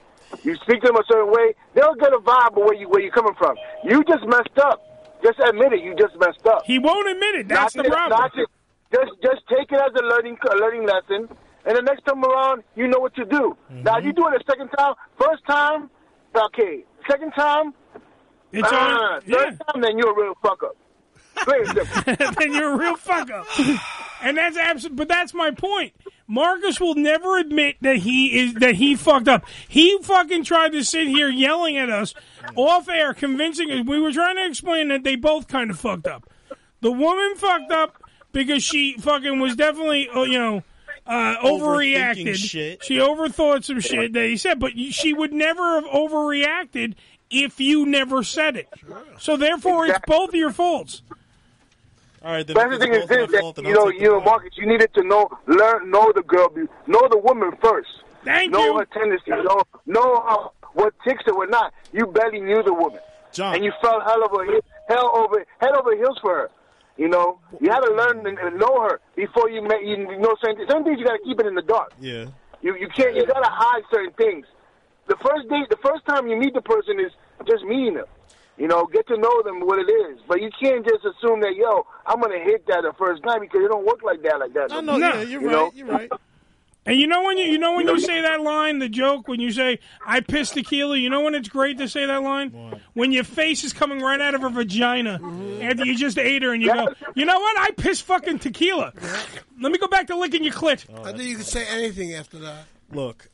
S4: You speak to them a certain way, they'll get a vibe of where you where you're coming from. You just messed up. Just admit it. You just messed up.
S8: He won't admit it. That's the problem.
S4: just just take it as a learning a learning lesson, and the next time around, you know what to do.
S8: Mm-hmm.
S4: Now you do it a second time. First time, okay. Second time,
S8: It's
S4: uh,
S8: all-
S4: third time, then you're a real fuck up. Plain and simple.
S8: then you're a real fuck up. And that's absolute. But that's my point. Marcus will never admit that he is that he fucked up. He fucking tried to sit here yelling at us off air, convincing us we were trying to explain that they both kind of fucked up. The woman fucked up because she fucking was definitely uh, you know uh,
S9: Overthinking
S8: overreacted.
S9: shit.
S8: She overthought some shit that he said, but you- she would never have overreacted if you never said it. So therefore, it's both your faults.
S9: All right,
S4: But that's the thing is this: that, you know, you know, Marcus, you needed to know, learn, know the girl, be- know the woman first.
S8: Thank
S4: know you. Know her tendencies. Know, know how, uh, what ticks her, what not. You barely knew the woman,
S9: John.
S4: and you fell hell over heel- hell over head over heels for her. You know, you had to learn and and know her before you met. You know certain things. Some things you got to keep it in the dark.
S9: Yeah.
S4: You you can't. You got to hide certain things. The first date, the first time you meet the person is just meeting them. You know, get to know them what it is. But you can't just assume that yo, I'm gonna hit that the first night because it don't work like that like that.
S9: No,
S8: no, yeah, you're
S4: you
S8: right,
S4: Know?
S9: You're right.
S8: And you know when you, you know when you say that line, the joke when you say "I pissed tequila," you know when it's great to say that line when your face is coming right out of her vagina after you just ate her, and you go, "You know what? I pissed fucking tequila." Let me go back to licking your clit.
S9: Oh,
S6: I think you could say anything after that.
S9: Look,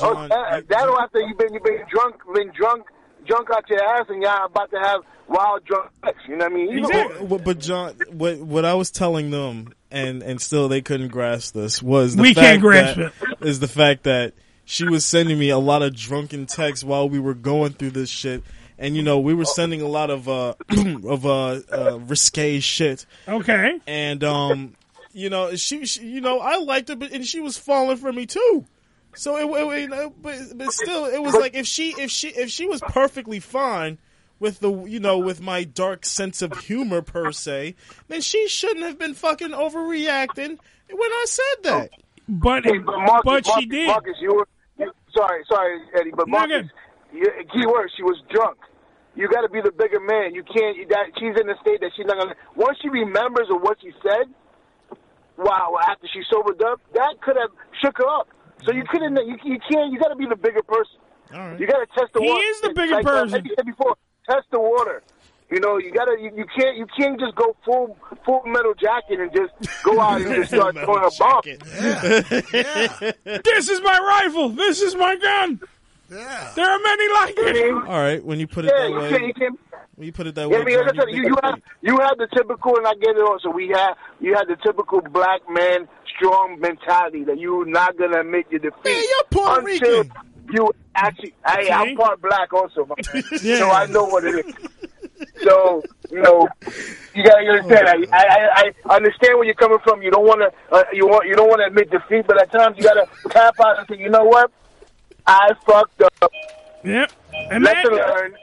S4: oh, that, that'll after you've been you been drunk, been drunk, drunk out your ass, and y'all about to have wild drunk sex. You know what I mean? You know-
S9: But, but John, what what I was telling them, and and still they couldn't grasp this was the
S8: We
S9: fact
S8: can't grasp
S9: that- is the fact that she was sending me a lot of drunken texts while we were going through this shit. And you know we were sending a lot of uh of uh, uh risque shit.
S8: Okay.
S9: And um, you know she, she you know I liked her, but and she was falling for me too. So it, it, it- but but still it was like if she if she if she was perfectly fine with the you know with my dark sense of humor per se, then she shouldn't have been fucking overreacting when I said that.
S8: But
S4: Hey, but Marcus, Marcus, Marcus, you were you, sorry, sorry, Eddie, but Marcus, you, key word, she was drunk. You got to be the bigger man. You can't. You, that she's in a state that she's not gonna. Once she remembers of what she said, wow. After she sobered up, that could have shook her up. So you couldn't. You, you can't. You got to be the bigger person. You got to test the
S8: He
S4: water.
S8: is the bigger
S4: uh,
S8: person.
S4: Like you said before, test the water. You know, you gotta, you, you can't, you can't just go full, full metal jacket and just go out and just start throwing a bomb.
S8: this is my rifle. This is my gun. There are many like it.
S9: All right, when you put it
S4: Yeah,
S9: that
S4: you
S9: way,
S4: can't- you can't-
S9: when you put it
S4: Yeah,
S9: that way,
S4: I mean, like I
S9: John,
S4: said,
S9: you
S4: you,
S9: think
S4: you
S9: I'm
S4: have you have the typical, and I get it also. We have you have the typical black man strong mentality that you're not gonna admit your defeat. Yeah, you're Puerto until
S9: Rican.
S4: You actually, I, I'm
S9: See?
S4: part black also, my man. so I know what it is. So you know, you
S9: Oh,
S4: gotta understand. I, I, I I understand where you're coming from. You don't want to uh, you want you don't want to admit defeat, but at times you gotta tap out and say, you know what, I fucked up.
S8: Yep.
S4: Lesson learned.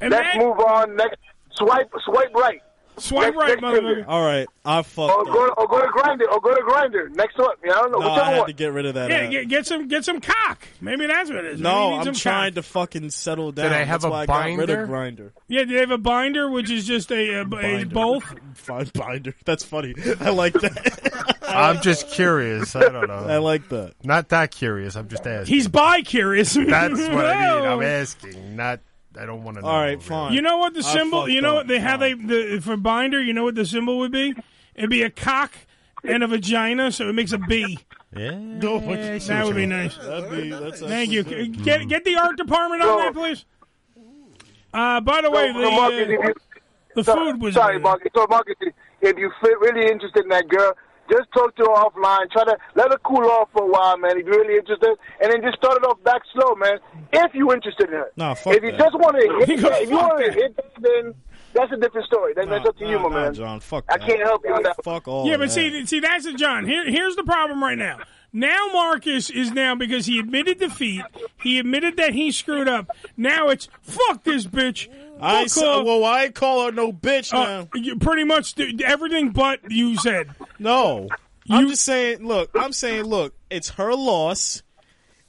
S4: Let's move on. Next, swipe swipe right.
S8: Swipe
S4: right, motherfucker.
S9: All right, I
S4: Or
S9: fucked up.
S4: go or go to grinder or go to grinder. Next up, yeah, I don't know.
S9: No, I
S4: Whichever
S9: had
S4: one.
S9: to get rid of that.
S8: Yeah,
S9: app.
S8: get, get some get some cock. Maybe that's what it is. Maybe you
S9: No,
S8: need
S9: I'm
S8: some
S9: trying
S8: cock.
S9: to fucking settle down.
S8: I have
S9: That's
S8: a
S9: why I got rid
S8: binder?
S9: of grinder.
S8: Yeah, do they have a binder, which is just a, a, a both?
S9: Fine binder. That's funny. I like that.
S15: I'm just curious. I don't know.
S9: I like that.
S15: Not that curious. I'm just asking.
S8: He's bi curious.
S15: That's what I mean. I'm
S8: Whoa.
S15: asking. Not. I don't want to know.
S9: All right, fine.
S8: You know what the
S9: I
S8: symbol?
S9: fucked
S8: You know
S9: up.
S8: what they how they the, for binder? You know what the symbol would be? It'd be a cock and a vagina, so it makes a B.
S15: Yeah,
S8: that would be nice.
S9: That'd be, that's
S8: Thank you.
S9: actually good.
S8: Get get the art department on that, please. Uh, by the way,
S4: So,
S8: the,
S4: so Marcus, if
S8: uh,
S4: you-
S8: the
S4: so-
S8: food was
S4: sorry, Marcus. So Marcus, if you feel really interested in that girl, just talk to her offline. Try to let her cool off for a while, man. If you're really interested, and then just start it off back slow, man. If you're interested in her,
S9: Nah, fuck
S4: if you
S9: that.
S4: just want to
S9: He
S4: hit,
S9: goes,
S4: if you
S9: "Fuck
S4: want to hit, that, then that's a different story. That, that's up to you, my
S9: nah,
S4: man.
S9: John, fuck
S4: I
S9: that.
S4: can't help you with that.
S9: Fuck all.
S8: yeah, but
S9: that.
S8: see, see, that's a John. Here, here's the problem right now. Now Marcus is now because he admitted defeat. He admitted that he screwed up. Now it's fuck this bitch.
S9: I
S8: Fuck
S9: saw,
S8: her.
S9: well, I call her no bitch
S8: Uh,
S9: now.
S8: you- pretty much th- everything but you said.
S9: No, I'm just saying. Look, I'm saying. Look, it's her loss,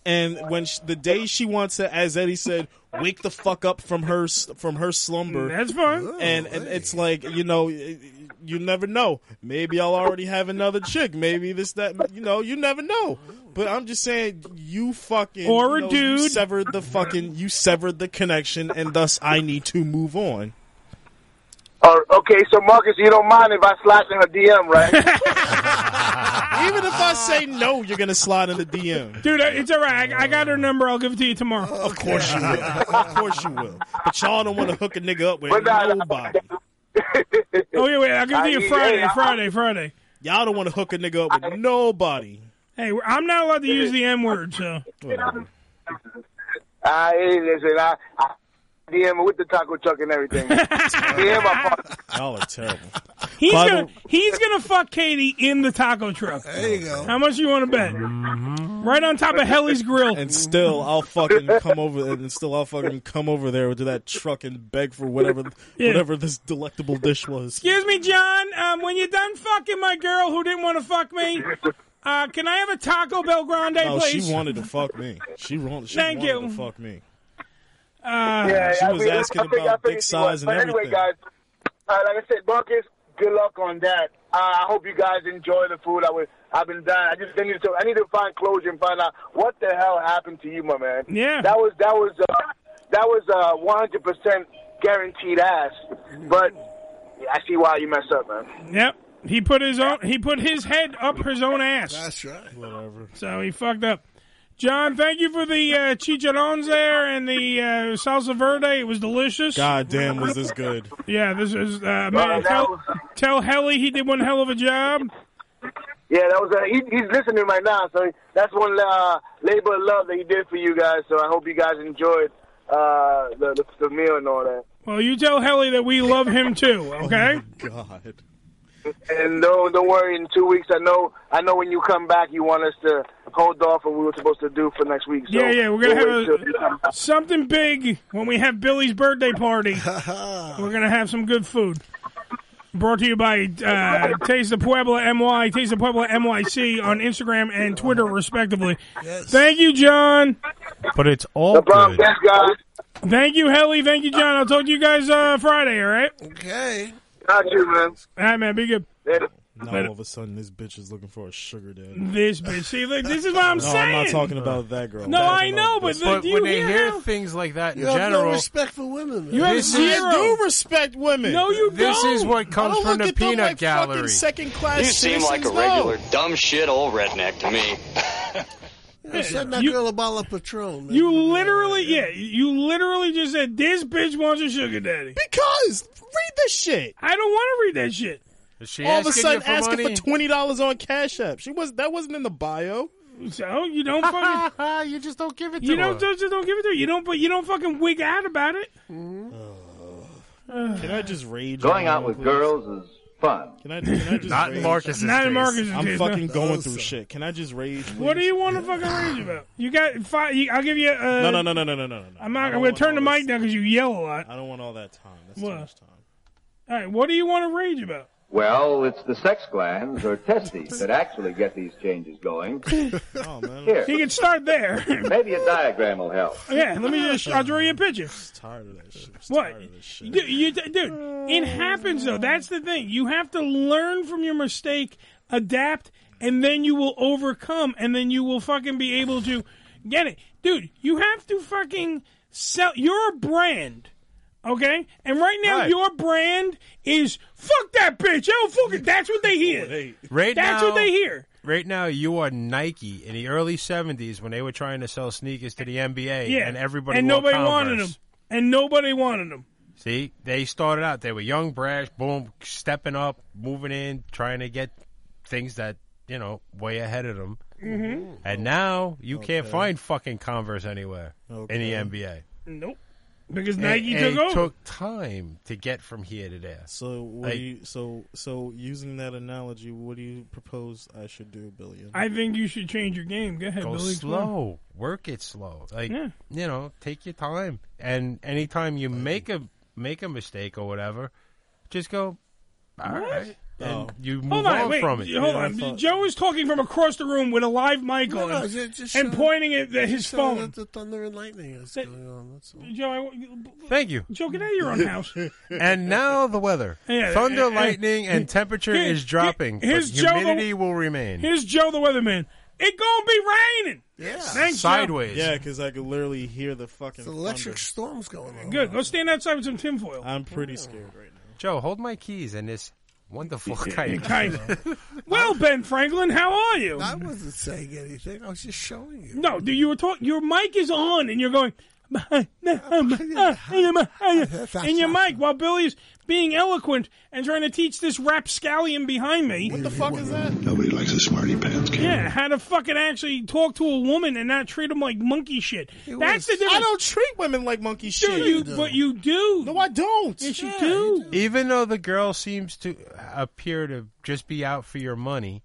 S9: and when sh the day she wants to, as Eddie said, wake the fuck up from her s- from her slumber.
S8: That's fine.
S9: And and it's like you know, y- y- you never know. Maybe I'll already have another chick. Maybe this that you know, you never know. But I'm just saying, you fucking
S8: Or
S9: you
S8: a
S9: know, You
S8: dude.
S9: severed the fucking you severed the connection, and thus I need to move on.
S4: All right, okay, so Marcus, you don't mind if I slide in her DM, right?
S9: Even if I say no, you're gonna slide in the DM.
S8: Dude, uh, it's all right. I, I got her number. I'll give it to you tomorrow.
S9: Of course you will. Of course you will. But y'all don't want to hook a nigga up with nobody.
S8: Oh yeah, wait. I'll give it to you Friday, Friday, Friday.
S9: Y'all don't want to hook a nigga up with nobody.
S8: Hey, we're- I'm not allowed to use the M word, so
S4: I hey, listen, I, I DM her with the taco truck and everything. DM my partner.
S9: Y'all are terrible.
S8: he's
S9: By the-
S8: gonna he's gonna fuck Katie in the taco truck. There you go. How much you want to bet? Right on top of Helly's Grill.
S9: And still, I'll fucking come over, and still, I'll fucking come over there to that truck and beg for whatever,
S8: Yeah.
S9: whatever this delectable dish was.
S8: Excuse me, John. Um, when you're done fucking my girl who didn't want to fuck me, uh, can I have a Taco Bell Grande,
S9: no,
S8: please?
S9: Oh, she wanted to fuck me. She, wa- she
S8: Thank
S9: wanted
S8: you.
S9: to fuck me.
S8: Uh,
S4: Yeah,
S9: Ah, she
S4: I
S9: was
S4: mean, I
S9: asking
S4: think- I
S9: about
S4: think
S9: dick
S4: she was.
S9: size and
S4: But anyway,
S9: everything.
S4: guys, uh, like I said, Marcus, good luck on that. Uh, I hope you guys enjoy the food. I was, I've been dying. I just I need to, I need to find closure and find out what the hell happened to you, my man.
S8: Yeah.
S4: that was that was uh, that was uh, 100% guaranteed ass. But yeah, I see why you messed up, man.
S8: Yep. He put his own. He put his head up his own ass.
S6: That's right.
S9: Whatever.
S8: So he fucked up. John, thank you for the uh, chicharrones there and the uh, salsa verde. It was delicious.
S9: God damn, was this good?
S8: Yeah, this is uh,
S4: Well,
S8: man.
S4: that
S8: Tell,
S4: was-
S8: tell Helly he did one hell of a job.
S4: Yeah, that was. Uh, he, he's listening right now, so that's one uh, labor of love that he did for you guys. So I hope you guys enjoyed uh, the, the the meal and all that.
S9: Oh,
S8: Well, you tell Helly that we love him too. Okay.
S9: God.
S4: And no, don't worry. In two weeks, I know. I know when you come back, you want us to hold off on what we were supposed to do for next week. So
S8: yeah, yeah, we're gonna
S4: we'll wait till you
S8: have
S4: come
S8: a, something big when we have Billy's birthday party. we're gonna have some good food. Brought to you by uh, Taste of Puebla MY, Taste of Puebla MYC on Instagram and Twitter, respectively. Thank you, John.
S15: But it's all
S4: No problem. Thanks, guys.
S8: Thank you, Helly. Thank you, John. I'll talk to you guys uh, Friday. All right.
S4: Okay. Got you, man.
S8: All right, man. Be good.
S9: Now
S8: Later.
S9: all of a sudden, this bitch is looking for a sugar daddy.
S8: This bitch. See, look, this is what I'm
S9: no,
S8: saying.
S9: I'm not talking about that girl.
S8: No,
S9: I'm
S8: I
S9: talking
S8: know,
S9: about
S8: but
S9: this
S8: look,
S9: bitch.
S8: do you
S10: when they
S8: hear
S10: hear
S8: how-
S10: things like that in
S6: You have
S10: general,
S6: no respect for women. Man.
S8: You have
S10: This is-
S8: zero.
S10: I do
S9: respect women.
S8: No, you
S10: This
S8: don't.
S10: is what comes
S8: I don't
S10: from
S8: look
S10: the
S8: at them
S10: peanut
S8: like fucking
S10: gallery.
S8: Second class.
S7: You seem like a
S6: citizens,
S7: regular
S6: no.
S7: dumb shit old redneck to me.
S6: You send that girl a bottle of Patron. Man.
S8: You literally, yeah, you literally just said this bitch wants a sugar daddy
S9: because read this shit.
S8: I don't want to read that shit.
S10: Is she
S9: all of a
S10: asking
S9: sudden
S10: you for
S9: asking
S10: money?
S9: for twenty dollars on Cash App. She was that wasn't in the bio.
S8: So you don't fucking
S15: you just don't give it
S8: you don't just, just don't give it to her. You don't, but you don't fucking wig out about it.
S9: Mm-hmm. Can I just rage?
S14: Going
S9: on
S14: out
S9: her,
S14: with
S9: please?
S14: girls is fun.
S9: Can I, can I just
S14: Not in
S9: rage?
S14: Marcus's Not in case. Marcus's
S9: I'm
S14: case,
S9: fucking
S14: no.
S9: going through shit. Can I just rage?
S8: What do you want to fucking rage about? You got five. You, I'll give you. Uh,
S9: No, no, no, no, no, no, no. no.
S8: I'm not. I'm gonna turn the mic down because you yell a lot.
S9: I don't want all that time. That's
S8: too much time. All right, what do you want to rage about?
S14: Well, it's the sex glands or testes that actually get these changes going.
S8: Oh,
S14: Here,
S8: You can start there.
S14: maybe a diagram will help.
S8: yeah, let me just. I'll draw you a picture.
S9: tired of that shit.
S8: What? Dude, you, dude, it happens though. That's the thing. You have to learn from your mistake, adapt, and then you will overcome, and then you will fucking be able to get it. Dude, you have to fucking sell your brand. Okay, and right now
S10: Right.
S8: your brand is fuck that bitch. Oh, fuck it. That's what they hear.
S10: Right
S8: That's
S10: now-
S8: what they hear.
S10: Right now, you are Nike in the early '70s when they were trying to sell sneakers to the NBA,
S8: Yeah,
S10: and everybody
S8: and
S10: wore
S8: nobody
S10: Converse.
S8: wanted them, and nobody wanted them.
S10: See, they started out. They were young, brash, boom, stepping up, moving in, trying to get things that you know way ahead of them.
S8: Mhm.
S10: And now you can't
S8: Okay.
S10: find fucking Converse anywhere in the NBA.
S8: Nope, because
S10: And-
S8: Nike
S10: and
S8: took over.
S10: It took time to get from here to there.
S9: So what do you, so so using that analogy, what do you propose I should do, Billion?
S8: I think you should change your game. Go ahead,
S10: go
S8: Billy. explain.
S10: slow, work it slow. Like
S8: Yeah.
S10: you know, take your time. And anytime you make a make a mistake or whatever, just go. All right,
S8: What?
S10: and
S8: Oh.
S10: you move
S8: Hold on,
S10: on
S8: wait,
S10: from it.
S8: Hold on. Joe is talking from across the room with a live mic
S6: No,
S8: on
S6: no, ju- just
S8: and
S6: show-
S8: pointing at the- his
S6: just show
S8: phone.
S6: that The thunder and lightning is going on. That's all.
S8: Joe, I w
S10: Thank you.
S8: Joe, get out of your own house.
S10: And now the weather:
S8: Yeah,
S10: thunder,
S8: and-
S10: lightning, and temperature
S8: Here-
S10: is dropping.
S8: here- here's
S10: but
S8: Joe the-
S10: humidity will remain.
S8: Here's Joe the weatherman. It gonna be raining. Yeah. Thanks, Joe.
S10: Sideways.
S9: Yeah, because I could literally hear the fucking
S6: electric
S9: thunder.
S6: storms going on.
S8: Good. Go stand outside with some tinfoil.
S9: I'm pretty scared right now.
S10: Joe, hold my keys and this wonderful
S8: Kind
S10: kite.
S8: of. well, Ben Franklin, how are you?
S6: I wasn't saying anything. I was just showing you.
S8: No, dude, you were talking. Your mic is on, and you're going. and your mic while Billy is being eloquent and trying to teach this rapscallion behind me. What the fuck is that?
S17: Nobody likes a smarty pants kid.
S8: Yeah, how to fucking actually talk to a woman and not treat them like monkey shit. That's the difference.
S9: I don't treat women like monkey shit.
S8: Dude, you, but you do.
S9: No, I don't.
S8: Yes, you do.
S10: even though the girl seems to appear to just be out for your money,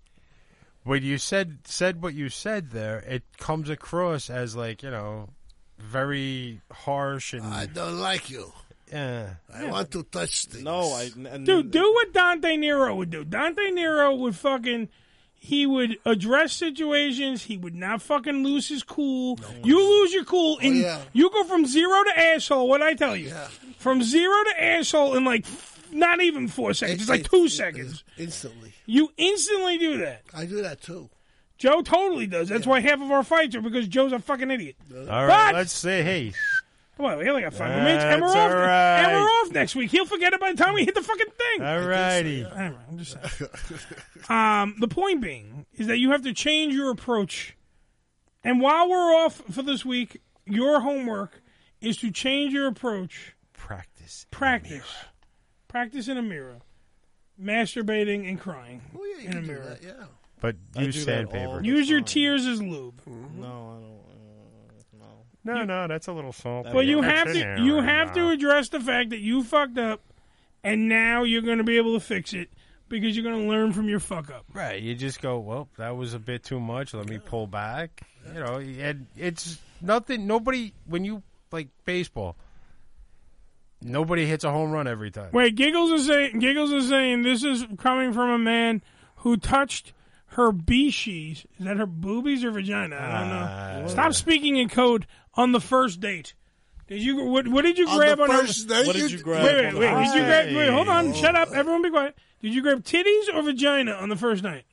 S10: when you said said what you said there, it comes across as like you know, very harsh and
S6: I don't like you.
S10: Yeah.
S6: I want to touch things.
S9: No, I. And,
S8: Dude, do what Dante Nero would do. Dante Nero would fucking. He would address situations. He would not fucking lose his cool. you lose your cool, and
S6: Oh, yeah.
S8: you go from zero to asshole. What I tell you, from zero to asshole in like f- not even four seconds. It's like two seconds.
S6: Instantly.
S8: You instantly do that.
S6: I do that too.
S8: Joe totally does. That's why half of our fights are because Joe's a fucking idiot.
S10: All right,
S8: But-
S10: let's say hey.
S8: Come on, we only got five more minutes, and we're
S10: That's
S8: off.
S10: all right.
S8: And we're off next week. He'll forget it by the time we hit the fucking thing.
S10: All righty.
S8: All right, I'm just saying. um, the point being is that you have to change your approach. And while we're off for this week, your homework is to change your approach.
S10: Practice.
S8: Practice. Practice in a mirror. Masturbating and crying in a mirror.
S6: yeah.
S10: But
S9: I
S10: use
S9: do that
S10: sandpaper.
S9: all
S8: Use your tears as lube.
S9: No,
S10: no, no, that's a little salt.
S8: But you have to
S6: uh,
S8: you have to address the fact that you fucked up, and now you're going to be able to fix it because you're going to learn from your fuck up.
S10: Right. You just go, well, that was a bit too much. Let me pull back. You know, and it's nothing. Nobody, when you like baseball, nobody hits a home run every time.
S8: Wait, Giggles is saying Giggles is saying this is coming from a man who touched her beeshees. Is that her boobies or vagina? I don't
S6: Uh,
S8: know. Stop speaking in code on the first date. Did you what, what did you
S6: On
S8: grab
S6: the
S8: on her-
S6: first date? What did you grab
S8: Wait, wait,
S6: on
S8: wait.
S6: the
S8: Did
S6: first
S8: you grab
S6: date?
S8: wait, hold on, shut up. Everyone be quiet. Did you grab titties or vagina on the first night?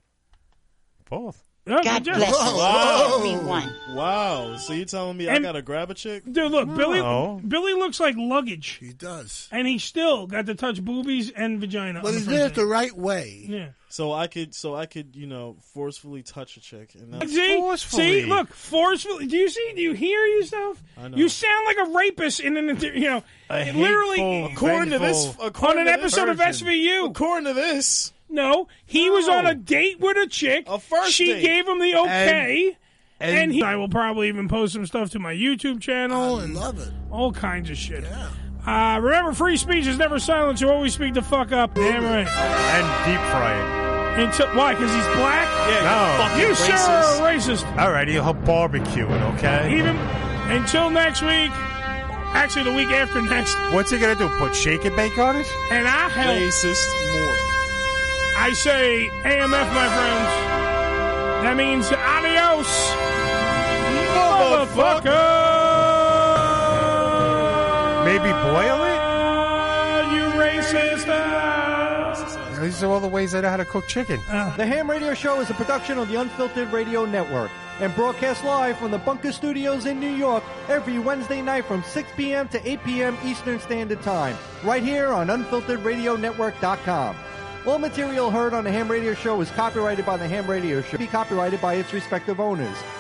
S10: Both.
S8: God
S9: bless Wow.
S8: everyone.
S9: Wow. So you telling me
S8: And-
S9: I gotta grab a chick?
S8: Dude, look,
S9: No.
S8: Billy Billy looks like luggage. He
S6: does.
S8: And he still got to touch boobies and vagina.
S9: But
S8: on the
S9: he
S8: first
S9: did it
S8: date.
S9: the
S6: right way.
S8: Yeah.
S9: So I could, so I could, you know, forcefully touch a chick, and that's
S8: See, see, look, forcefully. Do you see? Do you hear yourself?
S9: I know.
S8: You sound like a rapist in an, inter- you know,
S9: A
S8: it literally.
S9: hateful, According to this- vengeful according
S8: on
S9: to
S8: an
S9: this
S8: episode of
S9: version.
S8: SVU.
S9: According to this,
S8: no, he was on a date with a chick. A
S9: first
S8: she
S9: date.
S8: gave him the okay, and,
S9: and-
S8: he, I will probably even post some stuff to my YouTube channel and
S6: love it.
S8: All kinds of shit. Uh, remember, free speech is never silent. You always speak the fuck up. Damn right.
S10: And deep frying.
S8: Until, why? Because he's black.
S10: no.
S8: You sure are a racist.
S10: All right, you'll barbecue it, okay?
S8: Even until next week, actually the week after next,
S10: What's he gonna do? Put shake and bake on it?
S8: and I help.
S9: Racist more.
S8: I say AMF, my friends. That means adios, motherfucker.
S10: Maybe boil it?
S8: Ah, You racist. ass.
S10: These are all the ways I know how to cook chicken.
S3: The Ham Radio Show is a production of the Unfiltered Radio Network and broadcast live from the Bunker Studios in New York every Wednesday night from 6 p.m. to 8 p.m. Eastern Standard Time, right here on unfilteredradionetwork.com. All material heard on the Ham Radio Show is copyrighted by the Ham Radio Show, be copyrighted by its respective owners.